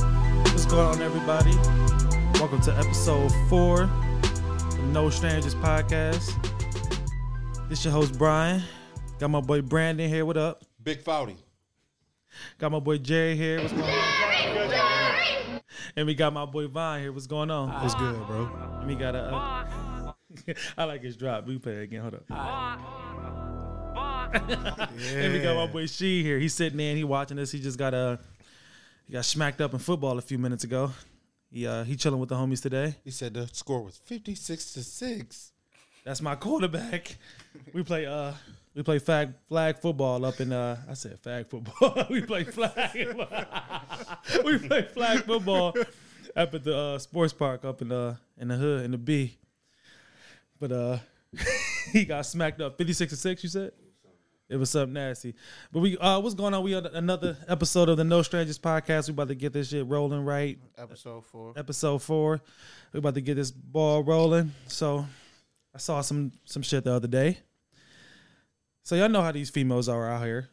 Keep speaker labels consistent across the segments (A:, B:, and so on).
A: What's going on, everybody? Welcome to episode four of No Strangers Podcast. This your host, Brian. Got my boy Brandon here. What up?
B: Big Fouty.
A: Got my boy Jerry here. What's going on? And we got my boy Vine here. What's going on?
C: What's good, bro?
A: And we got a. Uh, I like his drop. We play it again. Hold up. And we got my boy She here. He's sitting in. He watching this. He just got uh, he got smacked up in football a few minutes ago. He uh, he chilling with the homies today.
B: He said the score was 56 to 6.
A: That's my quarterback. We play uh we play flag flag football up in uh I said flag football. we play flag we play flag football up at the uh, sports park up in the in the hood in the B. But uh he got smacked up fifty six to six. You said it was something nasty. But we uh what's going on? We on another episode of the No Strangers podcast. We about to get this shit rolling right.
C: Episode four.
A: Episode four. We about to get this ball rolling. So I saw some some shit the other day. So y'all know how these females are out here.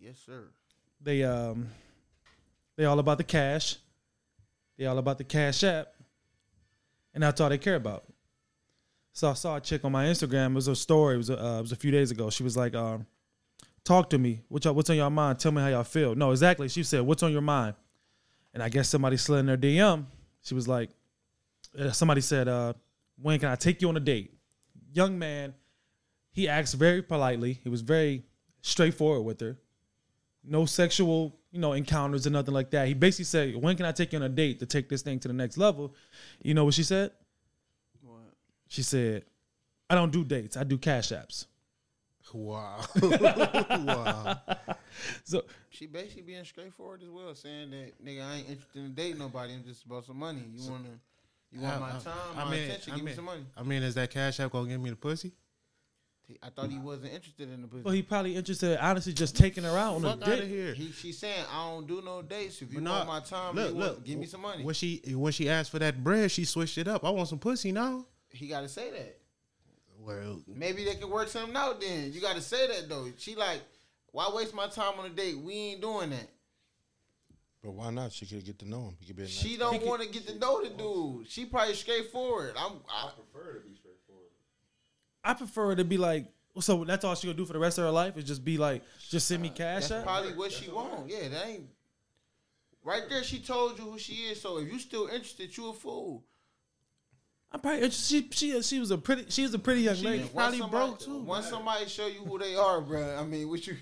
C: Yes, sir.
A: They um they all about the cash. They all about the cash app. And that's all they care about. So I saw a chick on my Instagram. It was a story. It was a, uh, it was a few days ago. She was like, um, "Talk to me. What y'all, what's on your mind? Tell me how y'all feel." No, exactly. She said, "What's on your mind?" And I guess somebody slid in their DM. She was like, uh, "Somebody said, uh, when can I take you on a date?" Young man he asked very politely. He was very straightforward with her. No sexual, you know, encounters or nothing like that. He basically said, "When can I take you on a date to take this thing to the next level?" You know what she said?
C: What?
A: She said, "I don't do dates. I do cash apps."
B: Wow.
A: So
C: She basically being straightforward as well, saying that nigga, I ain't interested in dating nobody. I'm just about some money. You wanna, you want my time, my attention. Give me some money.
D: I mean, is that cash app gonna give me the pussy?
C: I thought he wasn't interested in the pussy.
A: well, he probably interested, in honestly, just taking her out on a
D: Fuck out of
A: date.
D: here.
C: He- she's saying I don't do no dates. If you
D: But
C: want
D: nah,
C: my time, you want, give me some money.
D: When she when she asked for that bread, she switched it up. I want some pussy now.
C: he got to say that.
D: Well,
C: Maybe they can work something out. Then you got to say that though. She like, why waste my time on a date? We ain't doing that.
B: but why not? She could get to know him. He could be a nice
C: She don't want to get to know the dude. She probably straightforward. I'm. I,
A: I prefer it to be like. So that's all she gonna do for the rest of her life is just be like, just send me cash
C: That's
A: app.
C: probably what she want. Yeah, that ain't right there. She told you who she is. So if you still interested, you a fool.
A: I'm probably interested. She she she was a pretty she was a pretty young lady.
C: Once
A: Probably
C: somebody-
A: broke too.
C: Once somebody show you who they are, bro. I mean, what you?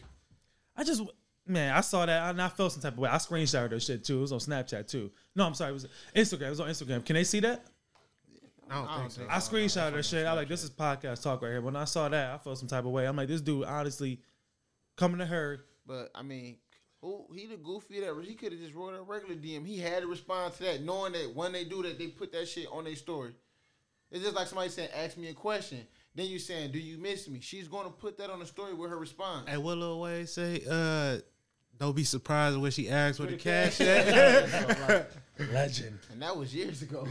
A: I just man, I saw that and I felt some type of way. I screenshotted her shit too. It was on Snapchat too. No, I'm sorry, it was Instagram. It was on Instagram. Can they see that?
D: I don't,
C: I
D: think so.
C: don't
A: I screenshotted her shit. I like this is podcast talk right here. When I saw that, I felt some type of way. I'm like, this dude honestly coming to her.
C: But I mean, who he the goofy that he could have just wrote a regular DM. He had to respond to that, knowing that when they do that, they put that shit on their story. It's just like somebody saying, "Ask me a question." Then you saying, "Do you miss me?" She's going to put that on the story with her response.
D: Hey, what little way say? Uh, don't be surprised when she asks for the cash app.
A: Legend.
C: And that was years ago.
A: That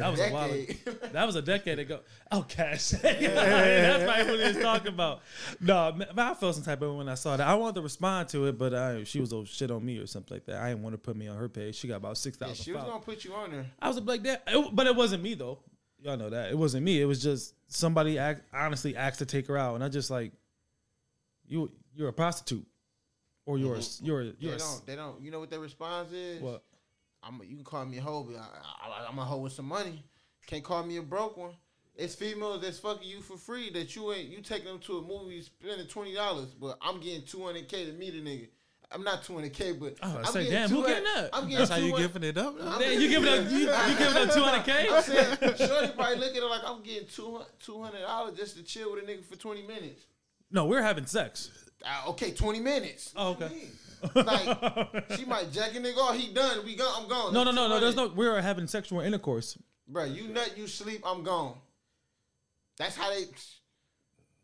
D: yeah.
A: was a while.
C: Decade.
A: That was a decade ago. Oh, cash. That's probably what he was talking about. No, man, I felt some type of way when I saw that. I wanted to respond to it, but I, she was oh shit on me or something like that. I didn't want to put me on her page. She got about six
C: Yeah,
A: thousand.
C: she was gonna put you on there.
A: I was like that, it- but it wasn't me though. Y'all know that it wasn't me. It was just somebody act, honestly asked to take her out, and I just like, you you're a prostitute, or you're a, you're a,
C: They
A: you're a,
C: don't. They don't. You know what their response is?
A: what?
C: I'm. A, you can call me a hoe, but I, I, I'm a hoe with some money. Can't call me a broke one. It's females that's fucking you for free that you ain't. You taking them to a movie, spending twenty dollars, but I'm getting two hundred k to meet a nigga. I'm not two hundred k, but
A: I was
C: I'm
A: gonna say, damn, who
C: 200
A: getting that?
C: I'm getting
D: That's how you
C: 200
D: giving it up. now?
C: I'm
A: Damn, you giving up you, you giving up two hundred k?
C: I'm saying, Shorty probably looking at it like I'm getting two hundred dollars just to chill with a nigga for twenty minutes.
A: No, we're having sex.
C: Uh, okay, twenty minutes.
A: Oh,
C: What you
A: okay.
C: mean? like she might jack a nigga off. He done. We go. I'm gone.
A: No, no, no, no. There's no. We're having sexual intercourse.
C: Bro, you nut. You sleep. I'm gone. That's how they.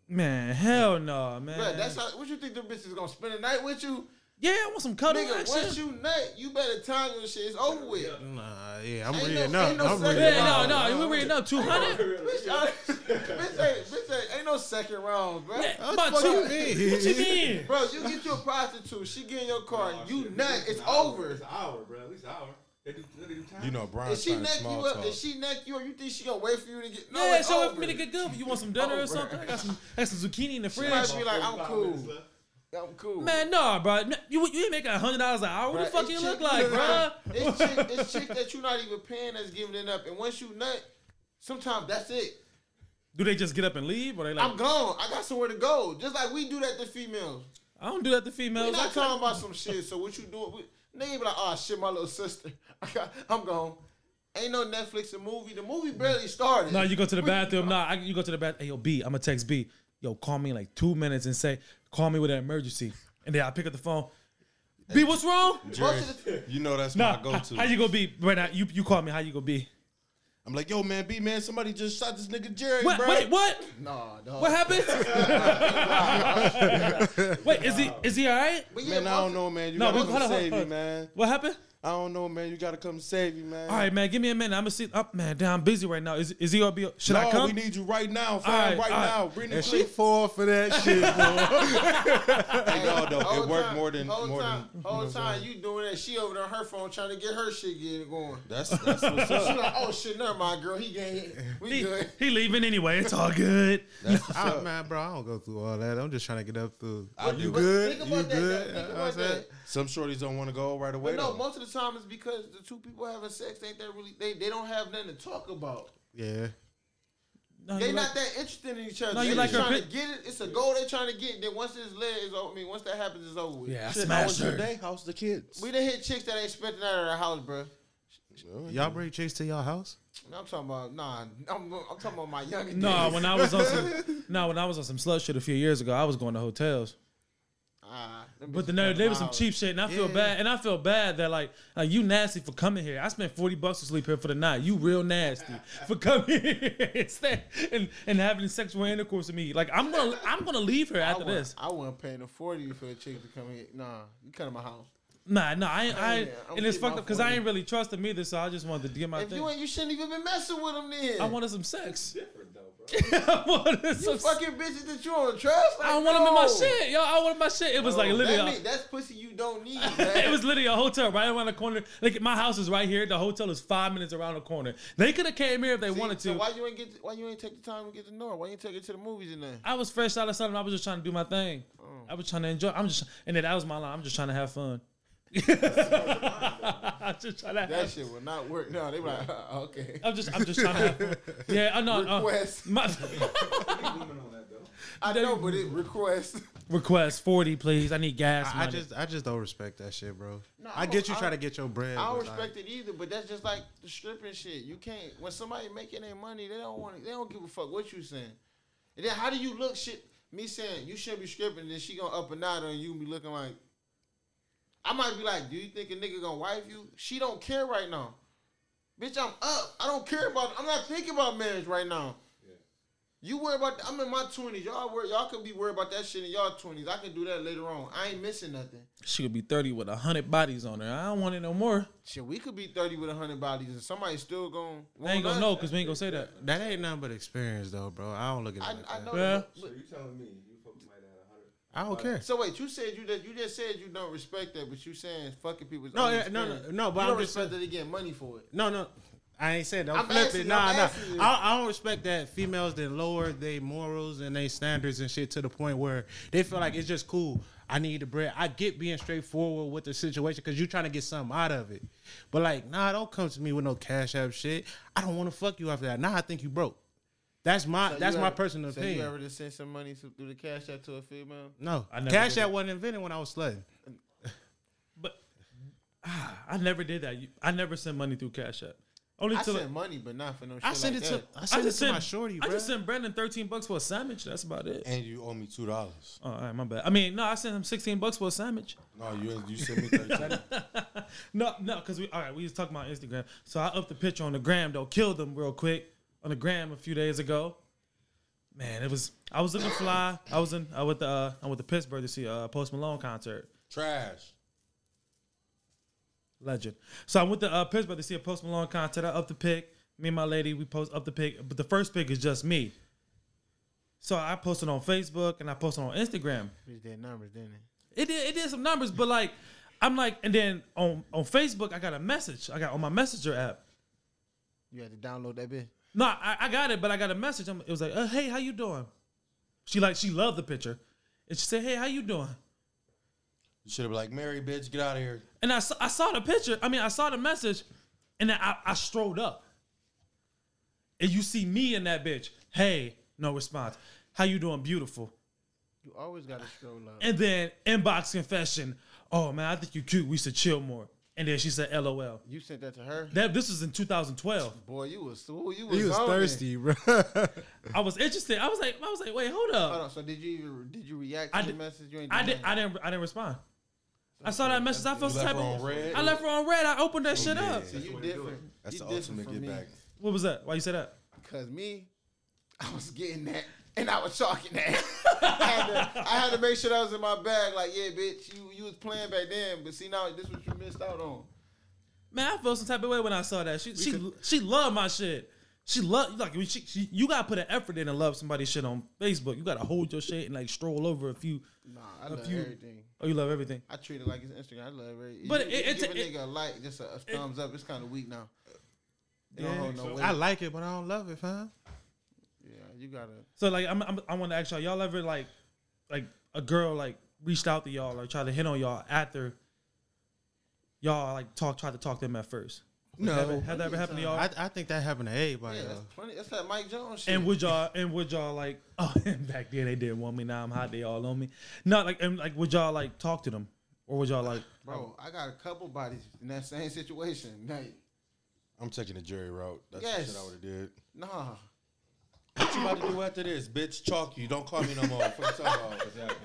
A: Man, hell no, man.
C: Bro, that's how. What you think the bitch is gonna spend the night with you?
A: yeah, I want some cuddle
C: Nigga, once
A: action.
C: you nut, you better time your shit. It's over with.
D: Nah, yeah, I'm
C: Ain't no-
D: reading
C: ain't
D: up.
C: no
D: I'm
C: second-
D: reading
A: Yeah,
D: up.
A: no, no. We're reading up two hundred.
C: Bitch, I, bitch, ain't, bitch ain't, ain't no second round, bro.
A: Yeah,
D: What
A: about
D: the fuck
A: two.
D: you
A: What
D: mean?
A: you mean?
C: Bro, you get you a prostitute. She get in your car. you nut. It's over.
E: hour, bro. At least an hour. They do, they do time.
B: You know, Brian
C: If she
B: started
C: neck you
B: small
C: up,
B: talk.
C: if she neck you up, you think she gonna wait for you to get? No,
A: yeah,
C: it's
A: show
C: over.
A: up for me to get good. You want some dinner or
C: over.
A: something? I got some, I got some zucchini in the
C: She
A: fridge.
C: might be like, I'm
E: 45
C: cool.
E: minutes left.
C: I'm cool.
A: Man, nah, bro. You, you ain't making hundred dollars an hour. What the
C: Bruh,
A: fuck
C: it's
A: you look
C: chick-
A: like, bro?
C: bruh, It's chick, it's chick that you're not even paying that's giving it up, and once you nut, sometimes that's it.
A: Do they just get up and leave, or they like?
C: I'm gone. I got somewhere to go. Just like we do that to females.
A: I don't do that to
C: We
A: females. I
C: not
A: try-
C: talking about some shit. So what you doing? We, nigga be like, oh shit, my little sister. I got, I'm gone. Ain't no Netflix and movie. The movie barely started.
A: No, you go to the
C: What
A: bathroom. No, I, you go to the bathroom. Hey, yo, B, I'm gonna text B. Yo, call me in like two minutes and say, call me with an emergency. And then I pick up the phone. B, what's wrong?
B: Jerry,
C: Most of the-
B: you know that's
A: Nah,
B: my go-to.
A: how you gonna be right now? You you call me. How you gonna be?
B: I'm like, yo, man, B, man, somebody just shot this nigga Jerry,
A: What?
B: bro.
A: Wait, what?
C: Nah, dog.
A: What happened? Wait, is he is he all right?
C: But yeah,
B: Man, I don't
C: most
B: know, man. You
A: No,
B: gotta
A: but
B: come
A: hold on, hold
B: save me,
A: on.
B: man.
A: What happened?
B: I don't know, man. You gotta come save me, man.
A: All right, man, give me a minute. I'm gonna see. Up, man, damn, I'm busy right now. Is is he gonna be? Should I
B: No,
A: come?
B: we need you right now, fam,
A: All
B: right,
A: right, all right.
B: now. Bring the
D: And she
B: clip.
D: fall for that shit, boy.
B: Hey, no, though,
C: whole
B: it worked
C: time-
B: more than
C: whole
B: more
C: time,
B: than.
C: whole time you doing that. She over there on her phone trying to get her shit getting going.
B: That's that's what's
C: She
B: up.
C: like, oh shit, never mind, girl. He gay. We
A: He,
C: good.
A: he leaving anyway. It's all good.
B: That's what's
D: I,
B: up.
D: man, bro, I don't go through all that. I'm just trying to get up to.
B: I
D: you
B: do.
D: good?
C: Think about
D: You
C: that,
D: good?
A: Uh,
C: though. Think
D: You know
C: about
D: what I'm saying?
C: that.
B: Some shorties don't want to go right away.
C: But no,
B: though.
C: most of the time it's because the two people having sex ain't that really they they don't have nothing to talk about.
D: Yeah.
A: No,
C: They
A: you
C: not
A: like-
C: that interested in each other.
A: No,
C: they
A: you like
C: just
A: her
C: trying to
A: pic-
C: get it. It's a goal they trying to get. Then once this leg is over, I mean, once that happens, it's over with.
A: yeah, I
B: Shit, how was
A: smashed
B: your
A: her.
B: day? How's the kids?
C: We done hit chicks that ain't expecting out of their house, bro.
D: Y'all bring chicks to y'all house?
C: I'm talking about nah. I'm, I'm talking about my young.
A: No, when I was on some, no, when I was on some slut shit a few years ago, I was going to hotels.
C: Ah, them
A: But the
C: bitches
A: no,
C: fucking
A: they was some
C: wild.
A: cheap shit, and I feel
D: Yeah.
A: bad. And I feel bad that like, like you nasty for coming here. I spent forty bucks to sleep here for the night. You real nasty for coming here and, stay- and and having sexual intercourse with me. Like I'm gonna I'm gonna leave her
C: I
A: after
C: wouldn't-
A: this.
C: I wasn't paying the forty for the chick to come here. Nah, you come to my house.
A: Nah, nah, I, ain't- I
C: yeah,
A: ain't-
C: I'm
A: and it's fucked
C: getting my
A: up because I
C: 40.
A: ain't really trust him either. So I just wanted to get my
C: If you
A: thing.
C: ain't, you shouldn't even been messing with them then.
A: I wanted some sex.
E: Different though, bro.
A: I wanted some. s-
C: fucking bitches that you don't trust. Like,
A: I want him in my
C: no.
A: shit, yo. I want him in my shit. It was like
C: No,
A: literally.
C: Oh, that
A: a-
C: mean- that's pussy you don't need.
A: it
C: man.
A: was literally a hotel right around the corner. Like my house is right here. The hotel is five minutes around the corner. They could have came here if they
C: See,
A: wanted to.
C: So why you ain't get? Why you ain't take the time to get to know her? Why you ain't take it to the movies and then?
A: I was fresh out of something. I was just trying to do my thing.
C: Oh.
A: I was trying to enjoy. I'm just, and then that was my line. I'm just trying to have fun. I'm just trying to.
C: That
A: Have,
C: shit will not work. No, they be like, uh, okay.
A: I'm just. I'm just trying to have fun. Yeah, I know. Uh,
C: Request.
A: my
E: Women on that though.
C: I know, but it request.
A: request forty, please. I need gas.
D: I, I
A: money.
D: just, I just don't respect that shit, bro.
C: No,
D: I
C: I
D: get
C: don't-
D: you
C: I
D: try to
C: don't-
D: get your bread.
C: I don't
D: but, like,
C: respect it either, but that's just like the stripping shit. You can't. When somebody making their money, they don't want. They don't give a fuck what you saying. And then how do you look? Shit, me saying you shouldn't be stripping, then she gonna up and out on you and be looking like. I might be like, do you think a nigga gonna wife you? She don't care right now. Bitch, I'm up. I don't care about. I'm not thinking about marriage right now. You worry about. I'm in my twenties. Y'all worry. Y'all could be worried about that shit in y'all twenties. I can do that later on. I ain't missing nothing.
A: she could be thirty with hundred bodies on her. I don't want it no more.
C: Shit, we could be 30 with 100 bodies and somebody still going
A: I ain't gonna know because we ain't gonna say that.
D: That ain't nothing but experience, though, bro. I don't look at it.
C: I,
D: like
C: I
D: that.
C: know.
A: Yeah.
E: So
C: But,
E: you telling me you fucking might have a hundred?
D: I don't care.
C: so wait, you said you that you just said you don't respect that, but you saying fucking people.
D: No, yeah, no, no, no, but
C: you don't
D: I'm just
C: respect that they get money for it.
D: No, no. I ain't saying don't
C: I'm
D: flip
C: asking-
D: it. Nah,
C: I'm
D: nah.
C: asking you.
D: I, I don't respect that females that lower their morals and their standards and shit to the point where they feel like it's just cool. I need the bread. I get being straightforward with the situation because you're trying to get something out of it. But like, nah, don't come to me with no cash app shit. I don't want to fuck you after that. Nah, I think you broke. That's my
C: So
D: Ah, that's
C: you
D: my
C: ever-
D: personal
C: so
D: opinion.
C: You ever just send some money to, through the cash out to a female?
D: no,
A: I never
D: cash
A: did
D: app wasn't invented when I was slutting.
A: But ah, I never did that. You- I never sent money through Cash App. Only
C: I
A: to
C: sent money, but not for no shit.
D: I sent
C: like
D: it
C: that.
D: to I sent it
A: just
D: to my
A: sent-
D: shorty,
A: I
D: bro.
A: just sent Brandon thirteen bucks for a sandwich. That's about it.
B: And you owe me two dollars.
A: Oh, all right, my bad. I mean, no, I sent him sixteen bucks for a sandwich.
B: No, you you sent me thirteen.
A: No, no, because we all right. We was talking about Instagram, so I upped the picture on the gram though. Killed them real quick on the gram a few days ago. Man, it was I was looking fly. I was in I went to uh, I went to Pittsburgh to see a Post Malone concert.
B: Trash.
A: Legend. So I went to uh, Pittsburgh to see a Post Malone concert. I up the pic. Me and my lady, we post up the pic, but the first pic is just me. So I posted on Facebook and I posted on Instagram.
C: It did numbers, didn't it?
A: It did, it did some numbers, but like I'm like, and then on on Facebook, I got a message. I got on my messenger app.
C: You had to download that bitch.
A: No, I, I got it, but I got a message. I'm, it was like, uh, "Hey, how you doing?" She like she loved the picture, and she said, "Hey, how you doing?"
B: You should have been like, Mary, bitch, get out of here.
A: And I saw, I saw the picture. I mean, I saw the message, and then I, I strolled up, and you see me in that bitch. Hey, no response. How you doing, beautiful?
C: You always got to stroll up.
A: And then inbox confession. Oh man, I think you cute. We should chill more. And then she said, "LOL."
C: You sent that to her.
A: That this was in 2012.
C: Boy, you was ooh, you was,
D: He was
C: on it.
D: thirsty, bro.
A: I was interested. I was like, I was like, wait, hold up.
C: Hold on. So did you even- did you react to
A: I
C: the
A: did-
C: message? You ain't
A: I
C: done
A: didn't.
C: that.
A: I didn't. I didn't respond. I saw that message. I felt
B: You left
A: type
B: her
A: of.
B: on red? Oh,
A: I left her on red. I opened that shit
B: yeah.
A: up.
C: See, you
E: what we do.
C: different.
B: That's
C: you
B: the ultimate
C: from
B: get
C: me.
B: back.
A: What was that? Why you say that?
C: Cause me, I was getting that, and I was talking that. I, had to, I had to make sure that was in my bag. Like, yeah, bitch, you you was playing back then, but see now this what you missed out on.
A: Man, I felt some type of way when I saw that. She she she loved my shit. She loved like she, she, you gotta put an effort in and love somebody's shit on Facebook. You gotta hold your shit and like stroll over a few.
C: Nah, I love
A: few-
C: everything.
A: Oh, you love everything.
C: I treat it like it's Instagram. I love everything.
A: But
C: you,
A: it-
C: you
A: it-
C: give a
A: it-
C: nigga a like, just a, a thumbs up. It's kind of weak now. It don't hold no weight.
D: I like it, but I don't love it, fam.
C: yeah, you gotta.
A: So like I'm, I'm I want to ask y'all, y'all ever like like a girl like reached out to y'all or tried to hit on y'all after y'all like talk tried to talk to them at first?
D: No.
A: Have, that- have that ever happened to y'all?
D: I, I think that happened to everybody.
C: Yeah, that's
D: though.
C: funny. That's that Mike Jones shit.
A: And would y'all and would y'all like oh and back then they didn't want me now I'm hot they all on me not like and like would y'all like talk to them or would y'all like
C: Bro, I got a couple bodies in that same situation. Like,
B: I'm taking the jury route. That's the
C: Yes.
B: shit I would have did.
C: nah.
B: What you about to do after this, bitch? Chalk you. Don't call me no more. Fuck you talking about?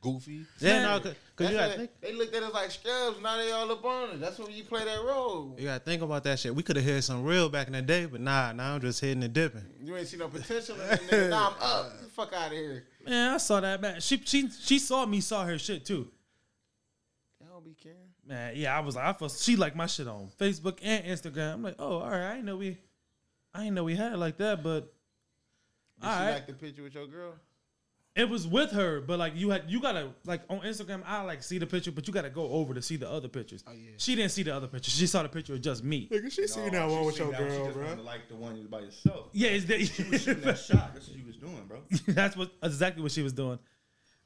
B: Goofy.
D: Yeah, no, cause, 'cause you
C: That's
D: gotta
C: how
D: think.
C: they, they looked at us like scrubs. Now they all up on it. That's when you play that role.
D: You gotta think about that shit. We could have hit some real back in the day, but nah, now I'm just hitting and dipping.
C: You ain't see no potential in that nigga. Now I'm up. Get the fuck out of here.
A: man I saw that man she she she saw me saw her shit too
C: They don't be caring.
A: man yeah I was like I felt she liked my shit on Facebook and Instagram I'm like oh all right I didn't know we I didn't know we had it like that but
C: Did
A: all
C: she
A: right
C: like the picture with your girl?
A: it was with her but like you had you gotta like on Instagram I like see the picture but you gotta go over to see the other pictures
C: Oh, yeah.
A: she didn't see the other picture she saw the picture of just me
D: Nigga, she seen
C: Oh,
D: that one with your girl, bro.
E: Like the one you was by yourself.
A: yeah it's that
E: Shooting that shot. That's what you was doing, bro.
A: that's what that's exactly what she was doing.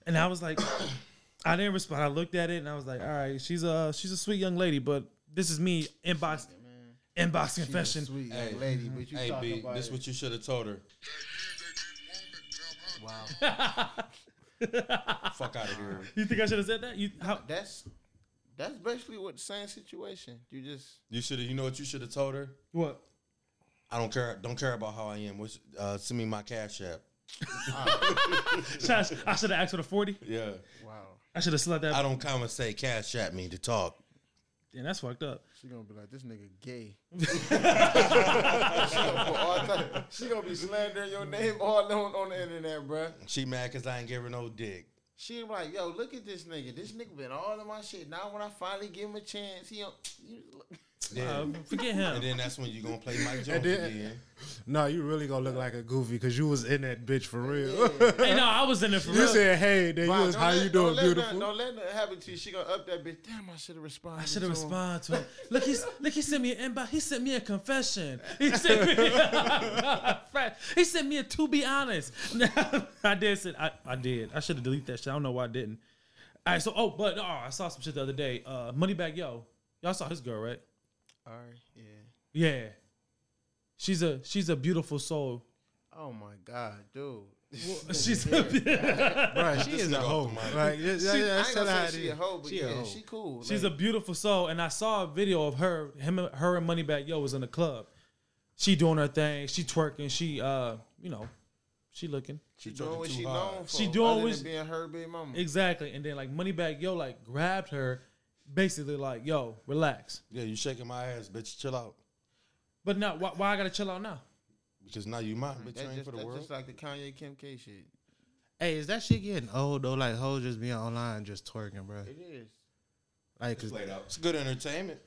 A: And I was like, I didn't respond. I looked at it and I was like, all right, she's a she's a sweet young lady, but this is me inbox inbox confession.
C: Sweet young
B: Hey.
C: lady, but you
B: Hey,
C: talking
B: B,
C: about
B: this
C: it.
B: what you should have told her.
C: Wow,
B: Fuck out of here.
A: You think I should have said that? You how
C: that's that's basically what the same situation. You just
B: You should have. You know what you should have told her.
A: what?
B: I don't care. Don't care about how I am. What's- Uh, send me my cash app.
A: Should I, I should have asked for the forty.
B: Yeah.
C: wow.
A: I should have slid
B: I
A: that.
B: don't come and say cash at me to talk.
A: Damn, that's fucked up.
C: She gonna be like, this nigga gay. she, gonna put all type, she gonna be slandering your name all on, on the internet, bruh.
B: She mad because I ain't give her no dick.
C: She be like, yo, look at this nigga. This nigga been all in my shit. Now when I finally give him a chance, he don't. you-
B: Yeah.
A: Uh, forget
B: and
A: him.
B: then that's when you gonna play Mike Jones
D: then-
B: again.
D: No, you really gonna look like a goofy because you was in that bitch for real.
A: Hey, no, I was in it for
D: you
A: real.
D: said, "Hey," then
C: Wow,
D: you was,
C: don't
D: "How
C: let-
D: you
C: don't
D: doing,
C: let
D: beautiful?"
C: Nothing, don't let nothing happen to you. She gonna up that bitch. Damn, I should have responded.
A: I should have
C: to him.
A: responded to him. Look, he's look. He sent me an inbox. He sent me a confession. He sent me. Right. he sent me a to be honest. I did. Send, I, I did. I should have deleted that shit. I don't know why I didn't. All right. So oh, but oh, I saw some shit the other day. Uh, Moneybag Yo, y'all saw his girl, right?
C: All right, yeah.
A: Yeah. She's a she's a beautiful soul.
C: Oh my god, dude.
A: She's a,
D: Right, she is a
B: nigga
D: hoe.
B: off the mic.
D: Like, yeah, yeah,
A: She-
D: yeah,
C: I
D: that's
C: ain't gonna say
D: how it
C: she a
D: is.
C: hoe, but
D: She a
C: yeah,
D: hoe.
C: she cool.
A: she's a
C: like,
A: beautiful soul, and I saw a video of her him her and Moneybag Yo was in the club. She doing her thing. She twerking. She uh you know she looking.
B: She
C: doing what she known for.
A: She doing
C: other
A: what
C: than
A: she-
C: being her big mama.
A: Exactly. And then like Moneybag Yo like grabbed her, basically like, yo, relax.
B: Yeah, you shaking my ass, bitch. Chill out.
A: But now why, why I gotta chill out now?
B: Because now you mine, bitch.
C: that's
B: You ain't
C: just,
B: for the
C: that's
B: world.
C: just like the Kanye Kim K shit.
D: Hey, is that shit getting old though? Like hoes just being online, just twerking, bro.
C: It is.
D: Like, 'cause-
E: Played out.
B: it's good entertainment.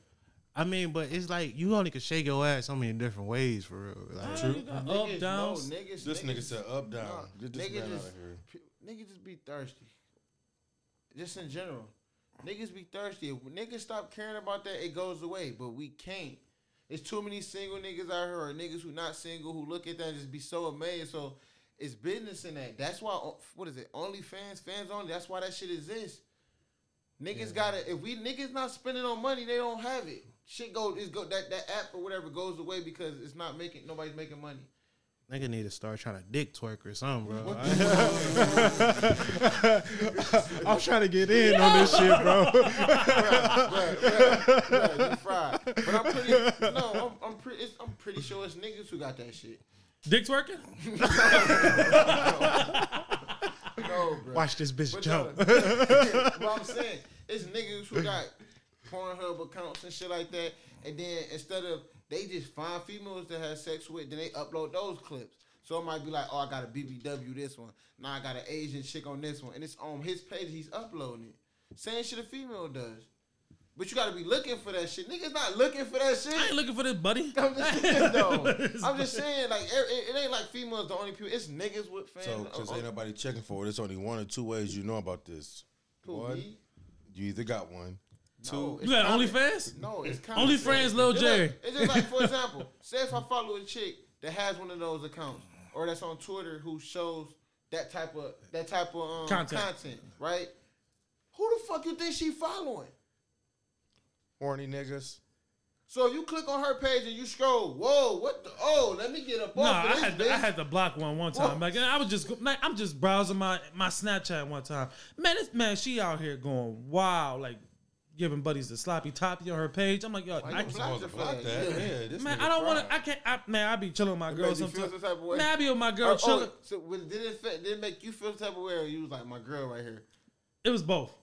D: I mean, but it's like you only can shake your ass so many different ways for real. Like,
A: True. Up,
C: Niggas,
A: downs.
C: No, niggas,
B: This
C: niggas,
B: nigga said up down.
C: Nah,
B: Get this
C: nigga
B: man out
C: just,
B: of here.
C: p- nigga just be thirsty. Just in general. Niggas be thirsty. If niggas stop caring about that, it goes away. But we can't. It's too many single niggas out here, or niggas who not single who look at that and just be so amazed. So it's business in that. That's why o- what is it? OnlyFans, fans only. That's why that shit exists. Niggas gotta. If we niggas not spending on money, they don't have it. Shit go is go that that app or whatever goes away because it's not making nobody's making money.
D: Nigga need to start trying to dick twerk or something, bro.
A: I'm trying to get in on this shit, bro.
C: Bruh, bruh, bruh, you fried. But I'm pretty. No, I'm I'm pretty. It's, I'm pretty sure it's niggas who got that shit.
A: Dick's working.
C: No, bro.
D: Watch this bitch
C: But no,
D: jump.
C: what I'm saying it's niggas who got Pornhub accounts and shit like that, and then instead of they just find females to have sex with, then they upload those clips. So it might be like, oh, I got a BBW this one. Now I got an Asian chick on this one, and it's on his page. He's uploading it. Same shit a female does. But you gotta be looking for that shit. Niggas not looking for that shit.
A: I ain't looking for this, buddy.
C: I'm just saying though. I'm just saying like it, it- it ain't like females the only people. It's niggas with fans.
B: So, because ain't nobody checking for it, there's only one or two ways you know about this.
C: Oh,
B: One, you either got one.
C: two.
A: You got OnlyFans?
C: No, it's common
A: Only
C: sense.
A: friends, Lil
C: It's
A: Jerry.
C: like- It's just like, for example, say if I follow a chick that has one of those accounts or that's on Twitter who shows that type of that type of um,
A: Content.
C: content. right? Who the fuck you think she following?
B: Horny niggas.
C: So if you click on her page and you scroll, whoa, what the? Oh, let me get up
A: No,
C: off
A: I
C: of this
A: had
C: bitch.
A: to, I had to block one one time. Like I was just like, I'm just browsing my my Snapchat one time. Man, this man, she out here going wow, like giving buddies the sloppy toppy on her page. I'm like, yo,
C: you
A: I,
C: block
B: Supposed to block that.
C: Yeah.
B: Yeah, this
A: man,
B: nigga
A: I don't want to.
B: fried.
A: I can't. I, man, I be chilling with my girl
C: made you feel
A: sometimes.
C: some type of way?
A: Man, I be with my
C: Or-
A: girl
C: oh,
A: chilling.
C: so was- did it fa- did it make you feel the type of way? Or you was like my girl right here.
A: It was both.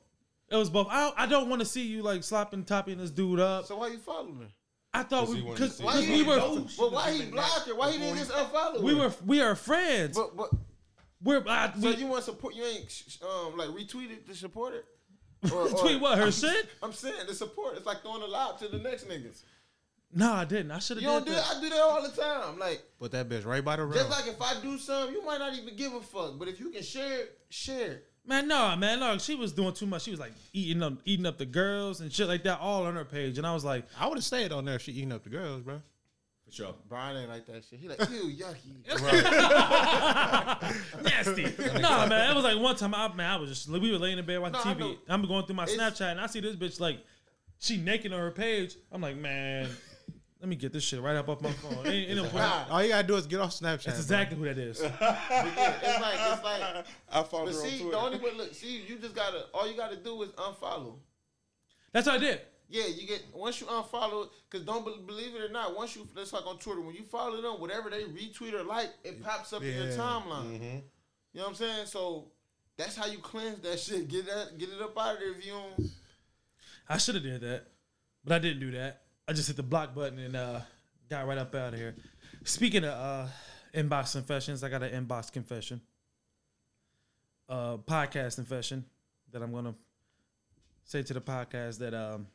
A: It was both. I don't, I don't want to see you like slopping topping this dude up.
C: So why you following her?
A: I thought
B: 'Cause
A: we
B: he wanted to
A: because
B: see
C: Why
B: Because
C: you
A: we were
C: But why he blocked her? Why he didn't just unfollow? her?
A: we were we are friends.
C: But but
A: we're I,
C: So
A: we,
C: you want to support? You ain't sh- sh- um like retweeted to support it? Or, or-
A: tweet what her shit.
C: I'm saying the support. It's like throwing a lob to the next niggas.
A: No, I didn't. I should
C: You
A: have
C: don't
A: done
C: do
A: that.
C: that. I do that all the time. Like
D: Put that bitch right by the
C: just
D: road.
C: like if I do something, you might not even give a fuck. But if you can share, it, share. it.
A: Man, no, man, no. She was doing too much. She was like eating up, eating up the girls and shit like that, all on her page. And I was like,
D: I would have stayed on there if she eating up the girls, bro.
E: For sure.
C: Brian ain't like that shit. He like ew yucky.
A: nasty. no, man, it was like one time. I man, I was just we were laying in bed watching
C: No, I
A: TV.
C: know.
A: I'm going through my
C: It's-
A: Snapchat and I see this bitch like she naked on her page. I'm like, man, let me get this shit right up off my phone. Ain't, ain't no point.
C: Nah,
D: All you gotta do is get off Snapchat.
A: That's exactly who that is.
C: but yeah, it's like it's like.
B: I followed
C: But
B: her on
C: see,
B: Twitter.
C: the only way. Look, see, you just gotta. All you gotta do is unfollow.
A: That's what I did.
C: Yeah, you get once you unfollow it, cause don't be- believe it or not, once you let's talk on Twitter, when you follow them, whatever they retweet or like, it pops up in your
D: Yeah. Mm-hmm.
C: timeline. You know what I'm saying? So that's how you cleanse that shit. Get that, get it up out of there if you don't.
A: I should have did that, but I didn't do that. I just hit the block button and uh, got right up out of here. Speaking of uh, inbox confessions, I got an inbox confession, uh, podcast confession that I'm gonna say to the podcast that um,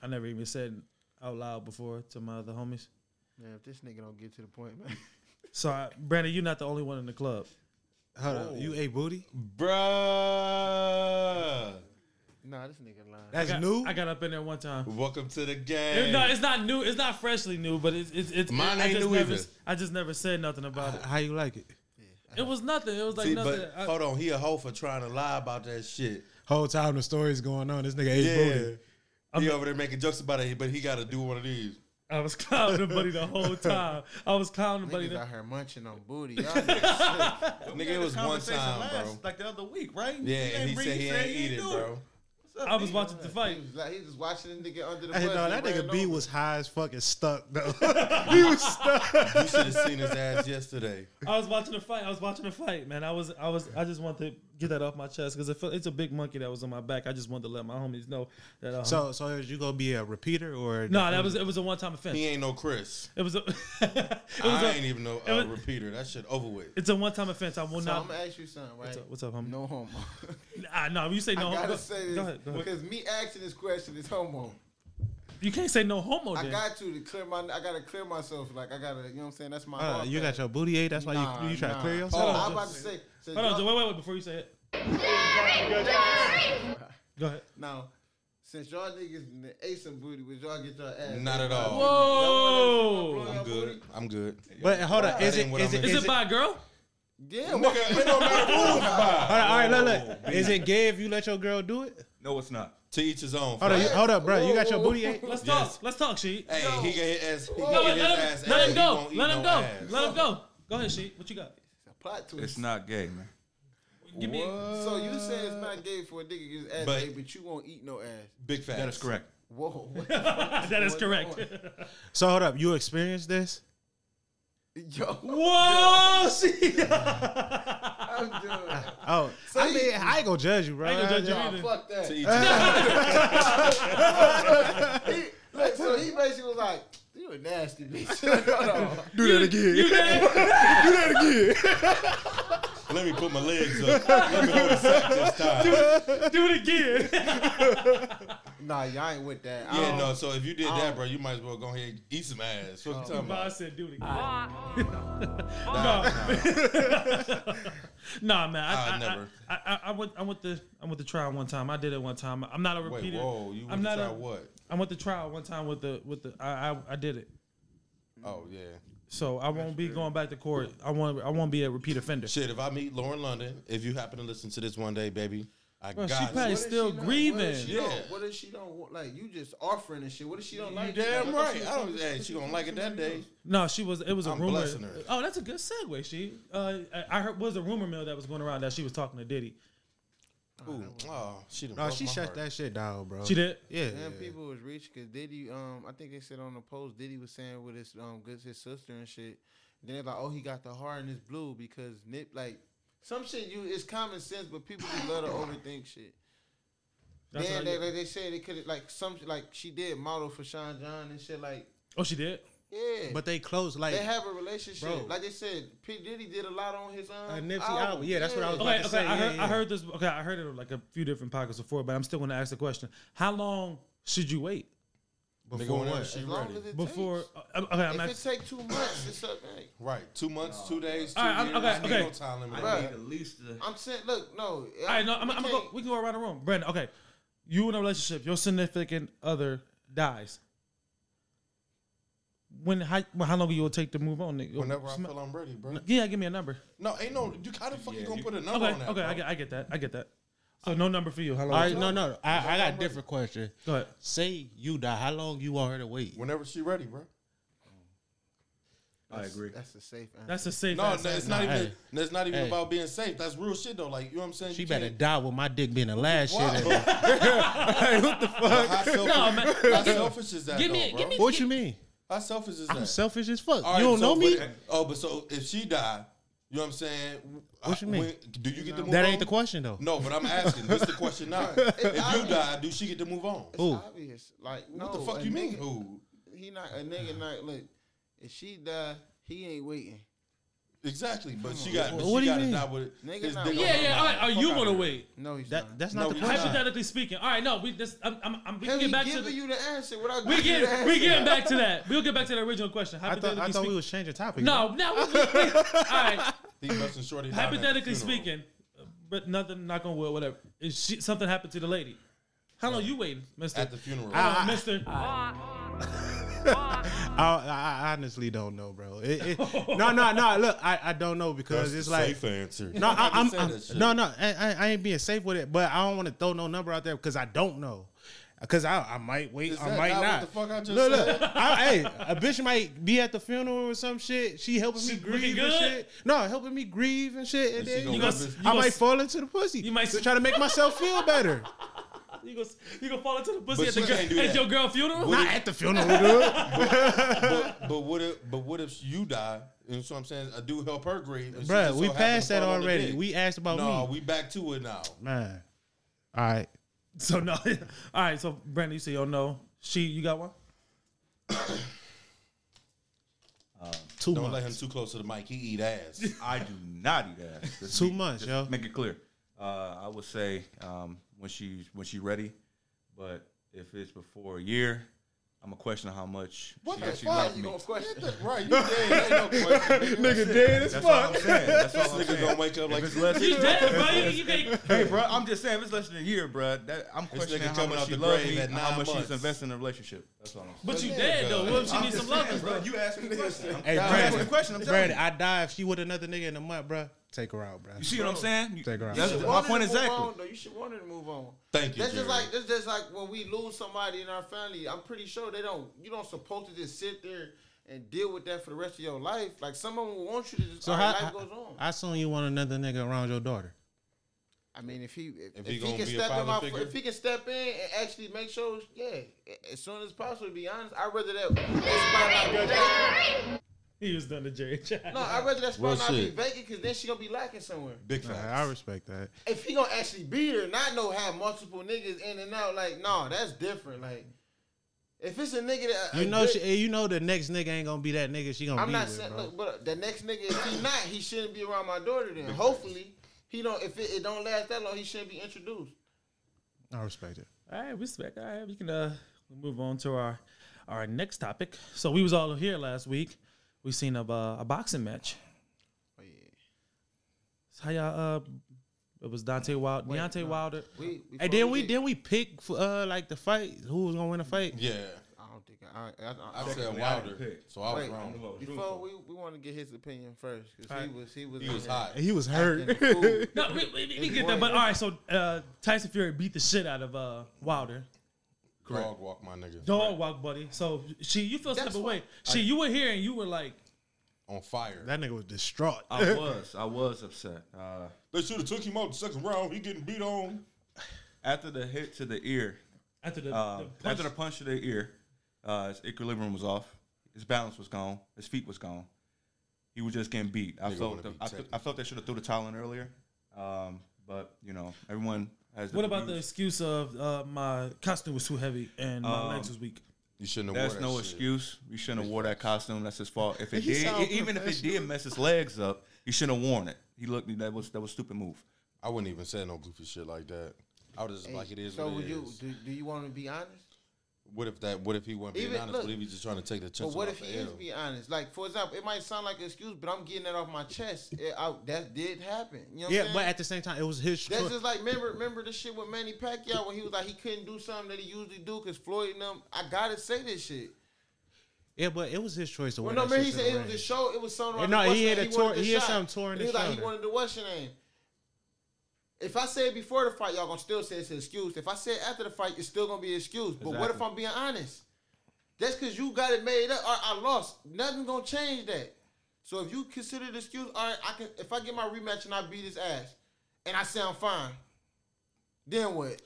A: I never even said out loud before to my other homies.
C: Man, if this nigga don't get to the point, man.
A: So, I, Brandon, you're not the only one in the club.
D: Hold up, you ate booty?
B: Bruh.
C: nah, this nigga lying.
D: That's
A: I got,
D: new.
A: I got up in there one time.
B: Welcome to the
A: It-
B: game.
A: no, it's not new. It's not freshly new, but it's it's, it's
B: Mine
A: I
B: ain't
A: just
B: new
A: never,
B: either.
A: I just never said nothing about it.
D: Uh, How you like it?
A: It was nothing. It was like
B: See,
A: nothing.
B: but
A: I-
B: hold on, he a hoe for trying to lie about that shit.
D: Whole time the story's going on, this nigga ate
B: Yeah,
D: booty.
B: he over there making jokes about it, but he got to do one of these.
A: I was clowning the buddy the whole time. I was clowning the buddy.
C: Niggas
A: The,
C: out here munching on booty. Y'all niggas sick.
B: Nigga, it was one time, bro.
E: Like the other week, right?
B: Yeah, and he said he ain't eat it,
E: do
B: bro.
E: What's up,
A: I was
E: B?
A: watching the fight.
C: He was like, he was watching the nigga under the bus.
D: Hey, no,
C: He
D: that nigga
C: ran
D: B
C: over.
D: was high as fuck and stuck though. he was stuck.
B: You should have seen his ass yesterday.
A: I was watching the fight. I was watching the fight, man. I was, I was, I just wanted to get that off my chest because it felt- it's a big monkey that was on my back. I just wanted to let my homies know that. Um,
D: So, so is you gonna be a repeater or
A: no, that was it was a one time offense.
B: He ain't no Chris.
A: It was a, it was
B: I
A: a
B: ain't even no
A: it
B: uh,
A: was-
B: repeater. That shit over with.
A: it's a one time offense. I will
C: So
A: not.
C: I'm gonna ask you something, right?
A: what's, up, what's up, homie? No,
C: No homo.
A: ah, no, you say no.
C: I gotta
A: go,
C: say
A: go
C: this
A: ahead, go ahead.
C: because me asking this question is homo.
A: You can't say no homo.
C: I
A: Then.
C: got to to clear my. I gotta clear myself. Like I gotta. You know what I'm saying? That's my.
D: Uh,
C: hard
D: you got
C: thing.
D: your booty ate. That's why
C: Nah,
D: you you try to
C: nah.
D: clear
C: Oh,
D: yourself.
C: I'm about to say. say
A: Hold on,
C: y'all-
A: wait, wait, wait before you say it. Go ahead.
C: Now, since y'all niggas in the ace of booty, would y'all get y'all ass?
B: Not at all.
A: Whoa.
B: I'm good. I'm good.
D: But hold on,
B: That
D: is it
B: ain't what
D: is
B: I'm
D: it
B: into.
A: Is
D: is
A: it
D: it? All
A: by a girl?
C: Yeah, why-
B: Nigga, it don't matter who it's by.
D: right, all right, look, look. Is it gay if you let your girl do it?
E: No, it's not.
B: To each his own.
D: Hold on, you,
B: fuck.
D: hold up, bro. You got your
C: Whoa.
D: booty ate?
A: Let's
B: Yes.
A: talk. Let's talk, she.
B: Hey, he get his ass. He
A: No,
B: get
A: let
B: his
A: him,
B: ass.
A: let him
B: ass. He
A: go.
B: won't eat
A: Let him
B: no
A: go.
B: ass.
A: Let him go. Go ahead, she. What you got?
C: plot twist.
E: It's not gay, man.
A: Give me. A,
C: So you say it's not gay for a nigga to get his ass
B: but-
C: but, but you won't eat no ass.
B: Big fat.
E: That is correct.
C: Whoa, what
A: that is
C: What-
A: correct.
D: So hold up, you experienced this?
C: yo,
A: Whoa, she.
C: I'm doing.
D: Oh,
C: So
D: I
C: you-
D: mean, I ain't gonna judge you, bro.
A: I ain't gonna judge you
C: Nah,
A: either.
C: fuck that.
B: To each his own.
C: he, like, so he basically was like, "You a nasty bitch." Like, hold on.
D: Do that again.
A: You did.
B: Let me put my legs up. Let me go to sack this time.
A: Do it again.
C: Nah, y'all ain't with that. I
B: Yeah,
C: don't-
B: no. So if you did
A: Um,
B: that, bro, you might as well go ahead and eat some ass. What you talking
A: Nah, I
B: about?
A: said do it again. Nah, man. I,
B: Nah,
A: I, I
B: never.
A: I, I, I went. I went to. I went to trial one time. I did it one time. I'm not a
B: Wait,
A: repeater.
B: whoa. You
A: I'm
B: want to
A: not
B: try
A: a-
B: what?
A: I went to trial one time with the with the. I I, I did it.
B: Oh yeah.
A: So I won't be going back to court. I want. I won't be a repeat offender.
B: Shit. If I meet Lauren London, if you happen to listen to this one day, baby, I
A: Bro, she
B: got
A: probably-
B: you.
C: What if
A: still
C: she not- What
A: grieving.
C: if she
B: Yeah.
C: don't? What if she don't want- like? You just offering and shit. What if she don't
B: You
C: like?
B: damn
C: Like, what if
B: right.
C: she-
B: I don't. Hey, she gonna like it that day.
A: No, she was. It was a
B: I'm
A: rumor.
B: blessing her.
A: Oh, that's a good segue. She. Uh, I- I heard was a rumor mill that was going around that she was talking to Diddy.
B: Ooh, oh, she done
D: No,
B: broke
D: she
B: my
D: shut
B: heart.
D: that shit down, bro.
A: She did.
D: Yeah.
C: Damn, people was rich because Diddy. Um, I think they said on the post Diddy was saying with his um, good his sister and shit. Then they're like, oh, he got the heart and it's blue because Nip like some shit. You it's common sense, but people just love to overthink shit.
A: That's
C: then
A: what
C: they,
A: I-
C: they, they say they could like some like she did model for Sean John and shit like
A: Oh, she did.
C: yeah,
D: But they close like
C: they have a relationship.
D: Bro.
C: Like they said, P Diddy did a lot on his um,
D: Uh, Nipsey album. Yeah, that's what I was
A: Okay,
D: about
A: okay.
D: to say,
A: I, heard,
D: yeah,
A: I
D: yeah.
A: heard this. Okay, I heard it in, like a few different pockets before, but I'm still going to ask the question: How long should you wait
B: Nigga,
D: before
B: whenever
D: what?
B: she
C: As long
B: ready.
C: as it
A: before?
C: takes.
A: Uh, okay, I'm
C: if
A: not,
C: it take two months, it's up. Hey,
B: Right. Two months, two days, two
A: All right, I'm-
B: years.
A: okay,
B: ain't
A: okay.
B: no time limit.
E: I
C: Bruh.
E: need at least the.
C: I'm saying, look, no.
A: all right, no, I'm,
C: we
A: I'm gonna
C: can't-
A: go. We can go around the room, Brandon. Okay, you in a relationship. Your significant other dies. When how when- how long will it take to move on? Nigga?
B: Whenever I
A: Sm-
B: feel I'm ready, bro.
A: yeah, give me a number.
B: No, ain't no. You, how the fuck you
E: Yeah,
B: gonna
E: you-
B: put a number
A: Okay,
B: on that?
A: okay,
B: bro?
A: I get, I get that. I get that. So no number for you. How long?
D: All right, no, no. I, I got a different question.
A: Go ahead.
D: Say you die, how long you want her to wait?
B: Whenever she ready, bro.
E: I agree.
C: That's a safe answer.
A: That's a safe.
B: No,
A: answer.
B: no, it's not
D: Nah,
B: even.
D: hey.
B: That's not even
D: Hey.
B: about being safe. That's real shit though. Like you know what I'm saying.
D: She
B: You
D: better
B: can't-
D: die with my dick being the last shit.
B: Why?
D: in it.
B: How selfish,
A: No, man.
B: how selfish is that?
A: Give me-
B: though,
A: give
B: bro?
A: me-
D: What you mean?
B: How selfish is that?
D: I'm selfish as fuck.
B: All right,
D: you don't
B: so,
D: know me?
B: but- oh, but so if she die, you know what I'm saying?
D: What you
B: I-
D: mean?
B: do you get to move
D: That
B: on?
D: ain't the question though.
B: No, but I'm asking. What's the question now? if you die, do she get to move on?
C: It's
D: Who?
C: obvious. Like, no,
B: what the
C: a
B: fuck you mean?
C: nigga-
B: Who?
C: He not a nigga. Not look. If she die, he ain't waiting.
B: Exactly, but she got. But
D: What do
B: she got
D: you
B: to
D: mean?
B: die with it.
C: Nigga
B: His
C: not-
B: dick on
A: Yeah,
B: her
A: yeah.
B: mouth.
A: All right, are
B: Fuck
A: you
B: outta
A: gonna
B: here.
A: wait?
C: No, he's
D: That
C: not.
D: that's
B: No,
D: not the
B: we
D: question.
B: not.
A: Hypothetically speaking. All right, no. We just. I'm. I'm. I'm we
C: Can
A: can
C: we
A: get back to.
C: giving
A: The,
C: you the answer without
A: we
C: giving you the
A: get.
C: answer?
A: We getting back to that. We'll get back to the original question.
D: I thought
A: Hypothetically
D: I thought we
A: speaking.
D: was changing topic.
A: No, no. We, we, we, all right.
B: He busting shorty. down at the
A: Hypothetically
B: funeral.
A: speaking, but nothing. Knock on wood. Whatever. If she, something happened to the lady. How long you waiting, Mister?
B: at the Ah. funeral.
A: Uh, Mister.
D: I, I honestly don't know, bro. It, it, no, no, no. Look, I, I don't know because it's like
B: answer.
D: no, I,
B: Nobody
D: I'm,
B: said
D: I'm-
B: that shit.
D: no, no. I, I, I ain't being safe with it, but I don't want to throw no number out there because I don't know. Because I, I might wait,
B: Is
D: I
B: that
D: might
B: not what
D: not.
B: the fuck I just
D: look,
B: said?
D: look. I, hey, a bitch might be at the funeral or some shit. She helping
A: She
D: me grieve
A: looking good?
D: and shit. No, helping me grieve and shit. And
B: And she
D: then
B: gonna
D: you
B: rub
D: gonna-
B: his-
A: you
D: I
A: gonna-
D: might fall into the pussy.
A: You might-
D: to try to make myself feel better.
A: You go. You go fall into the pussy
B: But
A: at the
B: she
A: girl,
B: can't do
A: at
B: that.
A: your girl funeral.
B: What
D: Not at the funeral, dude.
B: but, but what if? But what if you die? And so I'm saying, I do help her grieve. and she
D: Bruh,
B: just so
D: we
B: happened
D: passed
B: to
D: that
B: fall on the
D: already.
B: dick.
D: We asked about
B: no,
D: me.
B: we back to it now.
D: Man. All right.
A: So no. all right. So Brandon, you say you no. She. You got one.
D: Two
B: Don't
D: months.
B: let him too close to the mic. He eat ass.
E: I do not eat ass. Let's
D: Two
E: be-
D: months,
E: just
D: yo.
E: Make it clear. Uh, I would say um, when she's when she ready, but if it's before a year, I'm gonna question how much
C: What
E: she
C: the
E: actually
C: fuck?
E: loved
C: You
E: me.
C: gonna question?
B: Right, you dead. Ain't no question.
A: Nigga dead as
E: That's all I'm
A: fuck.
E: saying. That's all I'm
B: This nigga
E: saying.
B: gonna wake up
E: If
B: like
E: it's less
F: He's dead, bro. You, you can't.
E: Hey, bro, I'm just saying, if it's less than a year, bro, that, I'm
B: nigga
E: questioning how
B: coming
E: much
B: out
E: she
B: the
E: loves
B: grave
E: me
B: at
E: and
B: nine
E: how much
B: months.
E: she's investing in a relationship. That's all I'm saying.
F: But you dead though. What if she
E: I'm
F: needs
E: just
F: some loving,
E: saying,
F: bro?
E: You asked me the question. I'm-
D: Hey,
E: I'm asking the
D: Brandon,
E: question. I'm telling you.
D: Brandon, I die if she with another nigga in a month, bro. Take her out, bro.
E: You see what I'm saying? You-
D: Take her out.
E: That's
C: You should
E: my
C: want her
E: point
C: to move
E: exactly.
C: on, though. You should want her to move on.
B: Thank you.
C: That's just
B: Jerry.
C: like that's just like when we lose somebody in our family. I'm pretty sure they don't. You don't supposed to just sit there and deal with that for the rest of your life. Like some of them want you to just.
D: So
C: So
D: how,
C: life
D: how,
C: goes on. I,
D: how soon you want another nigga around your daughter?
C: mean, if he if,
B: If
C: if
B: he
C: he,
B: gonna
C: can
B: be a
C: step in
B: father
C: my
B: figure?
C: if he can step in and actually make sure, yeah, a- as soon as possible. To be honest, I would rather that. that spot not be vacant.
A: He was done to Jerry Child.
C: No, I would rather that spot
B: Real
C: not be
B: shit.
C: vacant because then she gonna be lacking somewhere.
B: big
D: Nah,
B: facts.
D: I respect that.
C: if he gonna actually be there, not know have multiple niggas in and out, like no, that's different. Like if it's a nigga that a
D: You know,
C: good-
D: she, you know, the next nigga ain't gonna be that nigga. She gonna
C: I'm
D: be
C: not
D: with,
C: saying
D: bro.
C: look, but the next nigga, if he not, he shouldn't be around my daughter. Then hopefully he don't. If it, it don't last that long, he shouldn't be introduced.
D: I respect it.
A: All right, respect. All right, we can uh move on to our our next topic. So we was all here last week. We seen a uh, a boxing match.
C: Oh yeah,
A: So how y'all uh it was Dante Wilder,
C: Wait,
A: Deontay
C: no.
A: Wilder.
C: we.
D: Hey,
C: before
D: then we
C: get-
D: then we pick for, uh like the fight who was gonna win the fight.
B: Yeah,
C: I don't think I. I,
B: I
C: I,
B: said
E: Technically, I didn't
B: Wilder,
E: pick.
B: so I was
C: Wait.
B: wrong.
E: Who I was rooting
C: Before
E: for.
C: we we want to get his opinion first because he
A: Alright.
C: was he was
B: He was
C: in there
B: hot.
D: He was
C: acting
D: hurt.
C: a fool.
A: No, we, we, we get that. But all right, so uh, Tyson Fury beat the shit out of uh, Wilder.
B: Dog walk, my nigga.
A: Dog walk, buddy. So she, you feel some
C: That's
A: type of way. She, you were here and you were like,
B: on fire.
D: That nigga was distraught.
E: I was, I was upset. Uh,
B: They should have took him out the second round. He getting beat on.
E: after the hit to the ear,
A: after the,
E: uh,
A: the punch,
E: after the punch to the ear, uh, his equilibrium was off. His balance was gone. His feet was gone. He was just getting beat. I
B: Nigga wanna
E: felt, the,
B: be
E: I, felt
B: technical.
E: I felt they should have threw the towel in earlier. Um, but you know, everyone has.
A: what about the
E: views.
A: excuse of uh, my costume was too heavy and my
E: Um,
A: legs was weak?
B: You shouldn't have. wore
E: That's
B: that
E: no
B: shit.
E: excuse. You shouldn't have wore that costume. That's his fault. If it
D: He
E: did, e,
D: sound
E: even if it did mess his legs up, he shouldn't have worn it. He looked. That was that was stupid move.
B: I wouldn't even say no goofy shit like that. I would just
C: Hey,
B: like it is.
C: So
B: what
C: would
B: it
C: you
B: is.
C: do? Do you want to be honest?
B: What if that? What if he wasn't being
C: Even-
B: honest?
C: look.
B: what if he just trying to take the attention?
C: But what if
B: off
C: he
B: the
C: is
B: L?
C: being honest? Like, for example, it might sound like an excuse, but I'm getting that off my chest. It, I, that did happen. You know what
D: yeah,
C: I'm
D: but
C: saying?
D: at the same time, it was his.
C: That's
D: choice.
C: just like remember remember the shit with Manny Pacquiao when he was like he couldn't do something that he usually do because Floyd and them. I gotta say this shit.
D: yeah, but it was his choice to
C: Well,
D: win.
C: no,
D: that
C: man, he
D: shit to
C: said
D: the
C: it was
D: ring.
C: a show. It was something.
D: No,
C: like
D: he
C: what's
D: had
C: that-
D: a
C: wanted
D: tor-
C: the
D: he had
C: shot.
D: something torn in
C: He
D: his
C: was like he
D: shoulder.
C: wanted to what's your name. If I said before the fight, y'all gonna still say it's an excuse. If I say it after the fight, it's still gonna be an excuse. But what if
E: Exactly.
C: I'm being honest? That's because you got it made up. Or I lost. Nothing gonna change that. So if you consider the excuse, all right, I can. If I get my rematch and I beat his ass, and I say I'm fine, then what?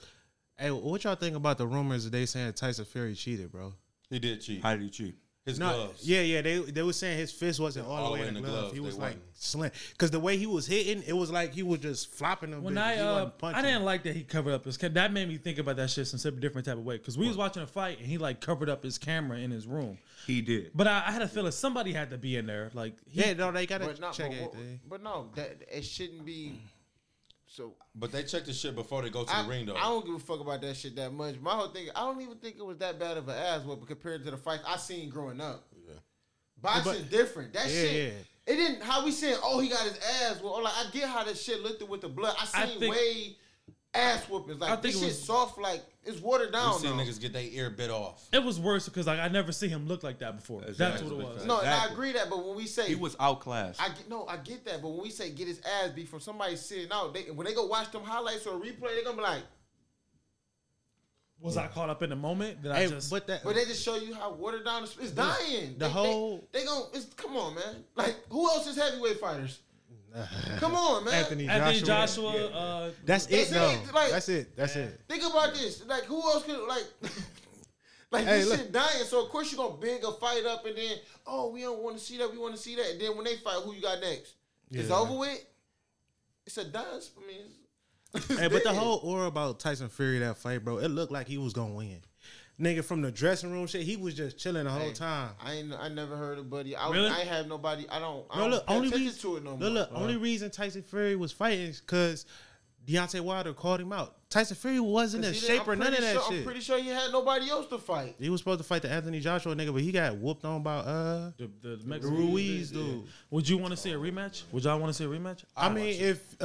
D: Hey, what y'all think about the rumors that they saying Tyson Fury cheated, bro?
B: He did cheat.
E: How did he cheat?
B: His
D: No,
B: gloves.
D: yeah, yeah. They they were saying his fist wasn't all, the way in the glove.
B: gloves,
D: He
B: they
D: was like
B: wasn't.
D: slim because the way he was hitting, it was like he was just flopping them.
A: When
D: bitches.
A: I
D: He
A: uh,
D: wasn't punching.
A: I didn't like that he covered up his cam- that made me think about that shit some sort of different type of way because we was watching a fight and he like covered up his camera in his room.
E: He did.
A: But I, I had a feeling somebody had to be in there. Like he,
D: Yeah, no, they gotta
C: But not.
D: check
C: but, what-
D: everything.
C: but no, that it shouldn't be. So
B: But they check the shit before they go to
C: I,
B: the ring though.
C: I don't give a fuck about that shit that much. My whole thing, I don't even think it was that bad of an ass whooping compared to the fights I seen growing up.
B: Yeah.
C: Boxing
D: But-
C: different. That
D: Yeah,
C: shit.
D: yeah.
C: It didn't. How we saying? Oh, he got his ass. Well, like I get how that shit looked with the blood. I
A: I
C: seen
A: think-
C: way ass whoopings. Like
A: I think
C: this
A: it
C: shit
A: was-
C: soft. Like it's watered
B: we
C: down.
B: seen
C: now.
B: niggas get their ear bit off.
A: it was worse because like I never see him look like that before. That's
E: Exactly.
A: what it was.
C: No, and I
E: Exactly.
C: agree that. But when we say
E: He was outclassed.
C: I get, no, I get that, but when we say get his ass beat from somebody sitting out, they, when they go watch them highlights or replay, they gonna be like,
A: Was I caught up in the moment? Did I
D: Hey,
A: just?
D: but that
C: But they just show you how watered down it's, it's dying.
D: The
C: They-
D: whole-
C: they, they gon' it's come on, man. Like who else is heavyweight fighters? come on, man.
D: Anthony
A: Anthony
D: Joshua.
A: Joshua, uh,
D: That's
C: That's
D: it, though.
C: it, like-
D: That's it. That's it.
C: Think about this. Like who else could like like
D: Hey,
C: this
D: look.
C: shit dying. So of course you're gonna big a fight up and then oh we don't want to see that, we want to see that. And then when they fight, who you got next? It's
D: Yeah.
C: over with. It's a dance. I mean, it's, it's
D: Hey, but the
C: dead.
D: whole aura about Tyson Fury that fight, bro, it looked like he was gonna win. Nigga from the dressing room shit, he was just chilling the whole
C: Hey,
D: time.
C: I ain't, I never heard of Buddy. I,
A: Really?
C: I ain't have nobody. I don't. I
D: No,
C: don't
D: look,
C: pay
D: only
C: attention
D: reason
C: to it no
D: look,
C: more.
D: look, only reason Tyson Fury was fighting is because Deontay Wilder called him out. Tyson Fury wasn't in
C: He didn't-
D: shape
C: I'm
D: or none of
C: pretty
D: that
C: sure-
D: shit.
C: I'm pretty sure he had nobody else to fight.
D: he was supposed to fight the Anthony Joshua nigga, but he got whooped on by uh
A: The, the Mexican
D: Ruiz dude.
A: Would you want to see a rematch? Would y'all want to see a rematch?
D: I, mean, if uh,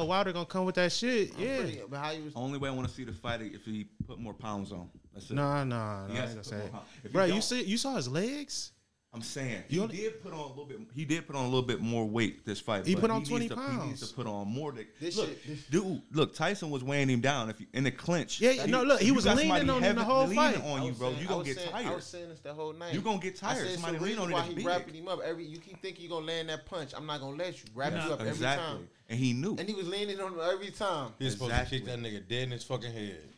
D: uh Wilder gonna come with that shit, yeah.
C: Pretty- But how you was
E: Only way I want to see the fight is if he put more pounds on. That's it.
D: Nah, nah, nah.
E: He
D: I
E: has
D: ain't gonna
E: to
D: say.
E: put more- if he
D: it. Bro, you
E: don't-
D: see, you saw his legs.
E: I'm saying
D: You
E: he
D: only-
E: did put on a little bit. He did put on a little bit more weight this fight.
D: He
E: but
D: put on
E: needs
D: 20
E: to- He needs
D: pounds.
E: to put on more. To,
C: This
E: look,
C: shit- this-
E: dude, look, Tyson was weighing him down. If you, in the clinch,
D: Yeah, yeah, no, look, he
E: you
D: was
E: got somebody
D: leaning on him the
E: heavily
D: whole
E: leaning
D: fight.
E: on
C: I
E: you,
C: was
E: bro.
C: saying-
E: you
C: I
E: gonna
C: was
E: get
C: saying- I
E: tired.
C: was saying this the whole night.
E: You gonna get
C: I
E: tired.
C: said,
E: Somebody
C: so
E: lean
C: reason
E: on it.
C: why
E: It's
C: he
E: big.
C: wrapping him up every. You keep thinking you gonna land that punch. I'm not gonna let you wrap you up every
E: Exactly,
C: time.
E: and he knew.
C: And he was leaning on him every time.
B: He's supposed
E: Exactly.
B: to kick that nigga dead in his fucking head.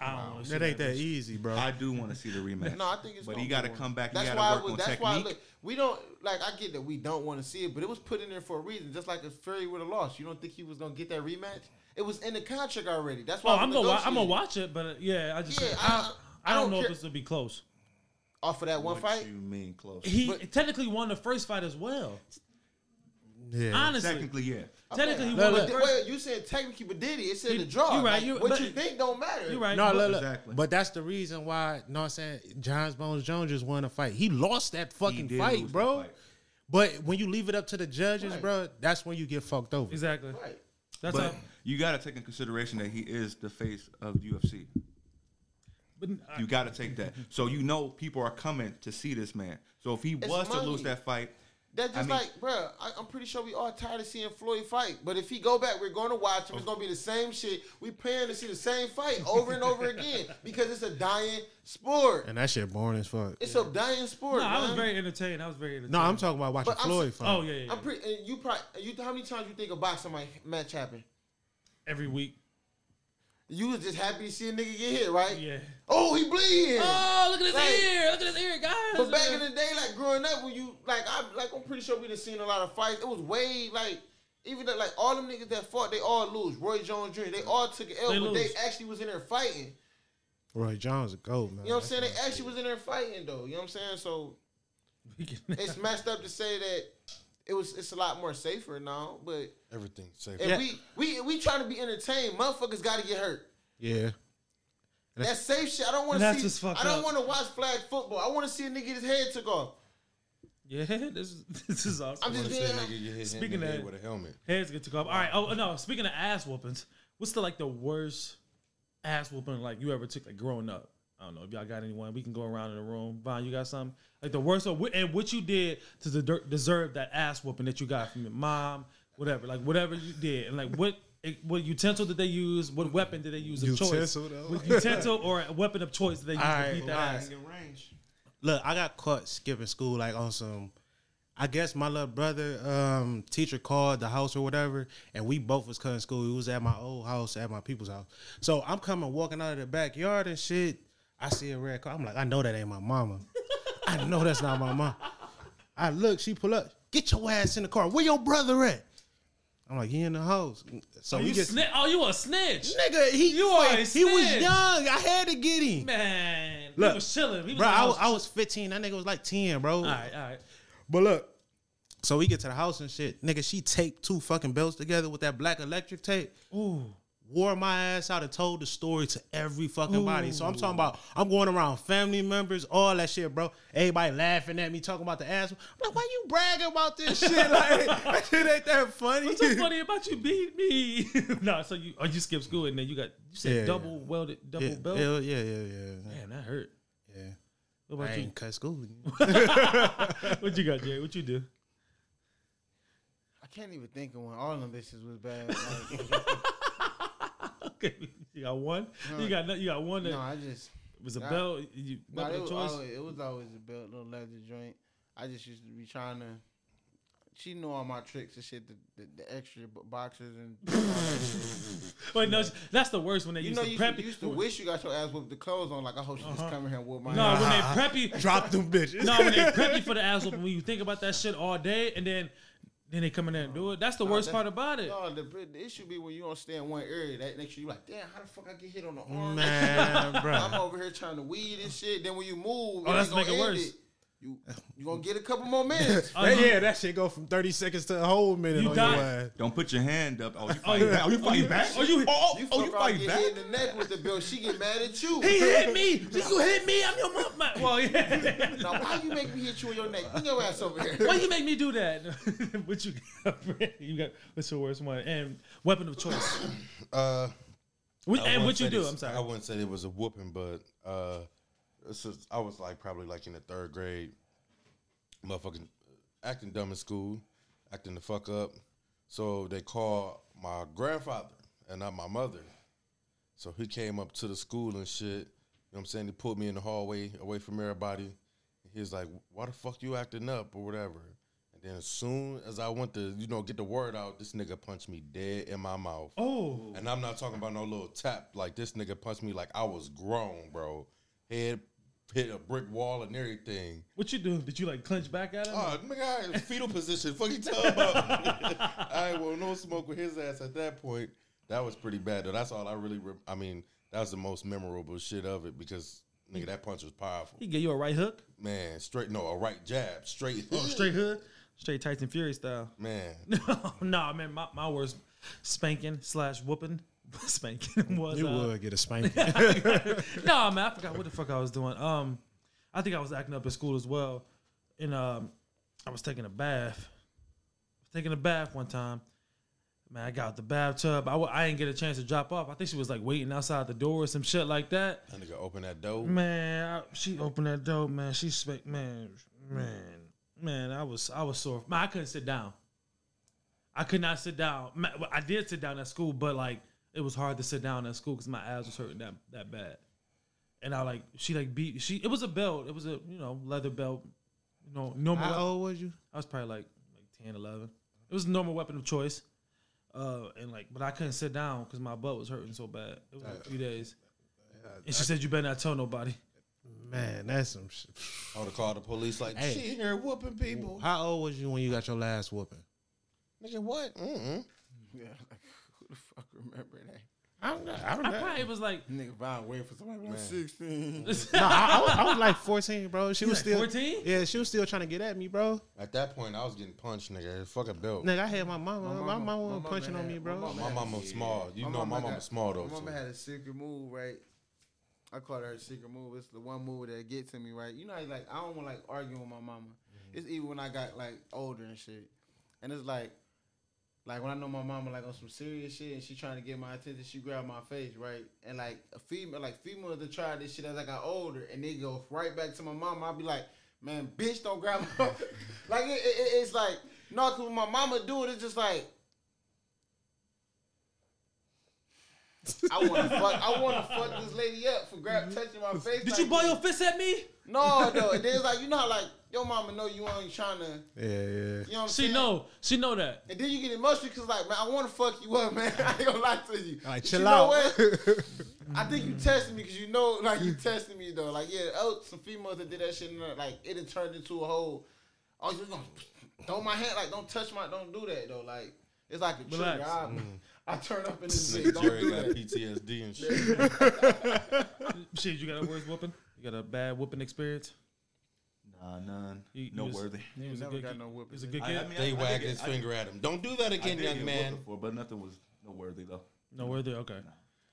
A: I don't want to see
D: That ain't that easy, bro.
E: I do want to see the rematch.
C: No, I think it's.
E: But
C: gonna
E: he
C: be
E: got to
C: one.
E: come back.
C: That's why.
E: he got
C: It
E: to
C: was,
E: work
C: that's
E: on
C: why.
E: technique.
C: Look, we don't like. I get that we don't want to see it, but it was put in there for a reason. Just like if Fury would have lost, you don't think he was gonna get that rematch? It was in the contract already. That's why.
A: Oh,
C: we
A: I'm gonna wa- I'm gonna
C: negotiated.
A: watch it, but uh, yeah, I just
C: Yeah,
A: I,
C: I-
A: I,
C: I
A: don't
C: don't
A: know
C: care.
A: if this will be close.
C: off of that one
E: what
C: fight.
E: you mean close?
A: He
C: But-
A: technically won the first fight as well.
D: yeah.
A: Honestly,
E: Technically, yeah.
A: technically he
C: But
A: won the
C: th-
A: first.
C: wait, you said technically, but did he? It said
A: You-
C: the draw.
A: you right,
C: Like,
A: you-
C: what
A: but-
C: you think don't matter.
A: You're right.
D: No,
A: but-
D: look, look.
E: Exactly.
D: But that's the reason why, no, I'm saying Johns Bones Jones just won a fight. He lost that fucking
E: did
D: fight,
E: lose that
D: bro.
E: fight.
D: But when you leave it up to the judges,
C: Right.
D: bro, that's when you get fucked over.
A: Exactly.
C: Right.
A: That's
E: But
A: how.
E: you got to take in consideration that he is the face of UFC.
A: But uh, I-
E: You got to take that. So you know people are coming to see this man. So if he was to
C: money.
E: lose that fight,
C: That's
E: I
C: just
E: mean-
C: like, bruh, I, I'm pretty sure we all tired of seeing Floyd fight. But if he go back, we're going to watch him. It's going to be the same shit. We paying to see the same fight over and over again because it's a dying sport.
D: And that shit boring as fuck.
C: It's a dying sport.
A: no, I was
C: man.
A: very entertained. I was very entertained.
D: No, I'm talking about watching
C: But I'm
D: Floyd
C: s-
D: fight.
A: Oh yeah, yeah, yeah.
C: I'm pretty. And you probably. You how many times you think a boxing might, match happened?
A: Every week.
C: You was just happy to see a nigga get hit, right?
A: Yeah.
C: Oh, he bleeding.
F: Oh, look at his
C: Like-
F: ear! Look at his ear, guys!
C: But back in the day, like growing up, when you like, I like, I'm pretty sure we done seen a lot of fights. It was way like, even though, like all them niggas that fought, they all lose. Roy Jones Jr. They all took an L,
A: They
C: but
A: lose.
C: they actually was in there fighting.
D: Roy Jones a goat, man.
C: You know what I'm
D: That's
C: saying?
D: what-
C: They actually was in there fighting though. You know what I'm saying? So it's messed up to say that it was. It's a lot more safer now, but
B: Everything safe.
C: if
D: Yeah.
C: we we we trying to be entertained, motherfuckers got to get hurt.
D: Yeah.
C: That's safe shit. I don't want
A: And
C: to
A: that's
C: see.
A: what's fucked
C: I don't
A: up.
C: want to watch flag football. I want to see a nigga get his head took off.
A: yeah, this is this is awesome.
C: I'm just
B: Say
C: being.
B: nigga get hit
A: Speaking
B: in the
A: of
B: head
A: that-
B: with a helmet.
A: Heads get took off. All right. Oh no. Speaking of ass whoopings, what's the like the worst ass whooping like you ever took like growing up? I don't know if y'all got anyone. We can go around in the room. Von, you got something like the worst or wh- and what you did to de- deserve that ass whooping that you got from your mom, whatever. Like whatever you did, and like what it- what utensil did they use? What weapon did they use of
D: Utensil,
A: choice?
D: though?
A: What utensil or a weapon of choice did they use
D: Alright,
A: to beat that ass?
D: Look, I got caught skipping school like on some. I guess my little brother um, teacher called the house or whatever, and we both was cutting school. It was at my old house, at my people's house. So I'm coming walking out of the backyard and shit. I see a red car. I'm like, I know that ain't my mama. I know that's not my mom. I look, she pull up. Get your ass in the car. Where your brother at? I'm like, he in the house. So we
A: You
D: get
A: sni- oh, you a snitch,
D: nigga. He
A: You are a
D: he was
A: snitch.
D: young. I had to get him.
A: man.
D: Look,
A: he was chilling. He was
D: Bro,
A: in the
D: I,
A: house
D: was- I was 15. That nigga was like 10, bro.
A: All right, all right.
D: But look, so we get to the house and shit. Nigga, she taped two fucking belts together with that black electric tape.
A: Ooh.
D: Wore my ass out and told the story to every fucking body. So I'm talking about, I'm going around family members, all that shit, bro. Everybody laughing at me, talking about the ass. I'm like, why you bragging about this shit? Like, that shit ain't that funny.
A: What's so funny about you beat me? no, so you oh, you skipped school and then you got you said
D: Yeah,
A: double welded double
D: Yeah,
A: belt.
D: yeah, yeah, yeah, yeah.
A: Man, that hurt.
D: yeah.
A: What
D: I
A: about you?
D: ain't cut school.
A: What you got, Jerry? What you do?
C: I can't even think of one. All them bitches was bad. Like,
A: Okay, you got one. You got no- you got one that
C: no, I just.
A: was a
C: nah.
A: belt. You
C: No,
A: weapon
C: it
A: of
C: was,
A: choice.
C: always, it was always a belt, little leather joint. I just used to be trying to. She knew all my tricks and shit, the, the, the extra b- boxes and.
A: Wait, no, that's the worst when they
C: you
A: used
C: know,
A: to
C: you
A: prep
C: used, to, used to wish you got your ass whooped with the clothes on. Like, I hope she just coming here and whoop my
A: No,
C: ass.
A: when they prep you,
D: Drop them bitches.
A: no, when they prep you for the ass whooping, when you think about that shit all day and then then they come in there and do it. That's the worst
C: that's-
A: part about it.
C: No, the, the issue be when you don't stay in one area. That next year you like, damn, how the fuck I get hit on the arm?
D: Man, bro.
C: I'm over here trying to weed and shit. Then when you
A: Oh,
C: move, it
A: that's
C: ain't gonna
A: make it
C: end
A: worse. Oh,
C: You you gonna get a couple more minutes.
D: Hey, yeah, that shit go from thirty seconds to a whole minute
F: You
D: on
F: die.
D: your ass.
E: Don't put your hand up. Oh, you fighting back? Oh, you fighting back?
F: oh, you-
E: oh,
C: You
E: oh,
C: fuck
E: oh, you
C: around,
E: fighting
C: get
E: back?
C: hit in the neck with the bill. She get mad at you.
F: He hit me. You hit me. I'm your mom. my- Well, yeah.
C: Now why you make me hit you in your neck? Bring your ass over here.
A: Why you make me do that? what you got? Brandon? you got what's your worst one and weapon of choice?
B: Uh,
A: What-
B: I
A: and
B: wouldn't
A: what you
B: say
A: do?
B: this-
A: I'm sorry.
B: I wouldn't say it was a whooping, but uh, this is, I was like probably like in the third grade, motherfucking acting dumb in school, acting the fuck up. So they called my grandfather and not my mother. So he came up to the school and shit. You know what I'm saying? He pulled me in the hallway away from everybody. He was like, "Why the fuck you acting up or whatever?" And then as soon as I went to you know get the word out, this nigga punched me dead in my mouth.
A: oh,
B: And I'm not talking about no little tap. Like this nigga punched me like I was grown, bro. Head hit a brick wall and everything.
A: what you do? Did you like clench back at him?
B: Oh, nigga, I in fetal position. Fucking tub up. I ain't want no smoke with his ass at that point. That was pretty bad though. That's all I really. Re- I mean, that was the most memorable shit of it because nigga, that punch was powerful.
A: he gave you a right hook,
B: Man, straight no, a right jab, straight.
A: oh, straight hood, straight Tyson Fury style.
B: Man,
A: no, nah, man, my, my worst spanking slash whooping spanking was
D: You
A: uh,
D: would get a spanking.
A: no, man, I forgot what the fuck I was doing. Um, I think I was acting up in school as well, and um, I was taking a bath. Taking a bath one time, man. I got out the bathtub. I w- I didn't get a chance to drop off. I think she was like waiting outside the door or some shit like that.
B: that nigga open that door.
A: Man, I, she opened that door. Man, she sp- man, man, man. I was I was sore. Man, I couldn't sit down. I could not sit down. Ma- well, I did sit down at school, but like it was hard to sit down at school because my abs was hurting that that bad. And I like she like beat she. It was a belt. It was a you know leather belt. You know normal.
D: How
A: wep-
D: old was you?
A: I was probably like like 10, 11. It was a normal weapon of choice. Uh, and like, but I couldn't sit down because my butt was hurting so bad. It was like a few days. And she said, "You better not tell nobody."
D: Man, that's some. Sh-
B: I would have called the police. Like
D: Hey.
B: she here whooping people.
D: How old was you when you got your last whooping?
B: Nigga, what? Mm-mm.
C: Yeah, like, who the fuck remember that?
D: I'm not, I don't
A: I probably was like,
C: Nigga Von waiting for somebody like sixteen.
D: no, I, I was, I was like 14, bro. She was
A: like
D: still
A: 14?
D: Yeah, she was still trying to get at me, bro.
B: At that point, I was getting punched, nigga. Fucking belt.
D: Nigga, I had my mama. My
C: My
D: mama,
C: mama- my
D: was
C: mama
D: punching on
C: had-
D: me,
C: my
D: bro.
C: mama-
B: My mama was small. You know, my mama
C: got-
B: was small though.
C: My mama
B: too.
C: had a secret move, right? I call her a secret move. It's the one move that get to me, right? You know, how, like I don't want like arguing with my mama. It's even when I got like older and shit, and it's like, like when I know my mama like on some serious shit and she trying to get my attention, she grab my face, right? And like a female, like females that try this shit as I got older, and they go right back to my mama. I'll be like, man, bitch, don't grab my. like it, it, it- it's like no, cause when my mama do it, it's just like. I want to fuck. I want to fuck this lady up for grab touching my face.
A: Mm-hmm. "Did
C: like
A: you ball
C: this.
A: your fist at me?"
C: No, no. And then it's like you know how like your mama know you ain't trying to.
D: Yeah, yeah.
C: You know what I'm
A: She
C: saying?
A: know, she know that.
C: And then you get emotional because like man, I want to fuck you up, man. I ain't gonna lie to you.
D: Like,
C: But
D: chill
C: you
D: out.
C: Know what? I think you testing me because you know like you testing me though. Like yeah, oh, some females that did that shit and uh, like it had turned into a whole. Oh, you gonna throw my hand? Like don't touch my. Don't do that though. Like it's like a trigger.
A: Relax.
C: I, I turn up in this
B: Nigga,
C: shit. Don't
B: Jerry
C: do
B: got
C: that.
B: PTSD and shit.
A: Shit, you got a worst whooping? You got a bad whooping experience?
E: Nah, none.
A: You- you
E: no
A: was-
E: worthy.
A: You was a
C: never
A: good
C: got
A: kid-
C: no
A: you
C: whooping,
A: was a
C: man.
A: good
E: I- I
A: kid.
E: mean, I-
B: They
E: I did
B: wagged
E: get-
B: his
E: I-
B: finger at him. Don't do that
E: I
B: again,
E: did
B: young
E: get
B: man.
E: whooped Before, but nothing was noteworthy though.
A: no worthy. Okay.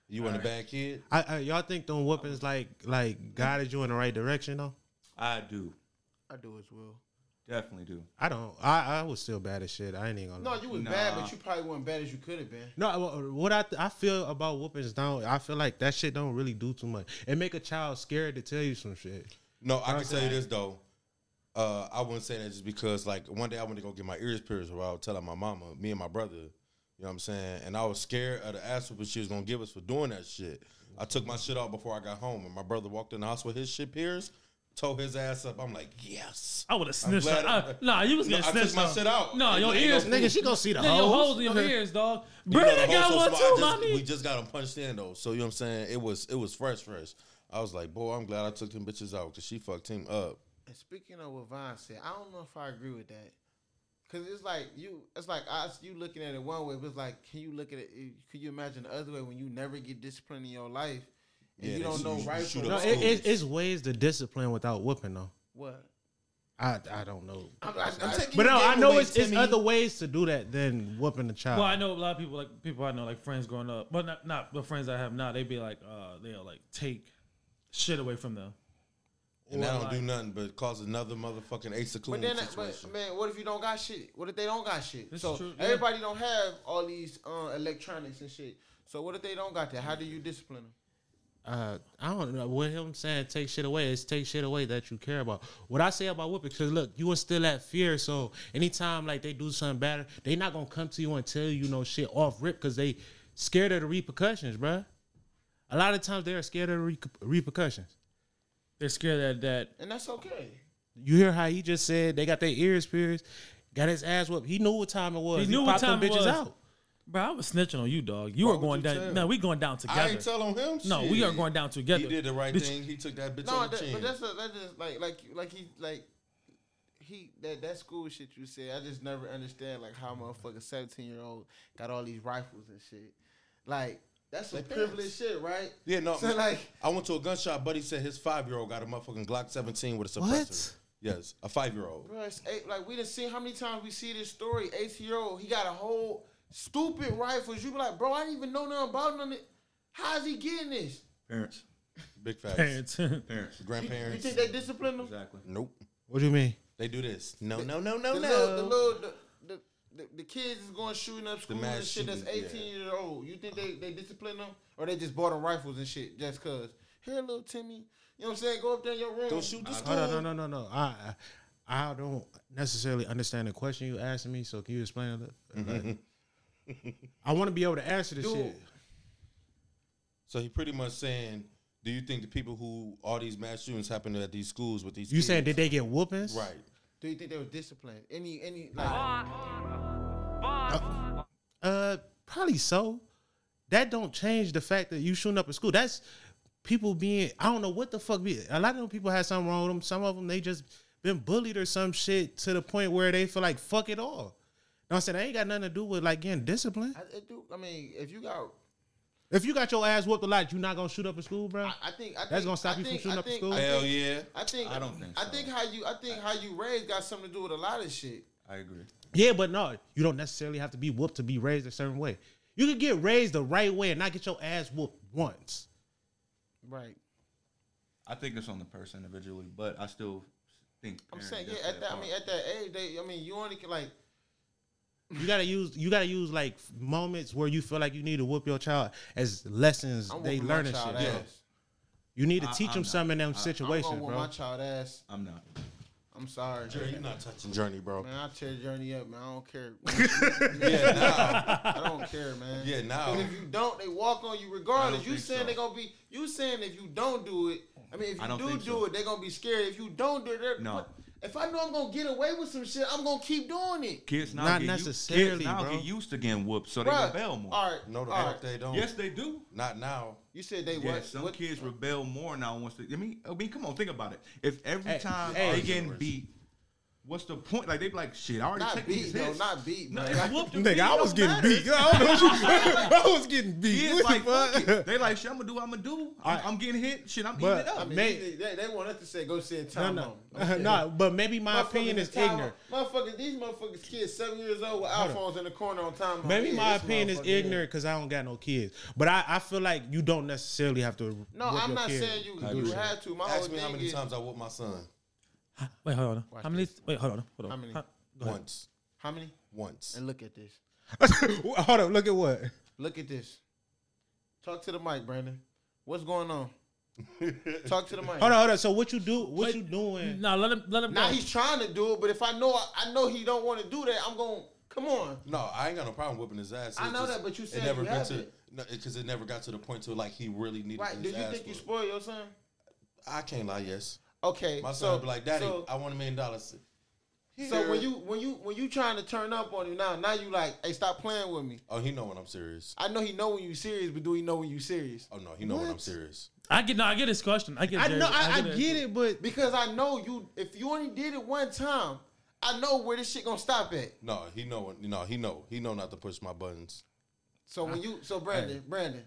B: You weren't a bad kid.
D: I, I, y'all think them weapons like like guided you in the right direction though?
E: I do,
C: I do as well.
E: definitely do.
D: I don't. I, I was still bad as shit. I ain't even gonna.
C: No,
D: lie.
C: you was
E: Nah.
C: bad, but you probably weren't bad as you could have been.
D: No, I- what I I feel about whoopings don't. I feel like that shit don't really do too much. It make a child scared to tell you some shit.
B: No, I can tell you this though. Uh, I wouldn't say that just because, like, one day I went to go get my ears pierced, where I was telling my mama, me and my brother, you know what I'm saying? And I was scared of the ass whooping she was gonna give us for doing that shit. I took my shit off before I got home, and my brother walked in the house with his shit pierced, tore his ass up. I'm like, yes.
A: I would have snitched.
B: glad
A: on-
B: I-
A: I- Nah, you was
B: No,
A: getting
B: I took
A: snitched
B: my
A: on.
B: shit out.
A: No,
B: It
A: your
B: ain't
A: ears,
B: no-
A: nigga.
D: Nigga, she gonna see the
A: Your holes
D: holes.
A: in your ears, dog.
B: You know, the
A: Brandon got
B: whole
A: one
B: social- I
A: too,
B: just- We
A: mommy.
B: just got them punched in though, so you know what I'm saying. It was it was fresh, fresh. I was like, boy, I'm glad I took them bitches out because she fucked him up.
C: And speaking of what Von said, I don't know if I agree with that. Cause it's like you, it's like us. You looking at it one way, but it's like, can you look at it? eh, Could you imagine the other way when you never get disciplined in your life and
B: Yeah,
C: you
B: they
C: don't
B: shoot-
C: know
B: you
C: right
B: shoot
C: from
B: up
D: No,
C: wrong?
D: it, it, it's ways to discipline without whooping though.
C: what?
D: I I don't know.
C: I'm, I, am taking.
D: But
C: your
D: no,
C: game
D: I know
C: away,
D: it's, it's
C: Timmy.
D: other ways to do that than whooping the child.
A: Well, I know a lot of people like people I know like friends growing up, but not not the friends I have now. They be like, uh, they'll like take shit away from them.
B: And I
A: Or
B: don't
A: like-
B: do nothing but cause another motherfucking ace of
C: But
B: coons
C: then, but
B: situation.
C: man, what if you don't got shit? What if they don't got shit?
A: This
C: so
A: is true, yeah.
C: everybody don't have all these uh, electronics and shit. So what if they don't got that? How do you discipline them?
D: uh, I don't know what him saying. Take shit away. It's take shit away that you care about. What I say about whooping, because look, you instill that fear. So anytime like they do something bad, they not gonna come to you and tell you no shit off rip because they scared of the repercussions, bruh. A lot of times they are scared of the re- repercussions.
A: They're scared that that
C: And that's okay.
D: You hear how he just said they got their ears pierced, got his ass whooped. He knew what time it was.
A: He knew what
D: popped them
A: time it
D: bitches
A: was.
D: out.
A: bro. I was snitching on you, dog. You
B: Why
A: are
B: would
A: going
B: you tell?
A: down. No, we going down together.
B: I ain't tell on him.
A: no, we
B: shit.
A: are going down together.
B: He did the right
A: Bitch,
B: thing. He took that bitch
C: No,
B: on the
C: that,
B: chin.
C: but that's a, that just like like like he like he that that school shit you said. I just never understand like how motherfucking seventeen year old got all these rifles and shit. Like that's some
B: They
C: privileged shit, right?
B: yeah, no.
C: So like
B: I went to a gun shop. Buddy said his five year old got a motherfucking Glock 17 with a suppressor.
D: What?
B: Yes, a five year old.
C: Bro, it's eight, like we done seen how many times we see this story. 18 year old, he got a whole stupid rifles. You be like, bro, I didn't even know nothing about none. of- How's he getting this?
E: Parents.
B: Big facts.
A: parents.
E: Parents.
C: You, you
B: Grandparents.
C: think they disciplined him?
E: Exactly.
B: nope.
D: What do you mean?
B: They do this. No, no, no, no,
C: The
B: no.
C: little, the little, the, the, the, the kids is going shooting up schools
B: mass
C: and shit. That's
B: shootings,
C: 18 year old. You think they they discipline them or they just bought them rifles and shit just cause? Here, little Timmy. You know what I'm saying? Go up there in your room.
B: Don't shoot
A: Uh,
B: this
D: Hold on,
B: kid.
D: no, no, no, no. I, I I don't necessarily understand the question you asked me. So can you explain it? Like, I want to be able to answer this
C: Dude.
D: shit.
B: So he pretty much saying, do you think the people who all these mass shootings happen at these schools with these
D: You
B: kids,
D: saying did they get whoopings?
B: right?
C: Do you think they were disciplined? Any any like?
D: Uh, probably so. That don't change the fact that you shooting up a school. That's people being. I don't know what the fuck. Be a lot of them people had something wrong with them. Some of them they just been bullied or some shit to the point where they feel like fuck it all. You know what I'm saying? That ain't got nothing to do with like getting disciplined.
C: I, I do. I mean, if you got
D: If you got your ass whooped a lot, you not gonna shoot up a school, bro.
C: I, I think I
D: That's
C: think-
D: gonna stop
C: I
D: you from
C: think-
D: shooting
C: I
D: up the
C: think-
D: school?
C: I
B: Hell
C: think-
B: yeah.
C: I think
E: I don't think
C: I
E: so.
C: think how you I think how you raised got something to do with a lot of shit.
E: I agree.
D: Yeah, but no, you don't necessarily have to be whooped to be raised a certain way. You could get raised the right way and not get your ass whooped once.
C: Right.
E: I think it's on the person individually, but I still think.
C: I'm
E: parents
C: saying
E: does
C: yeah. At
E: play a
C: that I
E: part.
C: mean at that age they I mean you only can like
D: You gotta use you gotta use like moments where you feel like you need to whoop your child as lessons
C: I'm
D: they
C: whooping my
D: learning shit.
C: child
D: Yeah.
C: ass.
D: You need to
E: I-
D: teach
E: I'm
D: them
E: not.
D: some in them
E: I- I'm
C: I'm
D: situations,
C: gonna whoop
D: bro.
C: my child ass.
E: I'm not.
C: I'm sorry.
B: Jerry, you're not touching Journey, bro.
C: Man, I tear Journey up, man. I don't care.
B: Yeah, now,
C: I don't care, man.
B: yeah, now.
C: 'Cause if you don't, they walk on you
E: I
C: regardless.
E: don't
C: You
E: think
C: saying
E: so.
C: they gonna be. You saying if you don't do it, I mean, if
E: I don't
C: you do
E: think
C: do
E: so.
C: it, they gonna be scared. If you don't do it, they're,
E: No.
C: If I know I'm gonna get away with some shit, I'm gonna keep doing it.
E: Kids now
D: Not
E: get used-
D: necessarily,
E: kids now
D: bro.
E: get used to getting whooped, so they
C: Bruh,
E: rebel more.
C: All right.
B: No, the
C: all
B: heck
C: right.
B: they don't.
E: Yes, they do.
B: Not now.
C: You said they
E: Yeah,
C: what?
E: some
C: what-
E: kids rebel more now. Once they, I mean, I mean, come on, think about it. If every
D: Hey,
E: time
D: hey.
E: they getting beat, what's the point? Like they be like, shit, I already
C: Not
E: took
C: beat,
E: these
C: though.
E: hits.
C: Not beat,
E: No,
C: man.
E: it's whooped and beat.
D: Nigga, I
E: It
D: was
E: don't
D: getting
E: matter.
D: beat. I don't know what you. I was getting beat.
E: Kids
D: What
E: like,
D: the fuck?
E: fuck it. They like, shit, I'm gonna do what I'm gonna do. I'm,
D: Alright.
E: I'm getting hit. Shit, I'm
D: But-
E: eating it up.
C: I mean,
D: Man.
C: they, they, they want us to say go sit
D: No,
C: time
D: no,
C: home. Okay.
D: no. But maybe my
C: Motherfuckers
D: opinion is
C: time
D: ignorant.
C: home. Motherfuckers, these motherfuckers kids seven years old with
D: Hold on.
C: iPhones in the corner on time. home.
D: Maybe
C: Yeah,
D: my
C: this
D: opinion is
C: motherfucker, yeah.
D: ignorant because I don't got no kids, but I, I feel like you don't necessarily have to.
C: No,
D: whoop
C: I'm
D: your
C: not
D: kid.
C: saying you
E: I
C: you
E: agree.
C: have to. My whole
B: Ask
C: thing
B: me how many
C: is
B: times I whooped my son.
A: Wait, hold on.
C: Watch
A: how many?
C: this.
A: Wait, hold on. Hold on.
C: How many?
A: Huh?
B: Once.
C: how many.
B: Once.
C: And look at this.
D: Hold up, look at what.
C: Look at this. Talk to the mic, Brandon. What's going on? Talk to the mic.
D: Hold on, hold on. So what you do? What
A: Wait.
D: you doing?
A: No, let him. Let him.
C: Now
A: go.
C: he's trying to do it, but if I know I know he don't want to do that, I'm going. Come on.
B: No, I ain't got no problem whooping his ass.
C: I
B: It's
C: know that, but you said
B: it never
C: you
B: got
C: have
B: to
C: it.
B: because it never got to the point to like he really needed.
C: Right?
B: his
C: Do you
B: ass
C: think you
B: whooped.
C: spoil your son?
B: I can't lie. Yes,
C: Okay.
B: my son
C: so,
B: would be like, "Daddy,
C: so-
B: I want a million dollars."
C: So when
B: Here.
C: you when you when you trying to turn up on him now, now you like, hey, stop playing with me.
B: oh, he know when I'm serious.
C: I know he know when you serious, but do he know when you serious?
B: Oh no, he know when I'm
D: What?
B: serious.
A: I get. No, I get his question. I get.
D: I
A: Jerry-
D: know, I, I
A: it.
D: get it, but
C: Because I know you. If you only did it one time, I know where this shit gonna stop at.
B: No, he know when. No, he know. He know not to push my buttons.
C: So when you so Brandon, Brandon,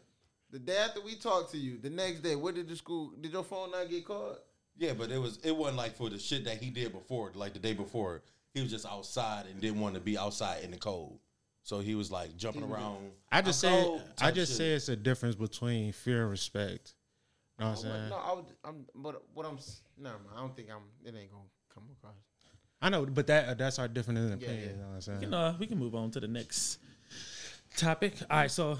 C: the day after we talked to you, the next day, what did the school? Did your phone not get called?
B: Yeah, but it was it wasn't like for the shit that he did before, like the day before. He was just outside and didn't want to be outside in the cold. So he was like jumping around.
D: I just
B: I'm
D: say
B: cold
D: I
B: type
D: just
B: shit.
D: say it's a difference between fear and respect. You know
C: I
D: what I'm
C: would-
D: saying?
C: no, I would, I'm, but what I'm, s- no, man, I don't think I'm. It ain't gonna come across.
D: I know, but that that's our difference in opinion.
C: yeah.
D: You know what I'm saying?
A: You know, we can move on to the next topic. All right, so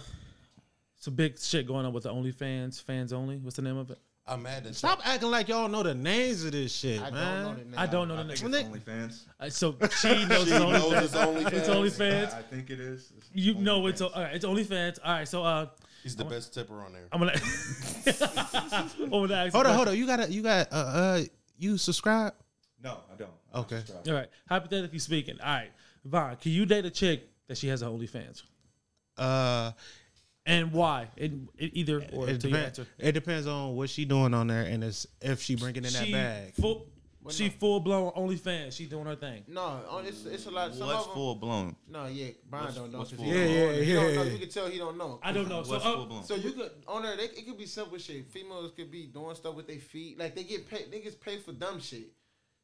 A: some big shit going on with the OnlyFans, fans only. What's the name of it?
B: I'm mad that
D: Stop acting like y'all know the names of this shit,
C: I
D: man.
C: don't know the name.
A: I don't know the
E: I
A: name.
E: think it's OnlyFans.
A: Uh, So she knows
B: she
A: it's
B: knows
A: OnlyFans.
B: it's only
A: It's
B: fans.
A: OnlyFans.
E: I, I think it is. It's
A: You know it's
E: OnlyFans.
A: all right. It's OnlyFans. All right, so uh,
B: He's the best tipper on there.
A: I'm gonna. I'm gonna ask.
D: Hold on, hold on. You gotta you got uh uh you subscribe?
E: No, I don't.
D: Okay.
E: Subscribe.
A: All right, hypothetically speaking, all right, Vaughn, can you date a chick that she has an OnlyFans,
D: Uh
A: and why? And it, either or
D: it,
A: to your
D: depends,
A: answer.
D: it depends on what she doing on there and it's if she bringing in that bag.
A: Full, she full blown OnlyFans. She doing her thing.
C: No, oh, it's it's a lot. Some
E: What's
C: of 'em-
E: full blown?
C: No, yeah, Brian
E: What's-
C: don't know.
E: what's
C: 'cause
E: full
C: he
E: blown?
C: don't
D: Yeah,
C: know.
D: yeah,
C: He don't know.
D: yeah.
C: You can tell he don't know.
A: I don't know. So
E: What's
A: uh,
E: full blown?
C: So you could on there, they, it could be simple shit. Females could be doing stuff with their feet. Like they get paid, niggas pay for dumb shit.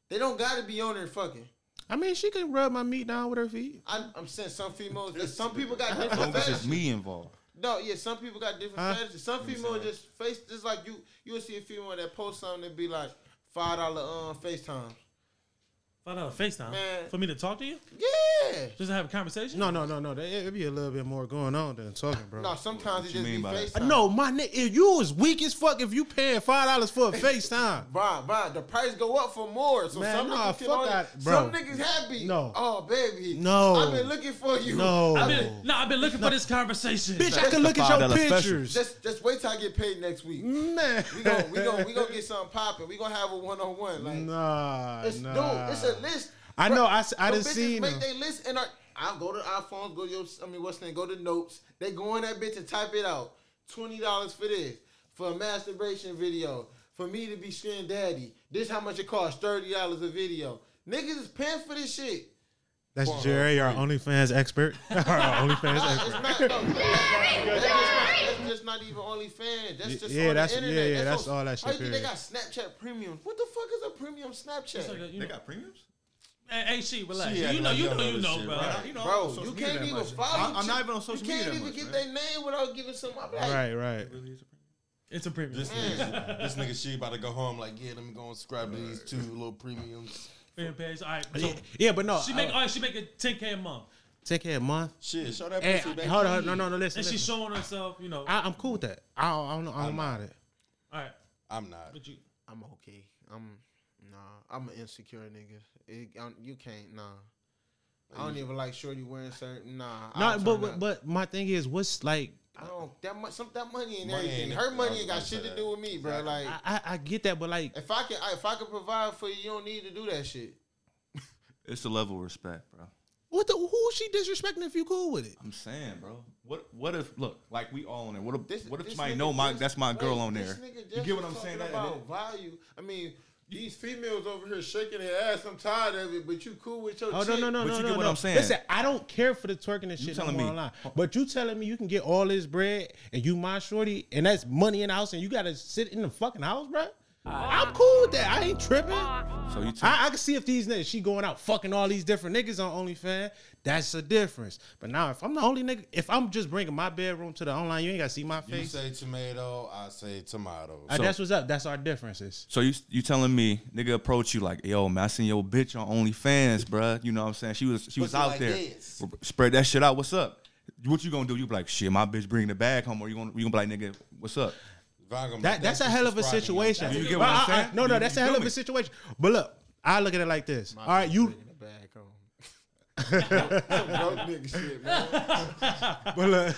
C: They don't gotta be on there fucking.
D: I mean she can rub my meat down with her feet.
C: I'm, I'm saying some females, some people got
E: As
C: different
E: long as it's
C: fetishes.
E: me involved.
C: No, yeah, some people got different
D: Huh?
C: fetishes. Some females just face, just like you, you'll see a female that post something that be like five dollar um FaceTime.
A: find out FaceTime
C: Man.
A: for me to talk to you,
C: Yeah.
A: just to have a conversation.
D: No, no, no, no. There- It'd be a little bit more going on than talking, bro.
C: No, sometimes it
E: you
C: just
E: mean
C: be
E: by that?
C: FaceTime.
D: No, my nigga, if you was weak as fuck if you paying five dollars for a FaceTime.
C: Brian, Brian, the price go up for more. So
D: Man,
C: some
D: nah,
C: niggas can
D: fuck
C: only-
D: that, bro.
C: Some niggas happy.
D: No.
C: Oh baby.
D: No.
C: I've been looking for you.
D: No.
A: I've been, no, I've been looking for this conversation.
D: Bitch, I can look at your
E: $5 special.
D: pictures.
C: Just just wait till I get paid next week.
D: Man.
C: We gonna we gonna we gonna get something popping. We gonna have a one on one. Like
D: Nah,
C: it's
D: nah.
C: dude, it's a list.
D: I
C: Bruh,
D: know, I s- I
C: them
D: done
C: bitches
D: seen
C: make
D: them.
C: they list and I I go to iPhones, go to your I mean what's the name, go to notes. They go in that bitch and type it out. Twenty dollars for this, for a masturbation video, for me to be screen daddy. This how much it costs, thirty dollars a video. Niggas is paying for this shit.
D: That's Jerry, our OnlyFans expert. our OnlyFans
C: Nah,
D: expert.
C: it's not, no, that's, that's just not, that's just not even OnlyFans. That's just
D: Yeah,
C: on
D: that's-
C: the
D: yeah,
C: internet.
D: yeah, that's
C: on-
D: all that
C: How
D: shit,
C: you think They got
D: period.
C: Snapchat premium. What the fuck is a premium
A: It's like a,
C: Snapchat?
A: you
E: They
A: know,
E: got premiums.
A: hey, hey, she, relax.
B: She
A: you
B: acting
A: know,
B: like
A: you
B: y'all
A: know,
B: know
A: you
B: this
A: know,
B: shit,
A: bro.
B: right?
E: You know, I'm on
C: Bro,
E: social
C: you
E: media
C: can't
E: that
C: even
E: much.
C: follow.
E: I'm, I'm not
C: chick-
E: even on social
C: You
E: media
C: can't
E: that
C: even
E: much.
C: get
E: man.
C: their name without giving some. I'm like,
D: Right, right.
E: Really is a premium.
A: It's a premium.
B: This nigga, this nigga, she about to go home. Like, yeah, let me go and subscribe to these two little premiums.
A: Fan page. All right. So
D: Yeah, yeah, but no. uh,
A: she make, all right, she make a 10k a month,
D: take care a month.
B: Shit, show that
D: And
B: pussy back.
D: hold on, hold on, no, no, no, listen.
A: and she's
D: listen.
A: showing herself. You know.
D: I, I'm cool with that. I don't, I don't, know- I don't mind it.
A: all right.
B: I'm not.
A: But you,
C: I'm okay. I'm nah. I'm an insecure nigga. It, I'm, you can't nah. I don't even like shorty wearing certain nah.
D: No,
C: I'll
D: but
C: turn
D: but,
C: up.
D: but my thing is, what's like?
C: I don't that much. Some that money and
B: Money ain't
C: everything.
B: it.
C: Her
B: I
C: money
B: was
C: ain't
B: about
C: got
B: to
C: shit
B: say
C: to
B: that.
C: do with me, bro. Like
D: I, I, I get that, but like,
C: if I can I, if I can provide for you, you don't need to do that shit.
E: It's a level of respect, bro.
D: what the? Who is she disrespecting if you cool with it?
E: I'm saying, bro. What what if look like we all on there? What if
C: This,
E: what if
C: this
E: somebody
C: nigga
E: know my
C: just-
E: that's my girl
C: wait,
E: on
C: this
E: there?
C: nigga
E: You
C: just
E: get what I'm
C: was
E: saying?
C: talking
E: That,
C: About value. I mean, these females over here shaking their ass. I'm tired of it, but you cool with your
D: Oh no
C: chick.
D: no no
E: But
D: no
E: you
D: no!
E: get what
D: no.
E: I'm saying.
D: Listen, I don't care for the twerking and shit.
E: telling
D: no more
E: me-
D: online. But you telling me you can get all this bread and you my shorty and that's money in the house and you gotta sit in the fucking house, bro. I'm cool with that. I ain't tripping. I,
E: so you tell
D: I can see if these niggas she going out fucking all these different niggas on OnlyFans. That's a difference. But now if I'm the only nigga, if I'm just bringing my bedroom to the online, you ain't gotta see my
B: You
D: face.
B: say tomato, I say tomato.
D: Uh,
E: So-
D: that's what's up. That's our differences.
E: so you you telling me nigga approach you like yo man I seen your bitch on OnlyFans, bruh. You know what I'm saying? She was she was
B: Pussy
E: out
B: like
E: there
B: this.
E: spread that shit out. What's up? What you gonna do? You be like shit. My bitch bring the bag home, or you gonna you gonna be like nigga? What's up?
B: Von gonna
D: That
B: make
D: that's a
B: shit
D: hell of a
B: subscribing you.
D: situation.
E: You get what I'm
D: Uh, uh, uh,
E: saying?
D: No, no,
E: You-
D: that's
E: you
D: a hell
E: feel
D: of a
E: me?
D: situation. But lolook, I look at it like this. All right, you
C: Bringing it back home.
E: oh.
C: Broke nigga shit, man.
D: but look,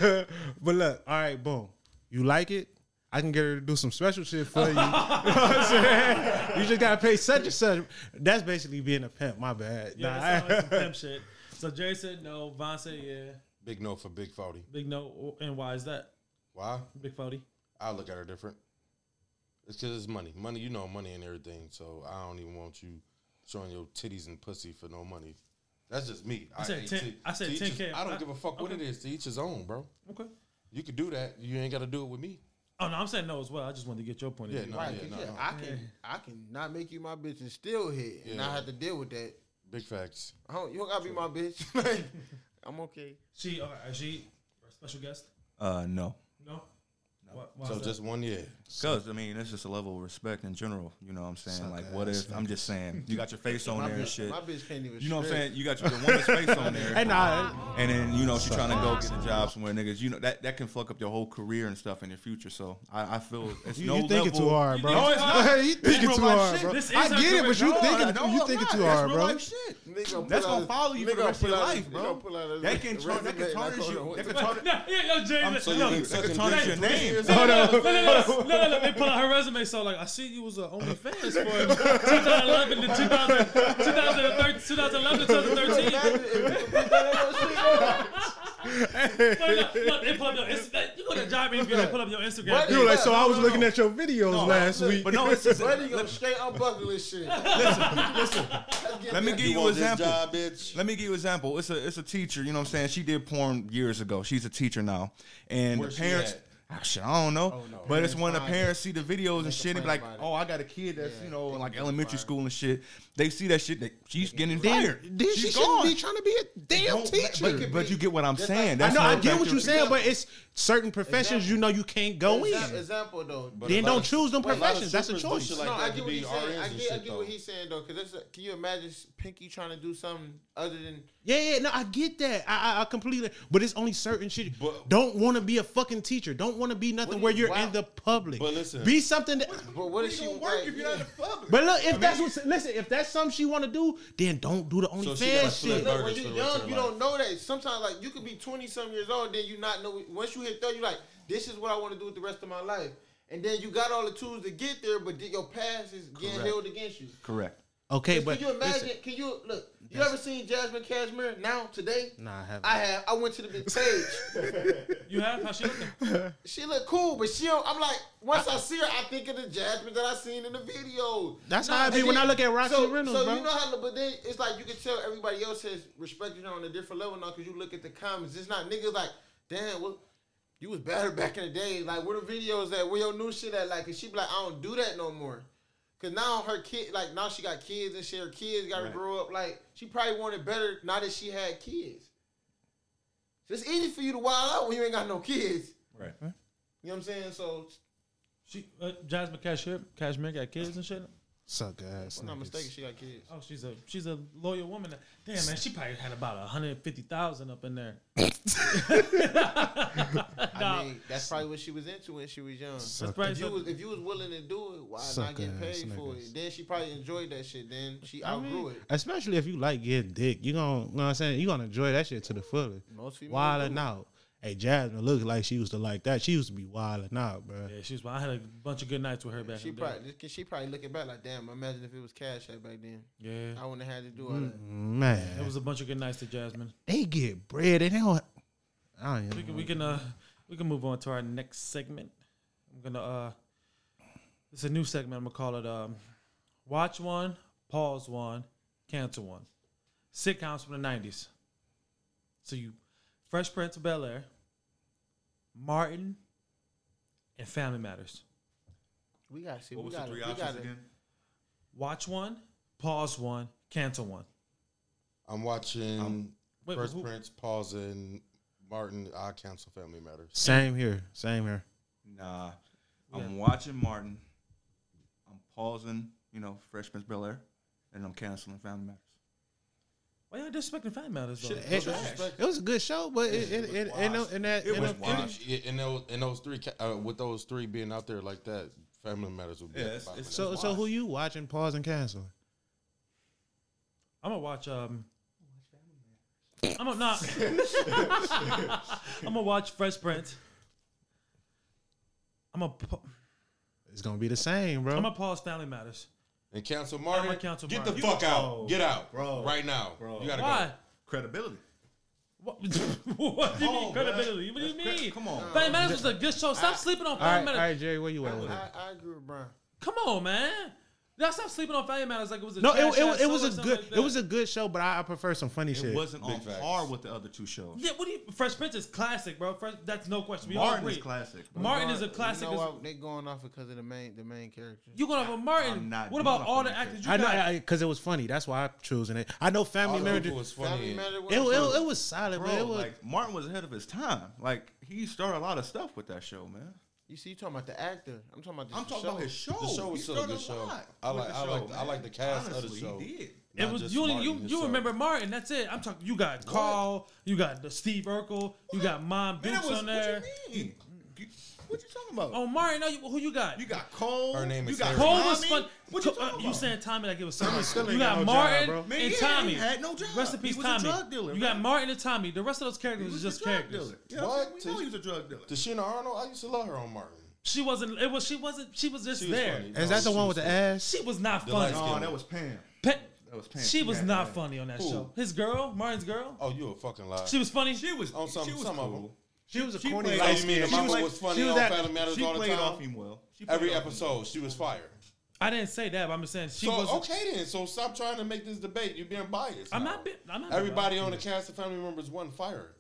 D: but look, all right, boom. You like it? I can get her to do some special shit for you. you know what I'm saying? You just gotta pay such and such. That's basically being a pimp. My bad.
A: yeah,
D: Nah,
A: that sound like some
D: I-
A: pimp shit. So Jerry said no. Von said yeah.
B: Big no for Big Forty.
A: Big no. And why is that?
B: Why?
A: Big Fody.
B: I look at her different. It's because it's money. Money, you know, money and everything. So I don't even want you showing your titties and pussy for no money. That's just me. I,
A: said
B: ain't
A: 10
B: t-
A: I said
B: to each
A: 10K.
B: his- I don't
A: I-
B: give a fuck what it
A: okay.
B: is. To each his own, bro.
A: Okay.
B: You could do that. You ain't got to do it with me.
A: Oh no, I'm saying no as well. I just wanted to get your point of
B: Yeah,
A: view.
B: no.
C: Right, 'cause
B: no,
C: yeah,
B: no.
C: I can I can not make you my bitch and still hit, and I
B: Yeah.
C: have to deal with that.
B: Big facts.
C: I don't, you don't gotta be my bitch. like, I'm okay.
A: She, all right, she, our special guest.
E: Uh, no.
A: No. Why- why
B: So
A: is that?
B: just one year.
E: Because, I mean, it's just a level of respect in general. You know what I'm saying?
B: Suck
E: like, what
B: ass
E: if, I'm just saying, you got your face on
C: My
E: there and
C: bitch,
E: shit.
C: my bitch can't even.
E: You know what I'm
C: strip.
E: saying? You got your the woman's face on there.
G: Hey, nah.
E: And then, you know, she trying to go get a job somewhere, niggas. You know, that, that can fuck up your whole career and stuff in your future. So I, I feel it's
D: You,
E: no
D: you thinking
E: level.
D: too hard, bro.
E: No, it's not.
D: you thinking
E: Real
D: too
E: life
D: hard,
E: shit.
D: bro.
A: This is
D: I
A: her
D: get it, but
A: career.
D: you
A: No,
D: thinking
E: No,
D: you
E: I'm
D: thinking
E: not.
D: too
E: That's
D: hard,
E: real
D: bro.
E: life shit.
C: Nigga pull
E: That's
C: out
E: gonna
C: his-
E: follow you for
C: nigga
E: the rest of
C: pull
E: your
C: out his-
E: life, bro.
C: nigga pull out his
E: That can
C: resume,
E: turn, that can
C: like,
E: tarnish
C: hold on,
E: you.
C: what
E: That
C: the
E: can tarnish.
A: No, yeah, yo, James.
E: I'm
A: look,
E: so you
A: look,
E: can
A: look,
E: suck and tarnish your name.
A: no, no, no, no, no, no, no, They pull out her resume. So like, I see you was an OnlyFans for 2011 to 2000, 2013, 2011 to 2013. No, no, no, they pull up your Insta- You go to a job interview, they pull up your Instagram.
D: You were like, so I was looking at your videos last week.
E: But no, it's just,
C: Brady gonna straight unbuckle this shit.
E: let me give you an
B: want this
E: example.
B: job, bitch?
E: Let me give you an example. It's a it's a teacher. You know what I'm saying? She did porn years ago. She's a teacher now, and
B: Where's
E: the
B: she
E: parents.
B: at?
E: Ah, shit, I don't
D: Oh,
E: know, but it's when the
C: find it.
E: parents see the videos and shit, and be like,
C: complain about it.
E: "Oh, I got a kid that's
C: Yeah,
E: you know
C: they
E: in like
C: can get
E: elementary
C: fired.
E: school and shit." They see that shit. They, she's getting fired.
D: Then then she
E: she's
D: shouldn't
E: gone.
D: be trying to be a damn
E: Don't-
D: teacher.
E: But, but you get what I'm
C: Just
E: saying.
C: like-
E: that's
D: no,
E: how
D: I
E: it
D: get
E: affects
D: what
E: your-
D: you're saying, but it's certain professions you know you can't go in.
C: Example- Example though.
B: But
D: Then
B: a lot
D: don't
B: of-
D: choose them
B: but lot of
D: professions. That's a
B: strippers do
D: choice.
B: shit like
C: no,
B: that
C: I
B: to
C: get what
B: be
C: he's saying.
B: RNs
C: I
B: and
C: get, I
B: shit,
C: get what
B: though.
C: he's saying though, because can you imagine Pinky trying to do something other than
D: Yeah, yeah, no, I get that. I, I, I completely. But it's only certain shit.
B: But-
D: don't want to be a fucking teacher. Don't want to be nothing
C: What
D: where
C: is-
D: you're
C: wow.
D: in the public.
B: But listen.
D: be something. That,
C: but what is she
E: It don't work if you're not in
C: yeah.
E: the public.
D: but look, if that's what listen, if that's something she want to do, then don't do the
B: So
D: OnlyFans
B: she got
D: shit.
B: slim
C: Look, when
B: burgers
C: you're
B: for the rest of her
C: young, you
B: life.
C: don't know that. Sometimes, like, you could be 20 some years old, then you not know. Once you hit 30, you like, this is what I want to do with the rest of my life. And then you got all the tools to get there, but then your past is getting
E: Correct.
C: held against you.
E: Correct.
D: Okay,
C: can
D: but
C: you imagine?
D: listen,
C: can you look? You ever seen Jasmine Cashmere now today?
D: Nah, I haven't.
C: I have. I went to the big page.
A: You have how she looking?
C: she look cool, but she. Don't, I'm like, once I, see her, I think of the Jasmine that I seen in the video.
D: That's how I be
C: And
D: when
C: then-
D: I look at Roxy
C: so,
D: Reynolds,
C: so
D: bro.
C: you know how, but then it's like you can tell everybody else has respected her on a different level now because you look at the comments. It's not niggas like, damn, well, you was better back in the day. Like, where the videos at? Where your new shit at? Like, and she be like, I don't do that no more. Cause now her kid, like now she got kids and shit. Her kids got to grow up. Like she probably wanted better now that she had kids. So it's easy for you to wild out when you ain't got no kids.
E: Right.
C: You know what I'm saying? So,
A: She uh, Jasmine Cashmere, Cashmere got kids and shit.
D: suck ass.
C: if I'm not
D: niggas.
C: mistaken, she got kids.
A: Oh, she's a she's a loyal woman. Damn man, she probably had about 150,000 up in there.
C: I mean, that's probably what she was into when she was young.
A: That's
C: If you, was,
A: probably
C: if you was willing to do it, why
D: Suck
C: not get
D: ass
C: paid for
D: niggas.
C: it? Then she probably enjoyed that shit. Then she
D: I
C: outgrew
D: mean,
C: it.
D: especially if you like getting dick, you gonna, you know what I'm saying? You gonna enjoy that shit to the fullest.
C: Most females
D: wilding
C: do.
D: out. Hey, Jasmine looked like she used to like that. She used to be wilding out, bro.
A: yeah, she was. I had a bunch of good nights with her back.
C: She
A: in the day.
C: probably this- she probably looking back like, damn. Imagine if it was cash out back then.
A: yeah.
C: I wouldn't have had to do all
H: Mm.
C: that.
D: Man,
A: It was a bunch of good nights to Jasmine.
D: they get bread and they don't. I
A: We
D: don't even.
A: can we can uh we can move on to our next segment. I'm gonna uh it's a new segment. I'm gonna call it um watch one, pause one, cancel one. Sitcoms from the '90s. So you Fresh Prince of Bel Air, Martin, and Family Matters.
C: We gotta see.
E: What
C: We
E: was the
C: gotta. We
E: three options
C: gotta.
E: again?
A: Watch one, pause one, cancel one.
B: I'm watching
A: Wait,
B: First
A: who-
B: Prince, Paul's and Martin. I cancel Family Matters.
D: Same here. Same here.
E: Nah. I'm watching Martin. I'm pausing, you know, Fresh Prince Bel Air, and I'm canceling Family Matters.
A: Why y'all disrespecting Family Matters though?
D: It, it was a good show, but it, it, it, and, and that
E: It
D: and
E: was
D: that-
E: wild.
B: And, yeah, and those, and those three, ca- uh, with those three being out there like that, Family Matters would be.
E: Yeah,
B: at the
E: it's-
B: bottom
E: it's
B: of
D: So
B: that.
D: so who you watching? Pause and cancel.
A: I'm gonna watch um. I'm gonna not. I'm gonna watch Fresh Prince. I'm gonna pa-
D: It's gonna be the same, bro.
A: I'm gonna pause Family Matters.
B: and cancel Martin.
A: I'ma cancel
B: Get
A: Martin.
B: the
A: You-
B: fuck out.
A: Bro.
B: Get out, bro. Right now, You gotta
A: Why?
E: Credibility. Oh,
A: What, what do you mean
E: on,
A: credibility? What do you mean?
E: Come on.
A: Family Matters was a good show. Stop sleeping on
D: all right,
A: Family
D: all
A: Matters.
D: right, Jerry, where you at with it?
C: I, I agree with Brian.
A: Come on, man. I stopped sleeping on Family Matters like it was a
H: No, it,
A: trash
H: it,
A: ass
H: it
A: show
H: was
A: or
H: a
A: something
H: good
A: like
H: it
A: that.
H: was a good show, but I, I prefer some funny
E: It
H: shit.
E: wasn't
B: Big
E: on
B: facts.
E: par with the other two shows.
A: Yeah, what do you? Fresh Prince is classic, bro. Fresh, that's no question. We all
E: Martin
A: agree.
E: is classic. bro.
A: Martin is a
C: Going-
A: classic.
C: You know
A: as-
C: why they going off because of the main the main character.
A: You gonna have a
E: I'm
A: Martin?
E: not
A: What
E: doing
A: about
E: a
A: all the
E: fucking
A: actors you
H: I know
A: got?
H: because it was funny. That's why I'm choosing it. I know Family
B: All the
H: Marriage. It,
B: people was funny.
C: Family
B: in it.
C: matter.
H: it, it was solid,
E: Bro,
H: but it was
E: like Martin was ahead of his time. Like he started a lot of stuff with that show, man.
C: you see, you talking about the actor. I'm talking about the
E: I'm talking
C: show.
E: about his show.
B: The show was
E: He
B: still a
E: started
B: good show.
E: lot
B: I
E: with
B: like-
E: the
B: I like- I like the cast of the
E: Honestly,
B: show.
E: He did.
A: It
B: Not
A: was
B: just
A: you.
B: Martin
A: You, you
E: uh,
B: himself.
A: remember Martin? That's it. I'm talking. You got Carl. You got the Steve Urkel. You got Mom
E: Man,
A: Dukes
E: that was-
A: on there.
E: What you mean? You- What you talking about?
A: Oh, Martin, are you, who you got?
E: You got Cole.
B: Her name
E: you
B: is
E: got
B: Sarah.
A: Cole was
E: Tommy.
A: fun.
E: What you
A: Co- uh,
E: talking about?
A: you saying Tommy like it was something.
H: still
A: you
H: ain't
A: got
H: got no
A: Martin
H: job, bro.
E: Man,
A: and
E: yeah,
A: Tommy.
E: He had no job.
A: Rest in peace,
E: he was
A: Tommy.
E: A drug dealer,
A: you
E: man.
A: got Martin and Tommy. The rest of those
E: He
A: characters
E: was
A: is
E: a
A: just
E: drug
A: characters.
E: dealer. You know what? I'm
B: What?
E: saying? We know he was a drug dealer.
B: The Sheena Arnold, I used to love her on Martin.
A: She wasn't. It was. She wasn't. She was just
B: She was
A: there.
B: funny.
H: is that the
B: she
H: one
B: was
H: with the
B: funny.
H: ass?
A: She was not
B: The
A: funny.
B: light skin.
E: No, that was Pam.
A: Pe-
E: That was Pam.
A: she was
E: Yeah,
A: not
E: yeah.
A: funny on that
B: Who?
A: show. His girl, Martin's girl.
B: Oh, you a fucking liar.
A: She was funny.
E: She was.
B: On some-
E: she was
B: some of
E: cool.
B: them.
H: She was a
E: She
H: corny.
E: played-
B: Like,
H: light
B: you mean the
H: skin-
B: mama
H: she
B: was,
H: was-
B: funny
H: she was
B: on
H: at-
B: Family Matters
E: She
B: all the
E: played off
B: time?
E: him well. She played
B: Every
E: off him well.
B: episode, she was fired.
A: I didn't say that, but I'm just saying she
B: So,
A: was.
B: okay then. So stop trying to make this debate. You're being biased.
A: I'm
B: now.
A: not. bi- I'm not.
B: Everybody on the cast of Family Members one fire.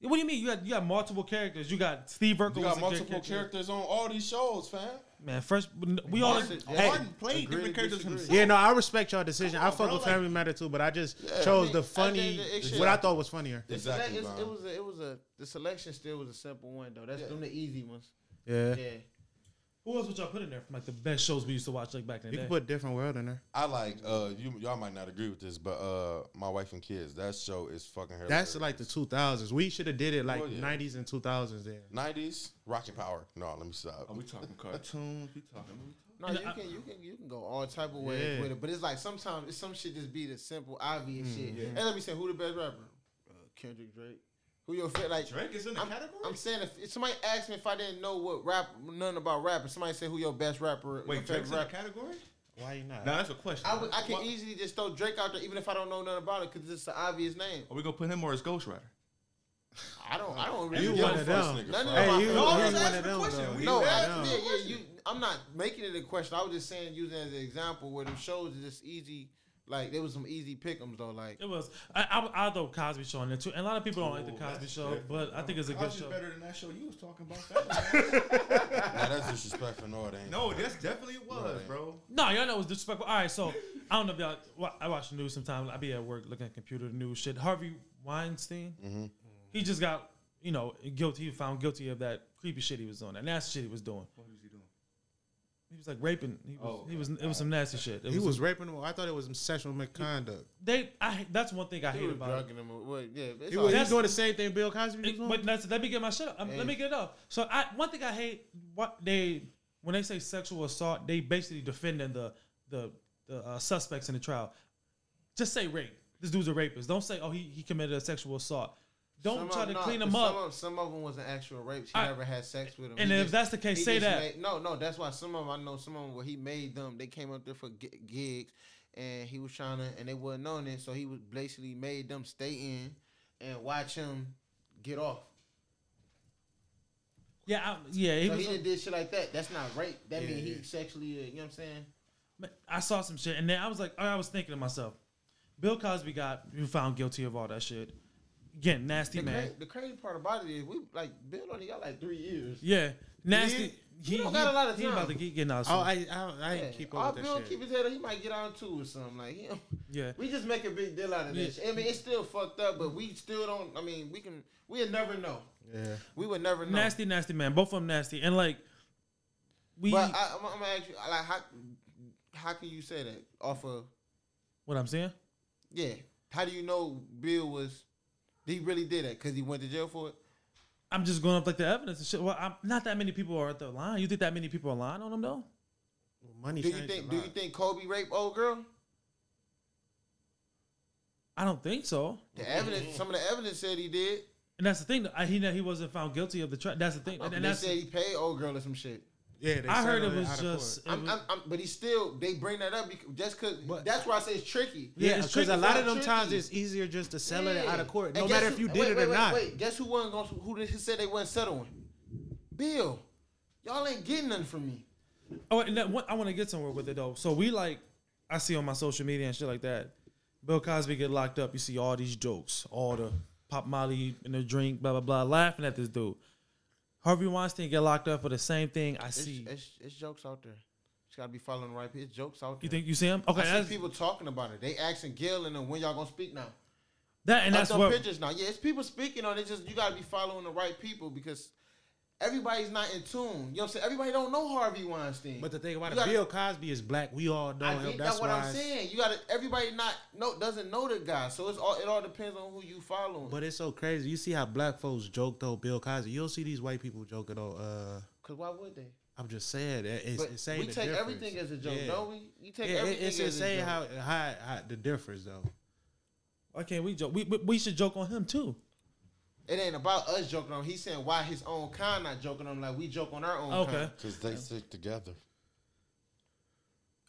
A: What do you mean? You got you got multiple characters. You got Steve Urkel.
B: You
A: was
B: got
A: a
B: multiple
A: character.
B: characters on all these shows, fam.
A: Man, first we all.
C: Martin-
E: Martin,
C: Hey, agree
E: played
C: to
E: different characters
C: disagree.
E: himself.
H: Yeah, no, I respect y'all decision. I fuck
E: bro,
H: with
E: like-
H: Family Matter too, but I just chose
C: I
H: the
C: mean, at the
H: funny,
C: end of the- it should-
H: what I thought was funnier.
B: Exactly.
C: It's-
B: Vaughn.
C: it was a, it was a the selection still was a simple one though. That's them the easy ones.
H: Yeah,
C: Yeah.
A: Who else would y'all put in there from like the best shows we used to watch like back in the
H: you
A: day?
H: can put different world in there.
B: I like uh you y'all might not agree with this, but uh my wife and kids, that show is fucking hilarious.
H: That's like the 2000s. We should have did it like
B: Oh, yeah.
H: 90s and 2000s. There,
B: nineties, Rocket Power. No, let me stop.
C: Oh,
E: Are we talking cartoons? We talking.
C: No, you can you can you can go all type of ways
H: Yeah.
C: with it, but it's like sometimes it's some shit just be the simple obvious shit. And let me say, who the best rapper? Uh, Kendrick Drake. Who your favorite? Like
E: Drake is in the
C: I'm,
E: category.
C: I'm saying if, if somebody asked me if I didn't know what rap nothing about rapping, somebody said who your best rapper? your favorite
E: Wait, Drake's in the
C: rapper.
E: category?
H: why you not?
E: Now that's a question.
C: I, would, I can
E: Why-
C: easily just throw Drake out there, even if I don't know nothing about it, because it's an obvious name.
E: Are we gonna put him or his Ghost Rider?
C: I don't. I don't really.
H: You
C: know.
H: one of them.
B: First nigga,
C: None of
B: bro.
C: them.
H: Hey, you,
C: No,
H: you
C: I was
H: one
E: asking
H: of
E: the
H: them.
E: question.
H: though.
E: We-
H: You
C: No,
H: one of
C: I,
H: them.
C: yeah, yeah. You, I'm not making it a question. I was just saying, using it as an example where them shows is just easy. Like there was some easy pickums though. Like
A: It was. I, I, I throw Cosby Show in there too, and a lot of people don't like the Cosby Show, but I think
E: Oh,
A: it's a good show.
E: than that show you was talking about.
B: Now, that's disrespectful. No, it ain't.
E: no, that's definitely it was,
B: Right.
E: bro.
A: No, y'all know it's disrespectful. All right, so I don't know if y'all. wa- I watch the news sometimes. I be at work looking at computer news shit. Harvey Weinstein,
B: Mm-hmm.
A: he just got you know guilty. Found guilty of that creepy shit he was on, that nasty shit he was doing.
E: What was he doing?
A: He was like raping. He was.
E: Oh,
A: he was. It was some nasty shit. It
H: He
A: was.
H: was raping them. I thought it was sexual misconduct.
A: They. I. That's one thing I
C: he
A: hate
C: was
A: about. it.
C: drugging them. or What? Yeah, it's
H: He
C: all-
H: was, he
A: That's-
H: was doing the same thing Bill Cosby was
A: It-
H: doing.
A: but that's, let me get my shit up. Um, Let me get it up. So I one thing I hate what they when they say sexual assault, they basically defending the the the uh, suspects in the trial. Just say rape. This dude's a rapist. Don't say oh he he committed a sexual assault. Don't
C: some
A: try
C: of
A: to
C: 'em not,
A: clean
C: but
A: him
C: Some
A: up.
C: of, some of them was an actual rape. She
A: I-
C: never had sex with him.
A: and
C: He
A: if that's the case,
C: he
A: say
C: just
A: that.
C: made- no, no, that's why some of 'em- I know some of them where he made them. They came up there for gi- gigs, and he was trying to, and they wasn't on it, so he was basically made them stay in and watch him get off.
A: Yeah, I, yeah. He
C: So he
A: was,
C: done did shit like that. That's not rape. That mean he sexually. Uh, you know what I'm saying?
A: I saw some shit, and then I was like, I was thinking to myself, Bill Cosby got you found guilty of all that shit. Again, nasty
C: The,
A: man.
C: cra- the crazy part about it is we like Bill only got like three years.
A: Yeah, nasty.
C: You don't got a lot of
A: he about
C: time.
A: to get getting out.
H: oh,
A: soon.
H: I I, I ain't keep
C: All
H: up with
C: Bill
H: that shit.
C: keep his head up, he might get on two or something. Like you know,
A: yeah.
C: we just make a big deal out of this. I mean, it's still fucked up, but we still don't. I mean, we can. We'll never know.
H: yeah.
C: We would never know.
A: Nasty, nasty man. Both of them nasty. And like we
C: But I, I'm, I'm gonna ask you, like, how how can you say that off of?
A: what I'm saying?
C: Yeah, how do you know Bill was? He really did that because he went to jail for it.
A: I'm just going up like the evidence and shit. Well, I'm, not that many people are at the line. You think that many people are lying on them though?
H: Well, money.
C: Do you
H: changed a
C: think? Do you
H: lot.
C: think Kobe raped old girl?
A: I don't think so.
C: The evidence. Some of the evidence said he did.
A: And that's the thing. I, he he wasn't found guilty of the trial. That's the thing. And, and
C: they
A: that's
C: said he paid old girl or some shit.
H: Yeah, they
A: I heard it
H: settled
A: was
H: out of
A: just.
H: court.
A: it
C: I'm,
A: was-
C: I'm, I'm, but he still they bring that up because, just because
H: But-
C: that's why I say it's tricky.
A: Yeah,
H: Yeah,
A: it's
H: because a
A: tricky.
H: lot of
C: It's
H: them times
C: tricky.
H: it's easier just to sell it
C: Yeah.
H: out of court,
C: And
H: no
C: guess
H: matter
C: who-
H: if you
C: wait,
H: did it
C: wait,
H: or
C: wait,
H: not.
C: Wait, guess who wasn't going? to Who did, said they wasn't settling? Bill, y'all ain't getting nothing from me.
A: Oh, and that one, I want to get somewhere with it though. So we like, I see on my social media and shit like that. Bill Cosby get locked up. You see all these jokes, all the pop Molly in the drink, blah blah blah, laughing at this dude. Harvey Weinstein get locked up for the same thing. I
C: It's,
A: see.
C: it's, it's jokes out there. Just gotta be following the right people. It's jokes out there.
A: You think you see him? Okay,
C: I see
A: that's,
C: people talking about it. They asking Gil and them when y'all gonna speak now.
A: that and
C: That's
A: that's
C: on
A: what.
C: pictures now. Yeah, it's people speaking on it. Just you gotta be following the right people because everybody's not in tune. You know what I'm saying? Everybody don't know Harvey Weinstein.
D: But the thing about
C: You
D: it,
C: gotta-
D: Bill Cosby is black. We all know
C: I
D: him.
C: think
D: That's
C: that's what
D: why.
C: I'm saying. You gotta everybody not no doesn't know the guy. So it's all it all depends on who you following.
D: But it's so crazy. You see how black folks joke though, Bill Cosby. You don't see these white people joking though. Uh,
C: Cause why would they?
D: I'm just saying, it- it's
C: But
D: insane.
C: we
D: the
C: take
D: difference.
C: everything as a joke,
D: Yeah.
C: don't we? You take
D: Yeah, it-
C: everything
D: it's
C: as a
D: insane
C: joke.
D: how, how how the difference though.
A: Why can't we joke? We, we we should joke on him too.
C: It ain't about us joking on. him. He's saying why his own kind not joking on him like we joke on our own.
A: Okay.
C: Kind.
B: Because they stick together.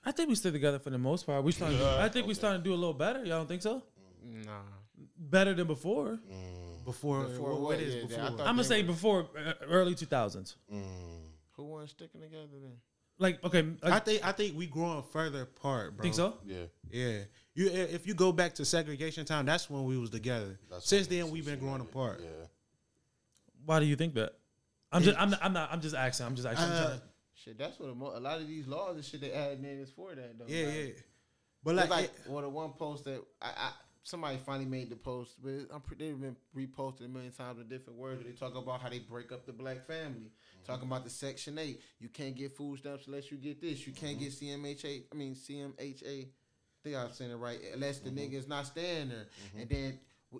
A: I think we stick together for the most part. We starting. I think we starting to do a little better. Y'all don't think so?
C: Nah.
A: Better than before.
D: Before,
C: Before
D: what,
C: what?
D: what is
C: Yeah,
D: before?
C: I thought-
A: I'm gonna say before uh, early 2000s.
B: Mm,
C: Who wasn't sticking together then?
A: Like okay,
D: I
A: I
D: think I think we growing further apart, bro.
A: think so.
B: Yeah.
D: Yeah. You i- if you go back to segregation time, that's when we was together.
B: That's
D: Since
B: what it
D: then,
B: is.
D: we've been growing apart.
B: Yeah.
A: Why do you think that? I'm just I'm not I'm not I'm just asking. I'm just asking. I'm
D: Uh,
A: trying to-
C: Shit, that's what a, mo- a lot of these laws and shit they adding in is for that though.
D: Yeah,
C: Like,
D: yeah. But
C: It's
D: like,
C: like
D: it-
C: well, the one post that I, I somebody finally made the post, but it- I'm pre- they've been reposted a million times with different words. Where they talk about how they break up the black family,
D: Mm-hmm.
C: talking about the Section Eight. You can't get food stamps unless you get this. You can't
D: Mm-hmm.
C: get CMHA. I mean CMHA. I think I'm saying it right. Unless the
D: Mm-hmm.
C: nigga is not staying there, and then we,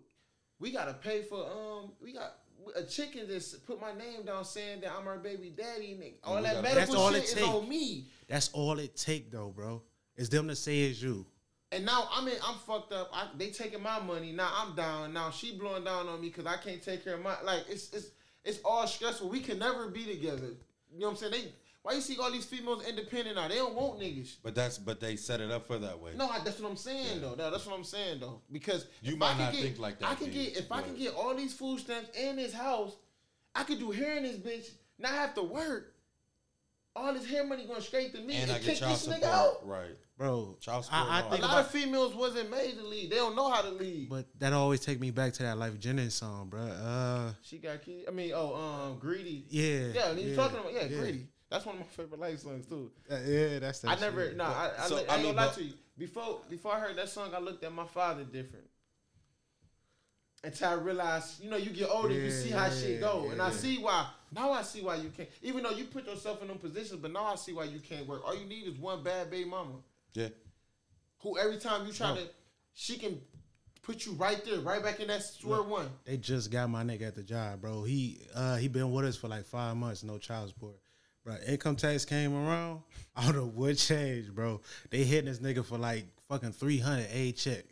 C: we gotta pay for um we got. A chicken just put my name down saying that I'm her baby daddy. and All
B: we
C: that
B: gotta-
C: medical
D: That's all
C: shit
D: it
C: is
D: take.
C: on me.
D: that's all it take though, bro. Is them to say it's you.
C: And now I'm in, I'm fucked up. I, they taking my money. Now I'm down. Now she blowing down on me because I can't take care of my like it's it's it's all stressful. We can never be together. You know what I'm saying? They why you see all these females independent now? They don't want niggas.
B: But that's but they set it up for that way.
C: No, I, that's what I'm saying though. No, that's what I'm saying though. Because
B: You
C: if
B: might
C: I could
B: not
C: get-
B: think like that,
C: I can
B: Keith,
C: get if I
B: but-
C: can get all these food stamps in this house, I could do hair in this bitch. Not have to work. All this hair money going straight to me
B: And
C: and,
B: I get
C: kick
B: child
C: this
B: support.
C: nigga out.
B: Right.
D: bro.
B: Child support
D: I, I
B: law.
C: A
D: think
C: lot
D: about,
C: of females wasn't made to lead. They don't know how to lead.
D: but that always take me back to that Life Jennings song, bro. Uh,
C: She got kids. I mean, oh, um, greedy.
D: yeah,
C: Yeah, and he's talking about yeah, greedy. That's one of my favorite life songs too.
D: Uh, yeah, that's that.
C: I never,
D: shit.
C: no, I, I,
B: so,
C: look-
B: I
C: I, ain't
B: mean,
C: gonna lie
B: but-
C: to you. Before before I heard that song, I looked at my father different. Until I realized, you know, you get older, you
D: Yeah,
C: see how shit go,
D: yeah,
C: and I
D: yeah.
C: see why. Now I see why you can't. Even though you put yourself in them positions, but now I see why you can't work. All you need is one bad baby mama,
B: Yeah.
C: who every time you try to, she can put you right there, right back in that square one.
D: They just got my nigga at the job, bro. He uh he been with us for like five months, no child support. Bro, income tax came around, I don't know what changed, bro. They hitting this nigga for like fucking three hundred a check.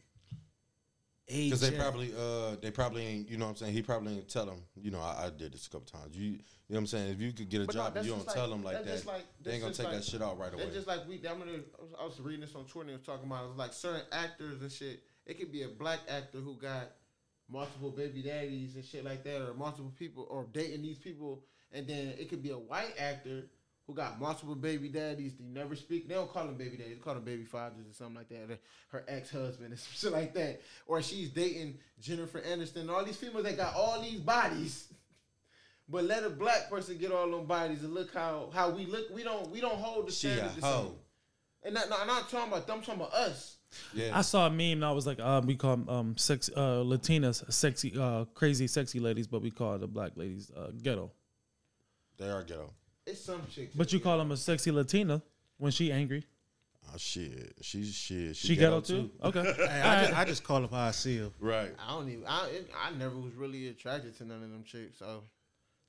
D: A
B: Because they
D: check.
B: probably uh they probably ain't you know what I'm saying he probably ain't tell them you know I, I did this a couple times you you know what I'm saying if you could get a
C: But no,
B: job and
C: that's
B: you don't
C: just
B: tell
C: like-
B: them like
C: that's
B: that
C: just like-
B: they
C: that's
B: ain't gonna
C: just
B: take
C: like-
B: that shit out right away
C: That's just like we. I'm gonna, I was- I was reading this on Twitter. and It was talking about it was like certain actors and shit. It could be a black actor who got multiple baby daddies and shit like that, or multiple people, or dating these people, and then it could be a white actor who got multiple baby daddies. They never speak. They don't call them baby daddies. They call them baby fathers or something like that. Or her ex husband and some shit like that. Or she's dating Jennifer Aniston. All these females that got all these bodies. But let a black person get all them bodies and look how how we look. We don't we don't hold the
B: she a
C: standard the same.
B: hoe
C: And not, not, not talking about them. I'm talking about us.
B: yeah
A: I saw a meme and I was like, um, we call um sex uh Latinas sexy uh crazy sexy ladies, but we call the black ladies uh ghetto.
B: they are ghetto
C: It's some chicks.
A: But you call them a sexy Latina when she angry.
B: oh shit she's shit
A: She ghetto, too. Okay.
D: Hey, I, just, I just call him how I see him.
B: right
C: I don't even. I it, I never was really attracted to none of them chicks. So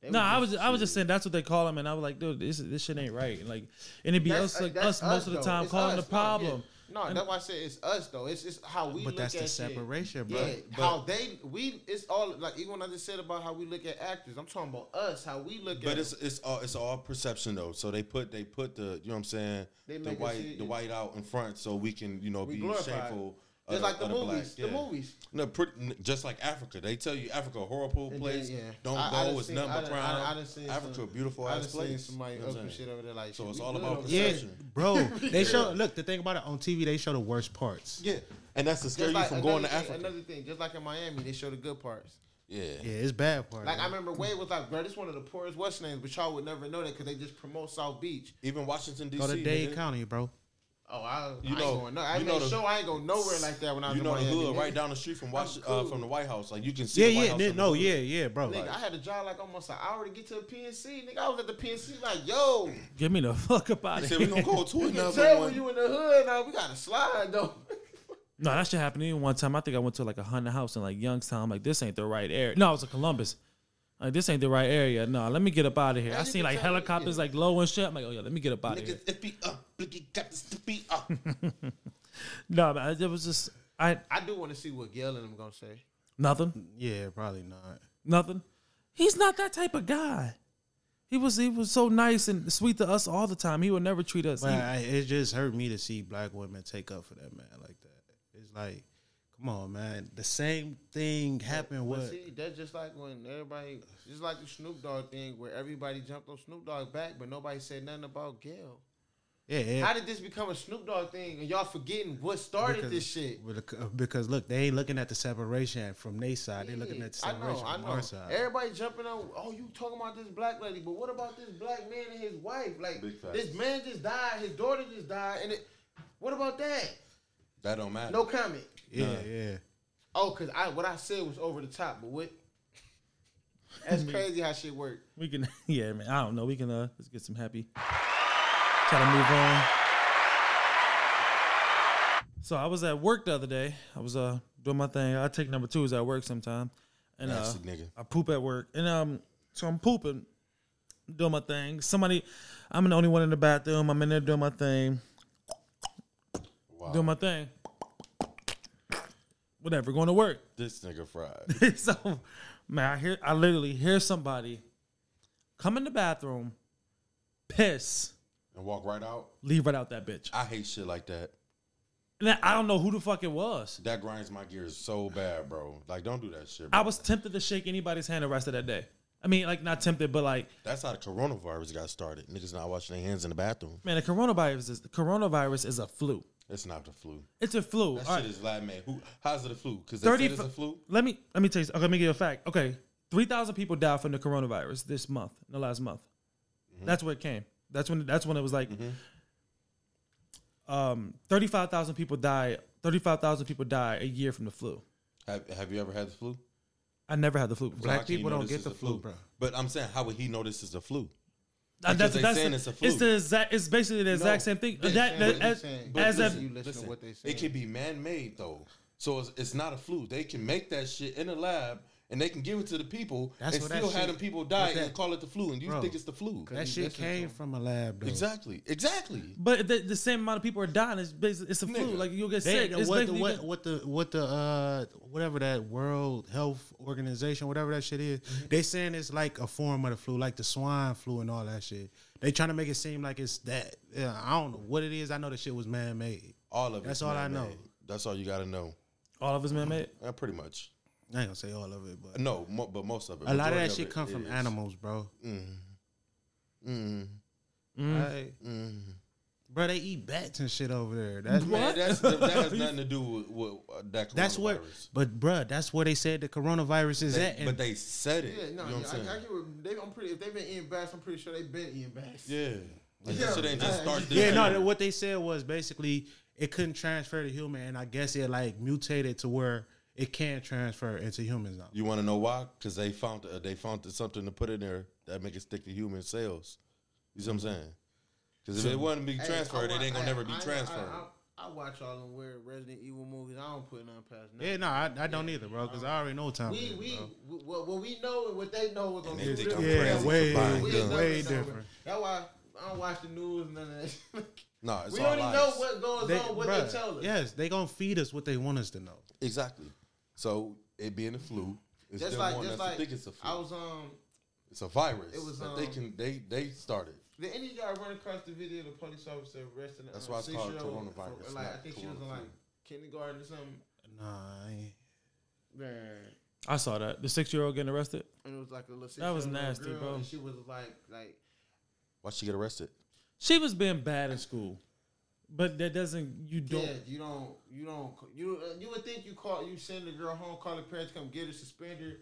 C: they
A: no, I was
C: just
A: I was just saying that's what they call them, and I was like, dude, this this shit ain't right. And like, and it'd be
C: That's-
A: us like
C: that's
A: us, most of the
C: though.
A: time
C: It's
A: calling
C: us.
A: the problem.
C: No, yeah. no that's why I said it's us though. It's it's how we.
D: But
C: look
D: that's
C: at
D: the
C: shit.
D: separation, bro.
C: Yeah, how they we it's all like even when I just said about how we look at actors. I'm talking about us how we look at.
B: but it's
C: them.
B: it's all it's all perception though so they put they put the you know what I'm saying
C: They
B: the
C: make it
B: white
C: see-
B: the white out in front so we can you know
C: We
B: be
C: glorify it.
B: shameful
C: Just
B: other-
C: like the
B: other
C: movies.
B: blacks.
C: The
B: Yeah.
C: movies.
B: No, pretty, n- just like Africa, they tell you Africa a horrible
C: And
B: place.
C: then, yeah.
B: Don't
C: I- I done
B: go. It's
C: seen-
B: nothing
C: I
B: but
C: done- I
B: crime.
C: done- I done seen
B: Africa,
C: some-
B: a beautiful
C: I
B: ass
C: done seen
B: place.
C: somebody
B: You know what I'm
C: open
B: saying?
C: shit over there like
B: So
C: shit,
B: it's
C: we
B: all
C: good
B: about
C: over
B: perception.
C: here.
D: Yeah,
B: Perception.
D: bro. They show look the thing about it on TV. They show the worst parts.
B: Yeah, and that's to scare
C: Just
B: you
C: like
B: from going
C: another
B: to
C: thing-
B: Africa.
C: Another thing, just like in Miami, they show the good parts.
B: yeah.
D: Yeah, it's bad parts.
C: Like I remember Wade was like, bro, this one of the poorest West names, but y'all would never know that because they just promote South Beach.
B: even Washington D.C.
D: Go to Dade
B: nigga.
D: County, bro.
C: Oh, I,
B: You
C: I
B: know-
C: ain't going no. I
B: you
C: made
B: know the-
C: sure I ain't going nowhere like that when I was
B: You
C: in
B: know the
C: Miami.
B: hood
C: nigga.
B: right down the street from Wash, uh,
C: cool.
B: from the White House. Like you can see.
D: Yeah,
B: the White
D: yeah,
B: House
D: ni-
B: from the
D: no,
B: hood.
D: yeah, yeah, bro.
C: Nigga, I had to drive like almost an hour to get to the PNC. Nigga, I was at the PNC like, yo,
A: Get me the fuck up out
B: They
A: of
B: said we
A: here.
B: gonna go to
C: you can
B: another
C: tell when
B: one.
C: you in the hood. Now we got to slide though.
A: No, that shit happened to me one time. I think I went to like a haunted house in like Youngstown. I'm like, this ain't the right area. No, I was in Columbus. Like, this ain't the right area. No, let me get up out of here.
C: Yeah,
A: I
C: you
A: seen
C: can
A: like
C: tell,
A: helicopters
C: yeah.
A: like low and shit. I'm like, oh yeah, let me get up out of here.
B: Niggas, it be up. Blicky got this to be up.
A: No, man, it was just I
C: I do want to see what Gail and them gonna say.
A: nothing,
D: Yeah, probably not.
A: nothing. He's not that type of guy. He was he was so nice and sweet to us all the time. He would never treat us.
H: But
A: He-
H: I, it just hurt me to see black women take up for that man like that. It's like, come on, man. The same thing happened
C: But
H: with.
C: see, that's just like when everybody, just like the Snoop Dogg thing, where everybody jumped on Snoop Dogg back, but nobody said nothing about Gail.
H: Yeah, yeah.
C: How did this become a Snoop Dogg thing? And y'all forgetting what started this shit?
H: Because, uh, because look, they ain't looking at the separation from their side. They looking at the
C: I
H: separation
C: know, I
H: from
C: know.
H: our side.
C: Everybody jumping on. Oh, you talking about this black lady, but what about this black man and his wife? Like
B: Big facts.
C: this man just died, his daughter just died, and it, what about that?
B: That don't matter.
C: No comment.
H: yeah, yeah.
C: Oh, cause I what I said was over the top, but what? That's crazy how shit worked.
A: we can yeah, man. I don't know. We can uh let's get some happy. Try to move on. So I was at work the other day. I was uh doing my thing. I take number twos at work sometime. And uh,
B: Nasty nigga.
A: I poop at work, and um, so I'm pooping, doing my thing. Somebody, I'm the only one in the bathroom. I'm in there doing my thing,
B: Wow.
A: doing my thing. Whatever, going to work.
B: This nigga fried.
A: so, man, I hear, I literally hear somebody come in the bathroom, piss,
B: and walk right out.
A: leave right out that bitch.
B: I hate shit like that.
A: And I- I don't know who the fuck it was.
B: That grinds my gears so bad, bro. Like, don't do that shit. Bro.
A: I was tempted to shake anybody's hand the rest of that day. I mean, like not tempted, but like
B: That's how the coronavirus got started. Niggas not washing their hands in the bathroom.
A: man, the coronavirus is the coronavirus is a flu.
B: It's not the flu.
A: It's a flu.
B: That
A: All right.
B: shit is like, man. Who? How's it a flu? Because they
A: Thirty.
B: said it's a flu.
A: Let me let me tell you. Okay, let me give you a fact. Okay, three thousand people died from the coronavirus this month. In the last month,
B: Mm-hmm.
A: that's where it came. That's when. That's when it was like.
B: Mm-hmm.
A: Um, thirty-five thousand people die. Thirty-five thousand people die a year from the flu.
B: Have Have you ever had the flu?
A: I never had the flu. before.
B: So how can you
D: people
B: know
D: don't
B: this
D: get
B: is
D: the
B: a
D: flu, bro.
B: But I'm saying, how would he know this is the flu?
A: Uh,
B: Because
A: that's,
B: they
A: that's
B: saying
A: the,
B: it's
A: it's,
B: a flu.
A: the exact. It's basically the exact same thing. that, that-
C: But
A: as,
C: listen,
A: as
C: but
A: a-
C: listen, you listen to what they say.
B: It could be man made though, so it's, it's not a flu. They can make that shit in the lab. And they can give it to the people
D: That's
B: and
D: what that
B: still have
D: shit-
B: them people die
D: what that-
B: and call it the flu, and you
D: Bro.
B: think it's the flu.
D: That shit came from a lab, though.
B: Exactly, exactly.
A: but the, the same amount of people are dying. It's basically it's a flu.
B: Nigga.
A: Like you'll get
D: They,
A: sick. It's
D: what, the,
A: basically-
D: what, what the what the uh whatever that World Health Organization whatever that shit is
A: Mm-hmm.
D: they saying it's like a form of the flu like the swine flu and all that shit they trying to make it seem like it's that yeah, I don't know what it is I know the shit was man made
B: All of it.
D: That's all I know.
B: That's all you got to know.
A: all of us man-made.
B: Yeah, Uh, pretty much.
D: I ain't gonna say all of it but
B: No, mo- but most of it.
D: a lot of
B: Majority
D: that shit
B: it
D: come from
B: is-
D: animals bro
B: Mm.
D: Right?
A: Mm-hmm.
D: bro they eat bats and shit over there that's
B: Man, that's, that has nothing to do with, with uh, that. Coronavirus.
D: That's what, but bruh, that's where they said the coronavirus is
B: They-
D: at. And
B: but they said it.
C: Yeah, no,
B: you know what
C: yeah,
B: I'm
C: I, I
B: saying?
C: get what they. I'm pretty. If they've been eating bass, I'm pretty sure they've been eating bass.
B: yeah. Like,
C: Yeah.
B: that shit ain't just
C: Yeah.
B: start. this
D: yeah, no,
B: year.
D: that- what they said was basically it couldn't transfer to human, and I guess it like mutated to where it can transfer into humans now.
B: You want to know why? Because they found uh, they found something to put in there that make it stick to human cells. You see what I'm saying? Because if it wasn't be
C: Hey,
B: transferred,
C: I
B: it
C: wa-
B: ain't gonna
C: I-
B: never be
C: I- I-
B: transferred.
C: I, I watch all them weird Resident Evil movies. I don't put none past. Nothing.
D: Yeah, no, I, I don't either, bro, because I already know what time. it
C: we
D: is,
C: we
D: bro.
C: w- what, what we know and what they know was
B: And
C: on
B: they think I'm
D: Yeah,
B: crazy
D: way-
B: for buying
C: We
D: Yeah.
C: ain't
B: guns.
C: never
D: Way
C: know.
D: different.
C: That's why I don't watch the news and none of that. shit.
B: No, it's
C: we
B: all
C: already
B: lies.
C: know what goes
D: They-
C: on, what
D: bruh,
C: they tell us.
D: Yes, they gonna feed us what they want us to know.
B: exactly. So it being a flu, it's
C: Just
B: them
C: like,
B: wanting
C: just
B: us to
C: like,
B: think it's a flu.
C: I was um.
B: It's a virus.
C: It was,
B: that they
C: um,
B: can they they started.
C: Did any of y'all run across the video of the police officer arresting
B: That's
C: um,
B: why it's called
C: six-year-old
B: coronavirus,
C: for, Like I
B: not
C: think she was in
B: corona
C: like kindergarten or something.
H: Nah, I ain't.
C: Man,
A: I saw that. The six year old getting arrested.
C: and it was like a little.
A: That was
C: six-year-old little
A: nasty,
C: girl,
A: bro.
C: And she was like, like
B: Why she get arrested?
A: She was being bad in school. But that doesn't you don't
C: yeah, you don't, you don't, you uh, you would think you call, you send the girl home, call the parents, come get her, suspend her.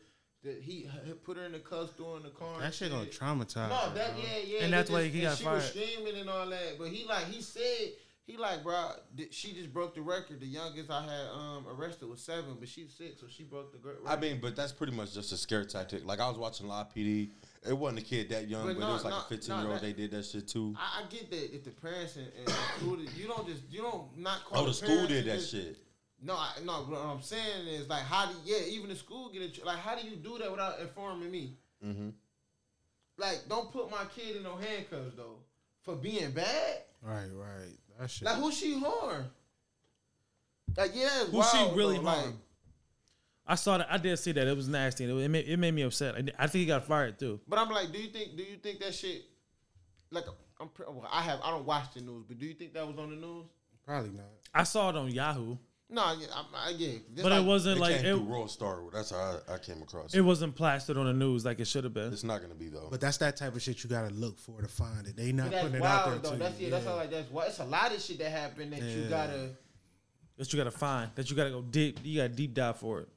C: That he he put her in the cuffs, door in the car. and
H: That shit gonna traumatize.
C: No,
H: her,
C: that
H: bro.
C: yeah, yeah.
A: And that's why he got
C: she
A: fired.
C: was streaming and all that, but he like he said he like bro, th- she just broke the record. The youngest I had um arrested was seven, but she's six, so she broke the gr- record.
B: I mean, but that's pretty much just a scare tactic. Like I was watching Live PD. It wasn't a kid that young, but,
C: But
B: it
C: no,
B: was like
C: no,
B: a
C: no,
B: fifteen year old.
C: that-
B: They did that shit too.
C: I, I get that if the parents and, and included, you don't just you don't not call.
B: Oh, the school
C: parents
B: did
C: and
B: that
C: just-
B: shit.
C: No, I, no. What I'm saying is like, how do yeah? Even the school get it. Like, how do you do that without informing me?
B: Mm-hmm.
C: Like, don't put my kid in no handcuffs though for being bad.
H: Right, right. That shit.
C: Like who she harm? Like yeah,
A: Who
C: wild,
A: she really
C: though, like,
A: harm? I saw that I did see that. It was nasty. It, it, made, it made me upset. I, I think he got fired too.
C: But I'm like, do you think? Do you think that shit? Like I'm, pre- well, I have, I don't watch the news, but do you think that was on the news?
H: Probably not.
A: I saw it on Yahoo.
C: No, yeah, I, I yeah. Just
A: But
C: like,
A: it wasn't
B: It
A: like
B: came
A: it,
B: through Raw Star. That's how I, I came across
A: it
B: it.
A: wasn't plastered on the news like it should have been.
B: It's not gonna be though.
H: But that's that type of shit you gotta look for to find it. They not
C: But that's
H: putting it out there
C: wild
H: to
C: though.
H: you.
C: That's yeah. That's all like that's wild. It's a lot of shit that happened that you
H: Yeah.
C: gotta.
A: That you gotta find. That you gotta go deep. You gotta deep dive for it.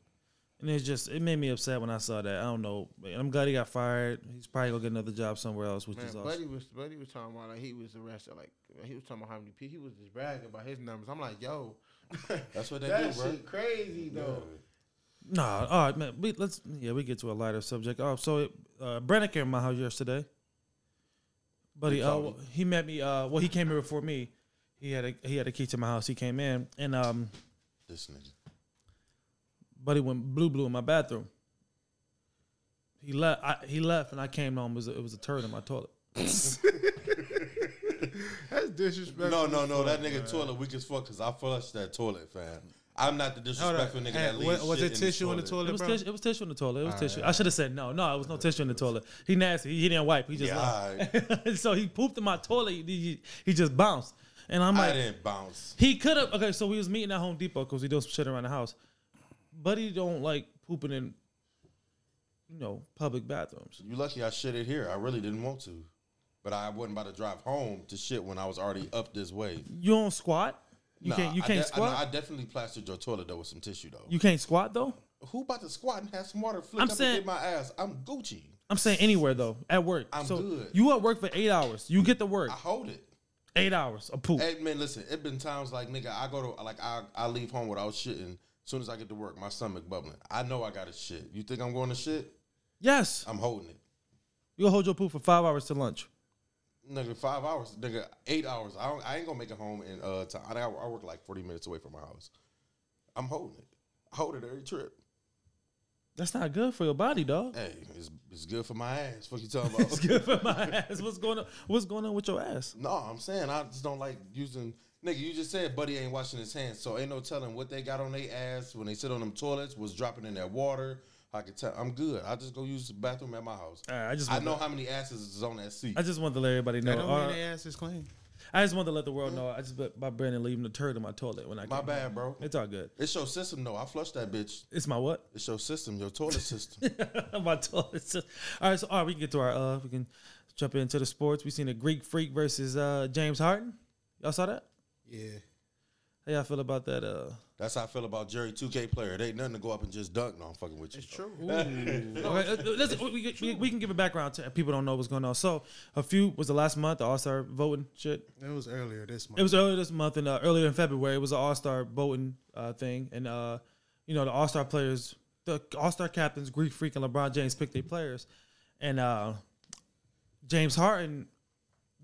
A: And it's just it made me upset when I saw that. I don't know. And I'm glad he got fired. He's probably gonna get another job somewhere else, which
C: Man,
A: is
C: buddy
A: awesome.
C: was buddy was talking about like he was arrested. Like he was talking about how many people. He was just bragging about his numbers. I'm like, yo,
B: that's what they
C: that
B: do,
C: shit
B: bro.
C: crazy though.
A: Nah, all right, man. We, let's yeah, we get to a lighter subject. Oh, so uh, Brennan came to my house yesterday, buddy. Uh,
B: called
A: he met me. Uh, well, he came here before me. He had a he had a key to my house. He came in, and um,
B: This nigga.
A: buddy went blue blue in my bathroom. He left. I, he left, and I came home. It was a, it was a turd in my toilet.
H: that's disrespectful.
B: No, no, no. That nigga toilet weak as fuck because I flushed that toilet, fam. I'm not the disrespectful nigga that leaves
H: was
B: shit
H: it tissue in the toilet,
A: It was,
H: bro?
A: tissue, it was tissue in the toilet. It was tissue. I should have said no. No, it was no tissue in the toilet. He nasty. He, he didn't wipe. He just
B: Yeah,
A: left. so he pooped in my toilet. He, he, he just bounced. And I'm
B: I
A: like,
B: didn't bounce.
A: he could have. Okay, so we was meeting at Home Depot because we do some shit around the house. Buddy don't like pooping in, you know, public bathrooms.
B: You lucky I shit it here. I really didn't want to, but I wasn't about to drive home to shit when I was already up this way.
A: You don't squat. You
B: Nah,
A: can't. You
B: I
A: can't
B: de- I,
A: squat.
B: nah, I definitely plastered your toilet though with some tissue though.
A: you can't squat though.
B: Who about to squat and have some water flick
A: I'm
B: up
A: saying-
B: and get my ass? I'm Gucci.
A: I'm saying anywhere though. At work.
B: I'm
A: so
B: good.
A: You at work for eight hours. You get to work.
B: I hold it.
A: Eight hours of poop.
B: Hey man, listen. It been times like nigga, I go to like I I leave home without shitting. Soon as I get to work, my stomach bubbling. I know I got to shit. You think I'm going to shit?
A: Yes.
B: I'm holding it.
A: You gonna hold your poop for five hours to lunch.
B: Nigga, five hours. Nigga, eight hours. I, don't, I ain't gonna make it home in uh time. I, I work like forty minutes away from my house. I'm holding it. I hold it every trip.
A: That's not good for your body, dog.
B: Hey, it's, it's good for my ass. Fuck you talking about?
A: It's good for my ass. What's going on? What's going on with your ass?
B: No, I'm saying I just don't like using. Nigga, you just said Buddy ain't washing his hands, so ain't no telling what they got on their ass when they sit on them toilets, was dropping in that water. I can tell. I'm good. I just go use the bathroom at my house.
A: All right, I just
B: I
A: want
B: know
A: To,
B: how many asses is on that seat.
A: I just want to let everybody know.
H: That don't
A: All
H: mean
A: right.
H: their ass is clean.
A: I just wanted to let the world know. I just let my Brandon leaving the turd in my toilet when I. came
B: my
A: home.
B: bad, bro.
A: It's all good.
B: It's your system, though. I flushed that bitch.
A: It's my what?
B: It's your system, your toilet system.
A: my toilet. system. All right, so all right, we can get to our. Uh, we can jump into the sports. We seen a Greek Freak versus uh James Harden. Y'all saw that?
H: Yeah.
A: How y'all feel about that? Uh,
B: That's how I feel about Jerry 2K player. It ain't nothing to go up and just dunk. No, I'm fucking with you. It's true.
A: Okay, uh, listen, we, we, we can give a background to people don't know what's going on. So a few was the last month the All Star voting shit.
H: It was earlier this month.
A: It was earlier this month and uh, earlier in February. It was an All Star voting uh, thing, and uh, you know the All Star players, the All Star captains, Greek Freak and LeBron James picked their players, and uh, James Harden.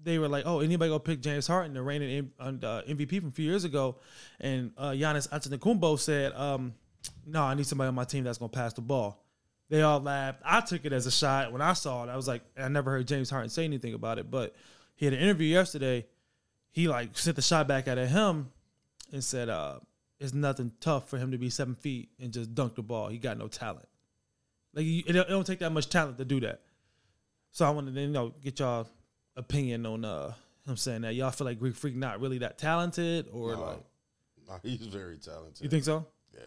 A: They were like, "Oh, anybody go pick James Harden, the reigning M- uh, MVP from a few years ago?" And uh, Giannis Antetokounmpo said, um, "No, I need somebody on my team that's gonna pass the ball." They all laughed. I took it as a shot when I saw it. I was like, I never heard James Harden say anything about it, but he had an interview yesterday he like sent the shot back at him and said, uh, it's nothing tough for him to be seven feet and just dunk the ball. He got no talent. Like you, it, don't- it don't take that much talent to do that. So I wanted to you know get y'all opinion on uh him saying that y'all feel like Greek Freak not really that talented or
B: No.
A: like
B: Nah, he's very talented.
A: You think so?
B: Yeah.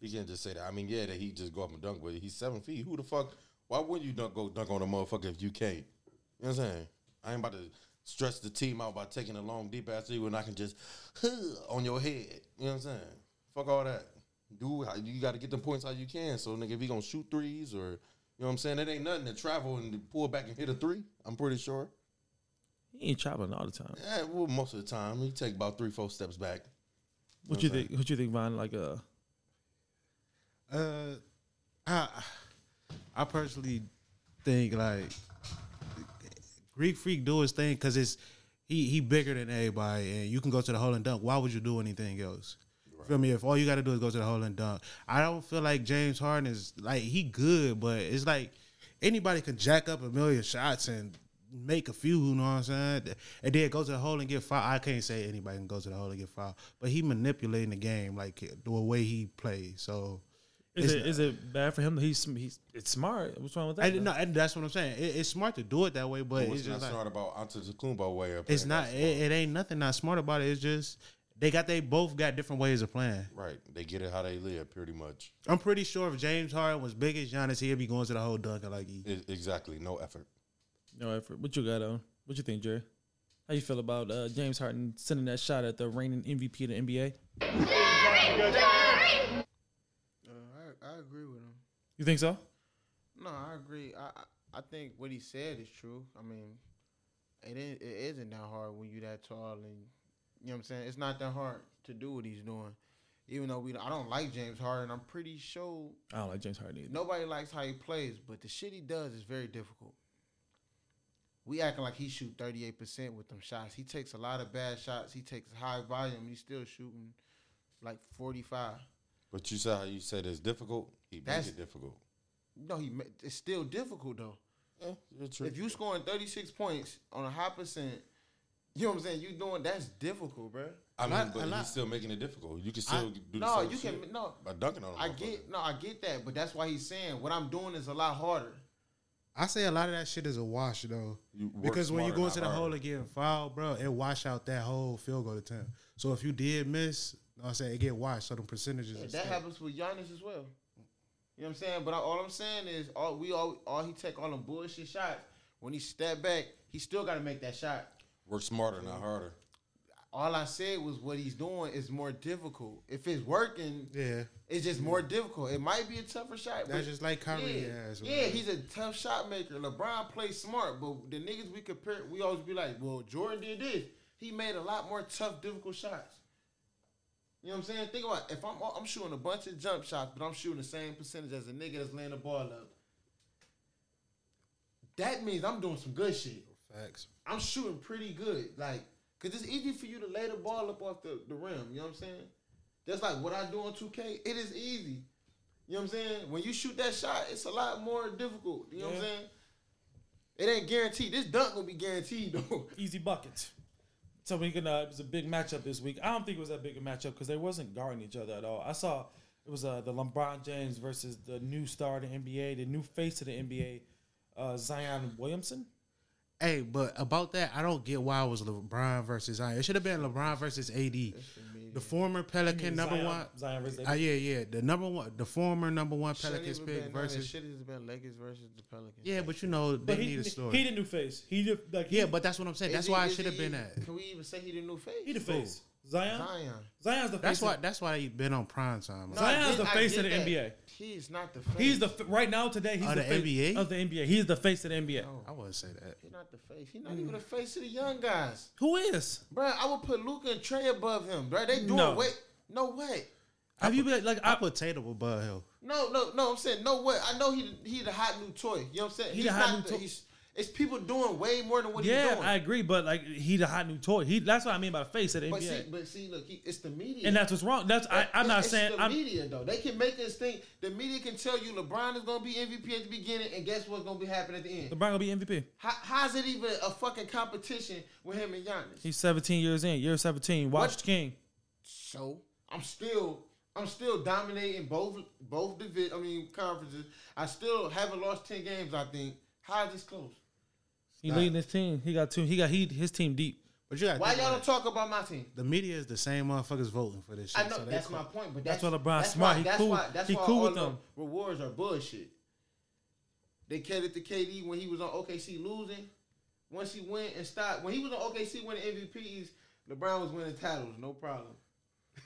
B: He can't just say that. I mean, yeah, that he just go up and dunk, but he's seven feet. Who the fuck? Why would you dunk, go dunk on a motherfucker if you can't? You know what I'm saying? I ain't about to stress the team out by taking a long deep ass three when I can just on your head. You know what I'm saying? Fuck all that. Do how- you got to get them points how you can. So nigga, if he gonna shoot threes or you know what I'm saying, it ain't nothing to travel and to pull back and hit a three. I'm pretty sure.
A: He ain't traveling all the time.
B: Yeah, Eh, well, most of the time he take about three, four steps back.
A: What you think? What you think, Von? Like, uh,
D: Uh, I I personally think like Greek Freak do his thing because it's he he bigger than everybody, and you can go to the hole and dunk. Why would you do anything else? Feel me? If all you got to do is go to the hole and dunk, I don't feel like James Harden is like he good, but it's like anybody can jack up a million shots and make a few. You know what I'm saying? And then go to the hole and get fouled. I can't say anybody can go to the hole and get fouled, but he manipulating the game like the way he plays. So
A: is
D: It's
A: it
D: not.
A: is it bad for him? that He's he's it's smart. What's wrong with that?
D: I didn't know, and that's what I'm saying. It, it's smart to do it that way, but
B: But
D: it's
B: what's not
D: just like
B: smart about Antetokounmpo way up?
D: it's
B: there?
D: not. It, it ain't nothing not smart about it. It's just they got they both got different ways of playing.
B: Right. They get it how they live, pretty much.
D: I'm pretty sure if James Harden was big as Giannis, he'd be going to the whole dunker like he.
B: I- exactly. No effort.
A: No effort. What you got on? What you think, Jerry? How you feel about uh, James Harden sending that shot at the reigning MVP of the NBA?
C: Uh, I, I agree with him.
A: You think so?
C: No, I agree. I I- I think what he said is true. I mean, it is, it isn't that hard when you that tall and you know what I'm saying. It's not that hard to do what he's doing. Even though we, I don't like James Harden. I'm pretty sure
A: I don't like James Harden either.
C: nobody likes how he plays, but the shit he does is very difficult. We acting like he shoot 38 percent with them shots. He takes a lot of bad shots. He takes high volume. He's still shooting like 45.
B: But you saw how you said it's difficult. He makes
C: That's-
B: it difficult.
C: No, he ma- it's still difficult though.
B: Yeah, you're true.
C: If you scoring 36 points on a high percent, you know what I'm saying? You doing that's difficult, bro.
B: I mean,
D: lot- a
B: but
D: lot-
B: he's still making it difficult. You can still do the
C: No,
B: same
C: you
B: shit Oh,
C: can no.
B: by dunking on him.
C: I get no, I get that, but that's why he's saying what I'm doing is a lot harder.
D: I say a lot of that shit is a wash though,
B: You work
D: because when you
B: smarter,
D: go
B: not
D: to the hole
B: harder.
D: and getting fouled, bro, it wash out that whole field goal attempt. So if you did miss, I'm saying it get washed. So the percentages.
C: Yeah,
D: is
C: that
D: still-
C: happens with Giannis as well. You know what I'm saying? But I, all I'm saying is all we all all he take all them bullshit shots. When he step back, he still got to make that shot.
B: Work smarter, not harder.
C: All I said was what he's doing is more difficult. If it's working,
D: yeah,
C: It's just more difficult. It might be a tougher shot.
D: That's
C: but-
D: just like Kyrie
C: Yeah,
D: has,
C: yeah,
D: right?
C: he's a tough shot maker. LeBron plays smart, but the niggas we compare, we always be like, well, Jordan did this. He made a lot more tough, difficult shots. You know what I'm saying? Think about it. if I'm I'm shooting a bunch of jump shots, but I'm shooting the same percentage as a nigga that's laying the ball up. That means I'm doing some good shit.
D: facts.
C: I'm shooting pretty good. Like, cause it's easy for you to lay the ball up off the, the rim. You know what I'm saying? That's like what I do on 2K. It is easy. You know what I'm saying? When you shoot that shot, it's a lot more difficult. You know what I'm saying? It ain't guaranteed. This dunk gonna be guaranteed though.
A: Easy buckets. So we can. Uh, it was a big matchup this week. I don't think it was that big a matchup because they wasn't guarding each other at all. I saw it was uh, the LeBron James versus the new star of the NBA, the new face of the NBA, uh, Zion Williamson.
D: Hey, but about that, I don't get why it was LeBron versus Zion. It should have been LeBron versus AD. The former Pelican number
A: Zion-
D: one.
A: Zion versus
D: Ah, yeah, yeah. The number one, the former number one Pelicans
C: Shouldn't even
D: pick
C: been none of that.
D: versus.
C: Shit has been Lakers versus the Pelicans.
D: Yeah, but you know they
A: But he,
D: need a
A: he,
D: story.
A: the new face. He the like he,
D: yeah, but that's what I'm saying.
C: Is
D: That's
C: he-
D: why I
C: is
D: should have
C: he
D: been
C: even-
D: at.
C: Can we even say he the new face?
A: he the face. Zion.
C: Zion.
A: Zion's the
D: That's
A: face.
D: why. That's why they been on prime time.
A: No, Zion's
C: I get-
A: the
C: I
A: face
C: get
A: of the
C: that.
A: NBA.
C: He's not the face.
A: He's the f- right now today. He's
D: Of
A: the,
D: the
A: face
D: NBA?
A: of the NBA. He's the face of the NBA.
C: No,
D: I wouldn't say that.
C: he's not the face. He's not even the face of the young guys.
A: Who is?
C: Bruh, I would put Luca and Trey above him, bruh. They doing
A: No.
C: no. way. No way.
A: Have you been like
D: I
A: I,
D: put Tatum above Hill.
C: No, no, no. I'm saying no way. I know he he the hot new toy. You know what I'm saying?
A: He the hot new toy.
C: He's, it's people doing way more than what he's
A: Yeah,
C: doing.
A: I agree, but like he the hot new toy. He that's what I mean by the face of the
C: but
A: NBA.
C: see, but see, look, he, it's the media.
A: and that's what's wrong. That's I, I'm not
C: It's
A: saying
C: the
A: I'm
C: media though. They can make us think the media can tell you LeBron is gonna be MVP at the beginning, and guess what's gonna be happening at the end?
A: LeBron gonna be MVP.
C: How, how's it even a fucking competition with him and Giannis?
A: He's 17 years in. Year 17. Watch
C: What?
A: the King.
C: So I'm still I'm still dominating both both divi- I mean conferences. I still haven't lost ten games. I think. How is this close?
A: He leading his team. He got two. He got he his team deep.
H: But you got
C: Why y'all don't talk about my team?
H: the media is the same motherfuckers voting for this shit.
C: I know
H: so they
C: that's
H: cool.
C: my point, but that's,
A: That's why LeBron smart. He cool- he cool
C: all
A: with
C: the
A: them.
C: Rewards are bullshit. They credit to KD when he was on OKC losing. Once he went and stopped, when he was on OKC winning MVPs, LeBron was winning titles, no problem.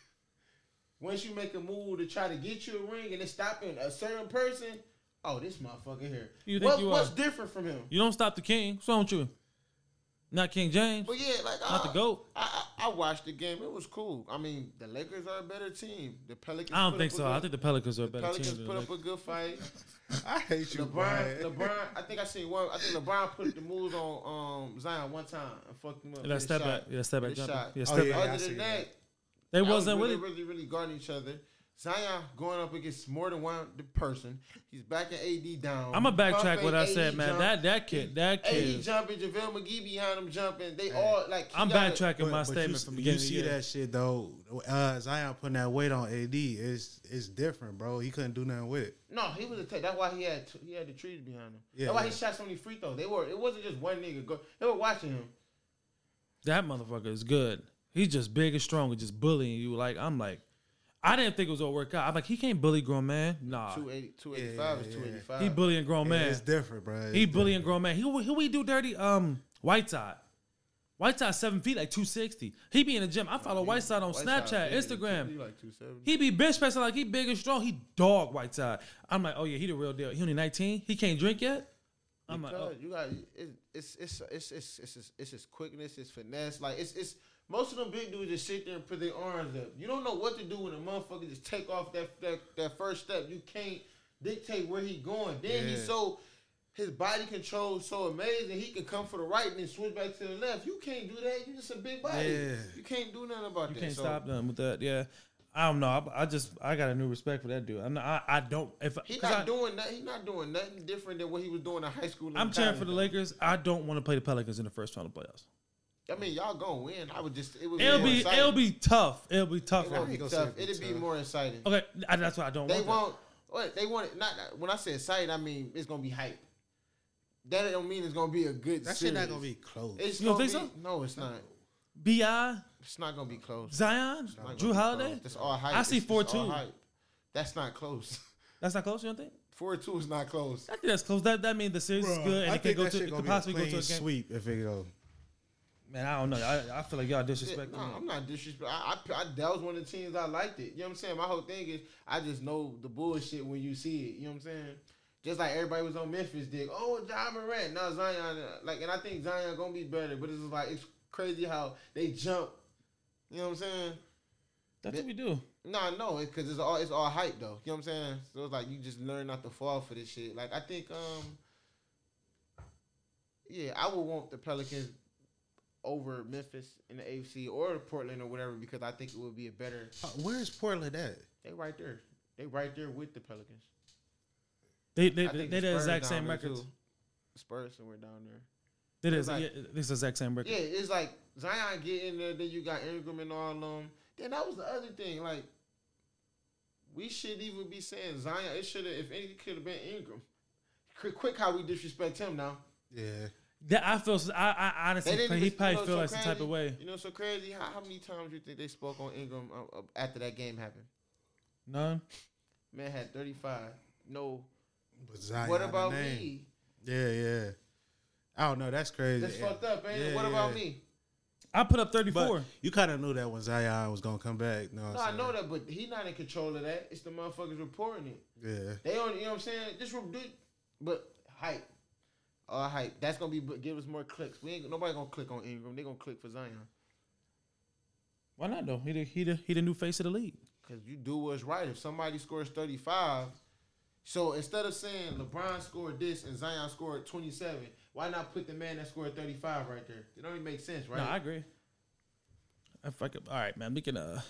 C: Once you make a move to try to get you a ring and it's stopping a certain person, oh, this motherfucker here.
A: You think
C: what,
A: you
C: what's
A: are-
C: different from him?
A: You don't stop the king. What's wrong with you? Not King James.
C: But yeah, like
A: Not the
C: I-
A: GOAT.
C: I, I I watched the game. It was cool. I mean, the Lakers are a better team. The Pelicans.
A: I
C: put
A: don't think
C: up a
A: so.
C: good-
A: I think the Pelicans are a
C: the
A: better
C: Pelicans
A: team.
C: put
A: than
C: up a good fight.
B: I hate you,
C: LeBron,
B: Brian.
C: LeBron. I think I seen one. I think LeBron put the moves on um, Zion one time and fucked him up.
A: Yeah, that
C: with
A: step
C: his shot.
A: back- yeah, step back
C: With his
A: jumper.
C: shot.
A: Yeah,
C: Oh,
A: step
C: yeah,
A: back.
C: Other
B: I see
C: than
B: that.
C: that,
A: they
C: I was
A: wasn't
C: really,
A: with it.
C: really, really guarding each other. Zion going up against more than one person. He's backing AD down.
H: Um,
A: I'ma backtrack
C: Pumping,
A: what I
C: AD
H: E
A: said, man.
C: jump.
A: That- that kid- that
C: AD
A: kid-
C: jumping, JaVale McGee behind him jumping. They all like. he
A: I'm
C: gotta-
A: backtracking
H: But-
A: my
H: but
A: statement
H: you,
A: from
H: you
A: the beginning.
H: see
A: of the year.
H: that shit though. Uh, Zion putting that weight on AD is is different, bro. He couldn't do nothing with it.
C: No, he was a tech. That's why he had t- he had the trees behind him.
H: Yeah,
C: that's why
H: yeah.
C: he shot so many free throws. They were it wasn't just one nigga. Go, they were watching him.
A: That motherfucker is good. He's just big and strong and just bullying you. Like I'm like, I didn't think it was gonna work out. I'm like, he can't bully grown man. Nah,
C: 280, 285
H: yeah,
C: is
H: yeah.
C: 285.
A: he bullying grown
H: Man,
A: man.
H: it's different, bro. It's
A: He
H: different.
A: bullying grown man. He who we do dirty? Um, Whiteside. Whiteside seven feet like two sixty. He be in the gym. I follow Whiteside on
C: Whiteside,
A: Snapchat,
C: yeah, He
A: Instagram.
C: like 270.
A: He be bench pressing like he big and strong. He dog Whiteside. I'm like, oh yeah, he the real deal. He only nineteen. He can't drink yet. I'm like, oh.
C: Because you got it, it's it's it's it's it's it's- it's his quickness, his finesse. Like it's it's most of them big dudes just sit there and put their arms up. You don't know what to do when a motherfucker just take off that that, that first step. You can't dictate where he going. Then he's
H: Yeah.
C: so his body control is so amazing. He can come for the right and then switch back to the left. You can't do that. You just a big body.
H: Yeah.
C: You can't do nothing about
A: You
C: that.
A: can't
C: So
A: stop them with that. Yeah, I don't know. I, I just I got a new respect for that dude. I'm not, I I don't if
C: He
A: 'cause
C: not
A: I,
C: doing nothing. He not doing nothing different than what he was doing in high school. and
A: I'm cheering for the
C: college, though.
A: Lakers. I don't want to play the Pelicans in the first round of playoffs.
C: I mean, y'all gonna win. I would just. It would
A: It'll
C: more
A: be
C: exciting.
A: it'll be tough. It'll be tough.
C: It won't be
H: Gonna
C: tough.
H: say
C: It'd
H: it'd be
C: be
H: tough.
C: more exciting.
A: Okay, I, that's what I don't.
C: They
A: want that.
C: won't. What they want? it- Not not- when I say exciting, I mean it's gonna be hype. That don't mean it's gonna be a good.
H: That shit
C: series.
H: not gonna be close.
C: It's
A: You don't
C: gonna
A: think
C: be- No, it's not.
A: Bi
C: It's not gonna be close.
A: Zion
C: It's not gonna
A: Drew
C: be
A: Holiday.
C: close. That's all hype.
A: I see
C: It's- it's all
A: 4-2.
C: hype. That's not close.
A: That's not close. You don't think?
C: Four two is not close.
A: I think that's close. That that means the series is
H: Bruh,
A: good and
H: I
A: it can
H: think
A: go
H: that
A: to
H: shit
A: it
H: gonna
A: could
H: be a
A: possibly go to a
H: clean
A: game.
H: sweep if it go.
A: Man, I don't know. I, I feel like y'all
C: Yeah,
A: disrespecting.
C: no,
A: me.
C: I'm not disrespect. I, I, I that was one of the teams I liked it. You know what I'm saying? My whole thing is I just know the bullshit when you see it. You know what I'm saying? Just like everybody was on Memphis, dick. Oh, John Morant, now Zion. uh, Like, and I think Zion gonna be better, but it's just like it's crazy how they jump. You know what I'm saying?
A: That's what we do.
C: Nah, no, because it's all it's all hype though. You know what I'm saying? So it's like you just learn not to fall for this shit. Like I think, um, yeah, I would want the Pelicans over Memphis in the AFC or Portland or whatever because I think it would be a better.
H: Uh, where is Portland at?
C: They right there. They right there with the Pelicans.
A: They they
C: I
A: they,
C: think
A: they the
C: Spurs
A: exact
C: down
A: same
C: there,
A: records.
C: too. Spurs somewhere down there.
A: They the
C: Like-
A: yeah, it's the exact same record.
C: Yeah, it's like Zion get in there, then you got Ingram and all of them. Then that was the other thing. Like, we should even be saying Zion. It should have, if anything, could have been Ingram. Quick, quick, how we disrespect him now.
H: Yeah,
A: That I feel. I, I
C: They
A: honestly,
C: didn't.
A: he
C: even-
A: probably
C: you know,
A: feel
C: so
A: like some type
C: crazy-
A: of way.
C: You know, so crazy. How, how many times you think they spoke on Ingram uh, uh, after that game happened?
A: None.
C: Man had thirty five. No.
H: but Zion.
C: what
H: the
C: about
H: name.
C: me?
H: Yeah, yeah. I don't know. That's crazy.
C: That's
H: Yeah.
C: fucked up, ain't
H: Yeah,
C: it? What about
H: yeah.
C: me?
A: I put up thirty
H: But
A: four.
H: you kind of knew that when Zion was gonna come back. No,
C: No, I know that, but he not in control of that. It's the motherfuckers reporting it.
H: Yeah,
C: They on, you know what I'm saying? Just re- do, but hype, all hype. That's gonna be give us more clicks. We ain't nobody gonna click on Ingram. They gonna click for Zion
A: Why not though? He the, he the, he the new face of the league.
C: because you do what's right. If somebody scores 35, so instead of saying LeBron scored this and Zion scored 27, why not put the man that scored 35 right there? It don't even make sense, right?
A: No, I agree. If I could, all right, man. We can uh,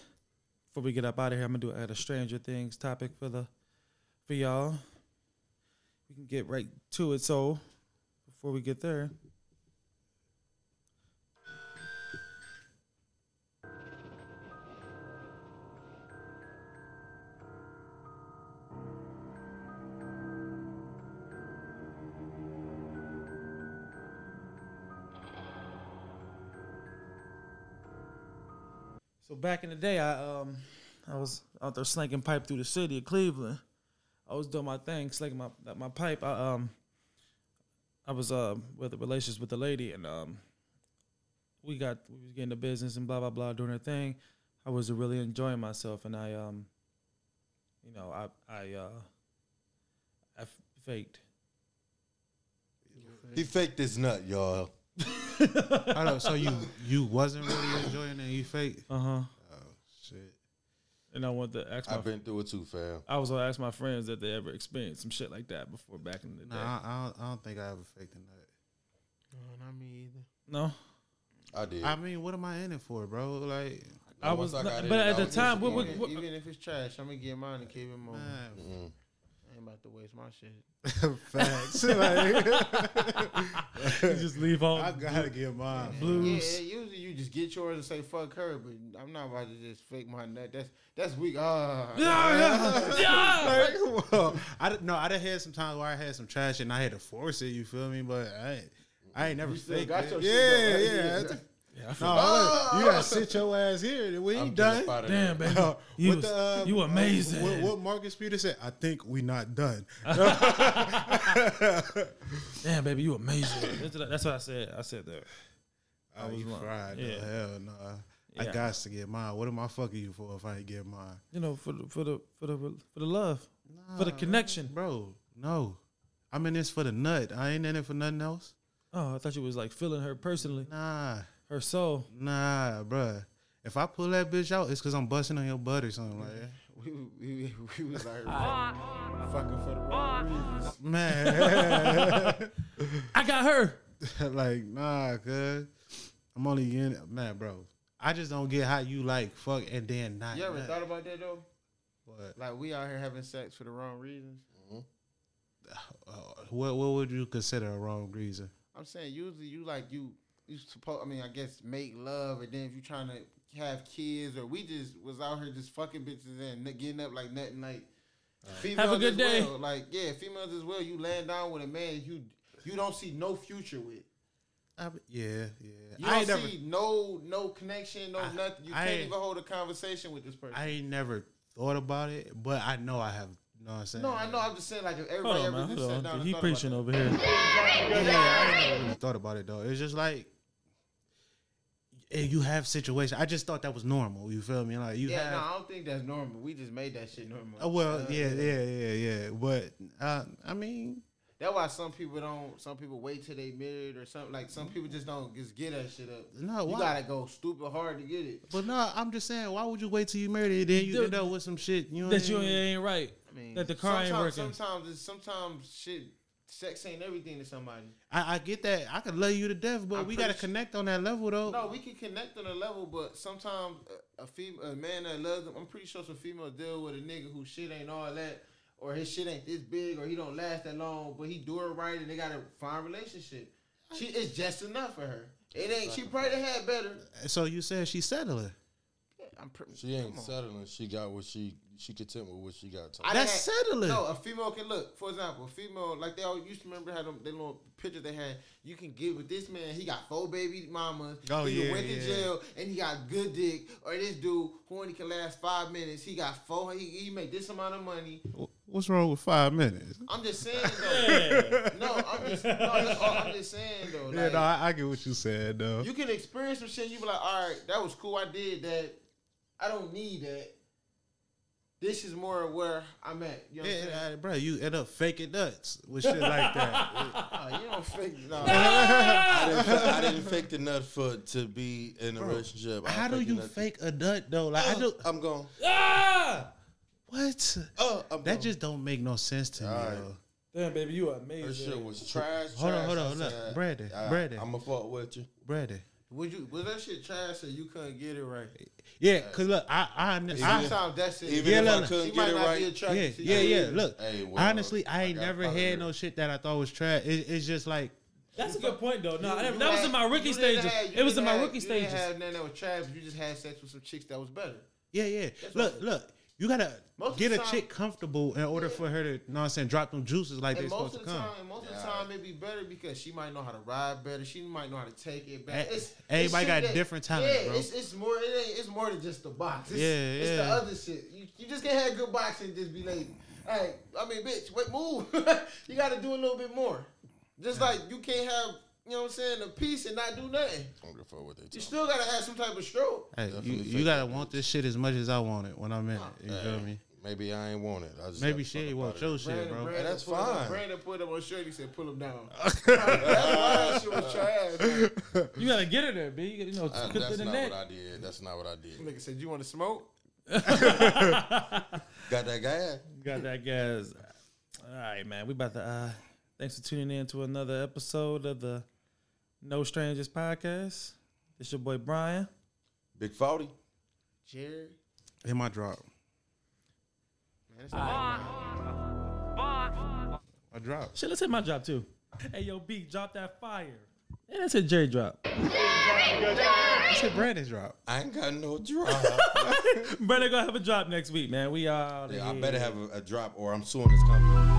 A: before we get up out of here, I'm gonna do add a Stranger Things topic for the for y'all. We can get right to it. So before we get there, So back in the day, I um, I was out there slinking pipe through the city of Cleveland. I was doing my thing, slinking my my pipe. I um, I was uh with a relationship with a lady, and um, we got we was getting the business and blah blah blah doing her thing. I was really enjoying myself, and I um, you know, I I uh, I f- faked.
B: He faked his nut, y'all.
D: Hold up, so you you wasn't really enjoying it. You fake.
A: Uh huh.
D: Oh shit.
A: And I want to ask my
B: I've been through it too, fam.
A: I was gonna ask my friends that they ever experienced some shit like that before back in the day.
D: Nah, I, I, don't, I don't think I ever faked a nut.
C: No, not me either.
A: No,
B: I did.
D: I mean, what am I in it for, bro? Like,
A: I
B: once
A: was,
B: I got
A: not,
B: in,
A: but
B: I
A: at the
B: was just
A: time, what,
B: ignorant.
A: what,
C: Even,
A: what,
C: even if it's trash, I'm gonna get mine and keep it moving. I
D: man,
B: Mm.
C: ain't about to waste my shit.
D: facts. like,
A: you just leave home.
D: I gotta get mine.
A: Blues.
C: Yeah, usually you just get yours and say fuck her, but I'm not about to just fake my nut. That's that's weak. Ah,
D: Like, well, I don't know. I done had some times where I had some trash and I had to force it. You feel me? But I, ain't- I ain't never
C: still
D: faked
C: got
D: it.
C: your
D: yeah,
C: shit though,
D: yeah.
C: right?
D: no, I- you gotta sit your ass here. We ain't
B: I'm
D: done.
B: just out of
A: Damn,
B: there.
A: baby,
D: Uh,
A: you,
D: what
A: was-
D: the, uh,
A: you
D: uh,
A: amazing.
D: What, what Marcus Peter said? I think we not done.
A: Damn, baby, you amazing. That's what I- That's what I said. I said that.
D: I was
A: wrong.
D: fried.
A: Yeah.
D: though. Hell no. I
A: Yeah.
D: got to get mine. What am I fucking you for if I ain't get mine?
A: You know, for the for the for the for the love, for the
D: Nah,
A: connection.
D: Bro, no. I'm in this for the nut. I ain't in it for nothing else.
A: Oh, I thought you was like feeling her personally,
D: Nah,
A: her soul.
D: nah, bruh. If I pull that bitch out, it's because I'm busting on your butt or something like that.
C: we, we, we was out here
A: Ah.
C: fucking- fucking for the wrong reasons.
D: Man.
A: I got her.
D: like, nah, cuz. I'm only in Man, bro. I just don't get how you like fuck and then not.
C: You ever
D: nut.
C: thought about that though?
D: What?
C: Like we out here having sex for the wrong reasons.
D: Uh, what, what would you consider a wrong reason?
C: I'm saying usually you like you you supposed. I mean, I guess make love, and then if you're trying to have kids, or we just was out here just fucking bitches and n- getting up like nothing. Like females
A: Have a good
C: as
A: day.
C: Well, like yeah, females as well. You laying down with a man you you don't see no future with.
D: I, yeah, yeah.
C: You
D: I
C: don't
D: ain't
C: see
D: never
C: no no connection, no
D: I-
C: nothing. You
D: I
C: can't
D: ain't-
C: even hold a conversation with this person.
D: I ain't never thought about it, but I know I have. You know what I'm saying?
C: no, I know. I'm just saying, like, if
A: Hold
C: everybody
A: on,
C: ever
A: man.
C: just
A: Hold
C: sat
A: on.
C: down and
A: He
C: thought
A: preaching
C: about
A: over here.
D: Yeah, I ain't never really thought about it though. It's just like eh, you have situations. I just thought that was normal. You feel me? Like you
C: that. Yeah,
D: have.
C: no, I don't think that's normal. We just made that shit normal.
D: Oh, well,
C: Uh,
D: yeah, yeah, yeah, yeah. But uh, I mean,
C: That's why some people don't. Some people wait till they married or something. Like some people just don't just get that shit up.
D: No,
C: you
D: why?
C: gotta go stupid hard to get it.
D: but no, I'm just saying. Why would you wait till you married and then you
A: Dude,
D: end up with some shit? You know
A: That you
D: what I mean?
A: ain't right.
C: I mean,
A: That the car ain't
C: sometimes-
A: working.
C: Sometimes, it's, sometimes shit, sex ain't everything to somebody.
D: I, I get that. I could love you to death, but
C: I'm
D: we gotta
C: pretty su-
D: connect on that level though.
C: No, we can connect on a level, but sometimes a, a fem- a man that loves them, I'm pretty sure some females deal with a nigga who shit ain't all that, or his shit ain't this big, or he don't last that long, but he do it right, and they got a fine relationship. She it's just enough for her. It ain't. She probably had better.
D: So you said she's settling.
C: I'm pretty.
B: She ain't
C: come on.
B: settling. She got what she she content with what she got.
C: I
D: That's
C: done had-
D: settling.
C: No, a female can look. For example, a female like they all used to remember how them they little pictures they had. You can get with this man. He got four baby mamas.
D: Oh,
C: he done
D: yeah,
C: went to
D: yeah.
C: jail and he got good dick. Or this dude who only can last five minutes. He got four. He, he make this amount of money.
D: Wh- What's wrong with five minutes?
C: I'm just saying though. no, I'm just no. That's all I'm just saying though.
D: Yeah,
C: like,
D: no, I, I get what you said though.
C: you can experience some shit. You be like, all right, that was cool. I did that. I don't need that. This is more where I'm at. You know what I'm saying?
D: Yeah, uh, bro, you end up faking nuts with shit like that.
C: Nah, you don't fake. Nah.
B: I didn't, I didn't fake the nut for to be in a relationship. I
D: How do
B: faked the
D: you
B: nut to-
D: fake a nut though? Like
C: Oh.
D: I do
B: I'm gone.
D: what?
B: Oh, I'm
D: That
B: gone.
D: just don't make no sense to me.
B: Alright.
D: though.
A: Damn, baby, you
B: Her shit
A: amazing.
B: was trash.
D: Hold on,
B: trash.
D: hold
B: I
D: on, look,
B: said,
D: Brandon,
B: I-
D: Brandon.
B: I'ma fuck with you.
D: Brandon.
C: Would you was that shit trash or you couldn't get it right?
D: Yeah, cause look, I, I, I,
C: Sometimes that's it.
B: Even
D: Yeah,
B: if
D: look,
B: I
D: look.
B: couldn't
C: she
B: get
C: might
B: it
C: not be
B: right,
D: yeah,
C: attracted to
D: yeah,
C: you.
D: yeah. Look,
B: Hey, well,
D: honestly, I
B: I
D: ain't
B: gotta
D: never
B: follow
D: had
B: her.
D: no shit that I thought was trash. It, it's just like,
A: That's a good point, though. No, I
C: You
A: never- that was
C: had-
A: in my rookie
C: you didn't
A: stages.
C: have- you
A: It was in
C: didn't
A: my
C: have-
A: rookie
C: You
A: stages.
C: didn't have nothing that was trash. You just had sex with some chicks that was better.
D: yeah, yeah.
C: That's
D: Look,
C: what-
D: look, You gotta
C: Most of
D: get
C: the
D: a
C: time-
D: chick comfortable in order for her to, know what I'm saying, drop them juices like they're
C: and most
D: supposed
C: of
D: to
C: the
D: come.
C: time, and most of the time, it'd be better because she might know how to ride better. She might know how to take it
D: Eh,
C: back. It's, it's
D: everybody
C: shit
D: got different talent,
C: yeah,
D: bro.
C: It's, it's more. It ain't. It's more than just the box. It's,
D: Yeah,
C: It's the
D: yeah.
C: other shit. You, you just can't have good boxing and just be like, hey, I mean, bitch, wait, move. you got to do a little bit more. Just like you can't have, you know what I'm saying, a piece and not do nothing.
B: I don't give a fuck what they
C: You
B: talking
C: still gotta have some type of stroke.
D: Hey, you,
B: Definitely
D: you
B: fake
D: gotta want this shit as much as I want it when I'm in it. You feel me?
B: Maybe I ain't want it. I just
D: Maybe
B: got
D: she
B: the fuck
D: ain't
B: up
D: want
B: outta
D: your shit,
C: Brandon,
D: bro.
C: Brandon
B: That's
C: pulled up-
B: fine.
C: Brandon put up on shirt. He said, "Pull him down." That's why that shit was trash.
A: You gotta get her there, B. You, gotta, you know,
B: Uh,
A: cook
B: that's
A: in the
B: not
A: neck.
B: what I did. That's not what I did.
C: Nigga said, "You want to smoke?"
B: Got that guy?
A: Got that, guys. All right, man. We about to. Uh, thanks for tuning in to another episode of the No Strangers podcast. It's your boy Brian.
B: Big 40.
C: Jerry.
D: Hit my drop.
C: Man, that's not-
D: I drop.
A: Shit, let's hit my drop too. Hey, yo, B, drop that fire. And that's a Jerry drop.
D: Shit, Brandon's drop.
B: I ain't got no drop.
A: Brother, gonna have a drop next week, man. We all.
B: yeah, I
A: here.
B: better have a, a drop or I'm suing this company.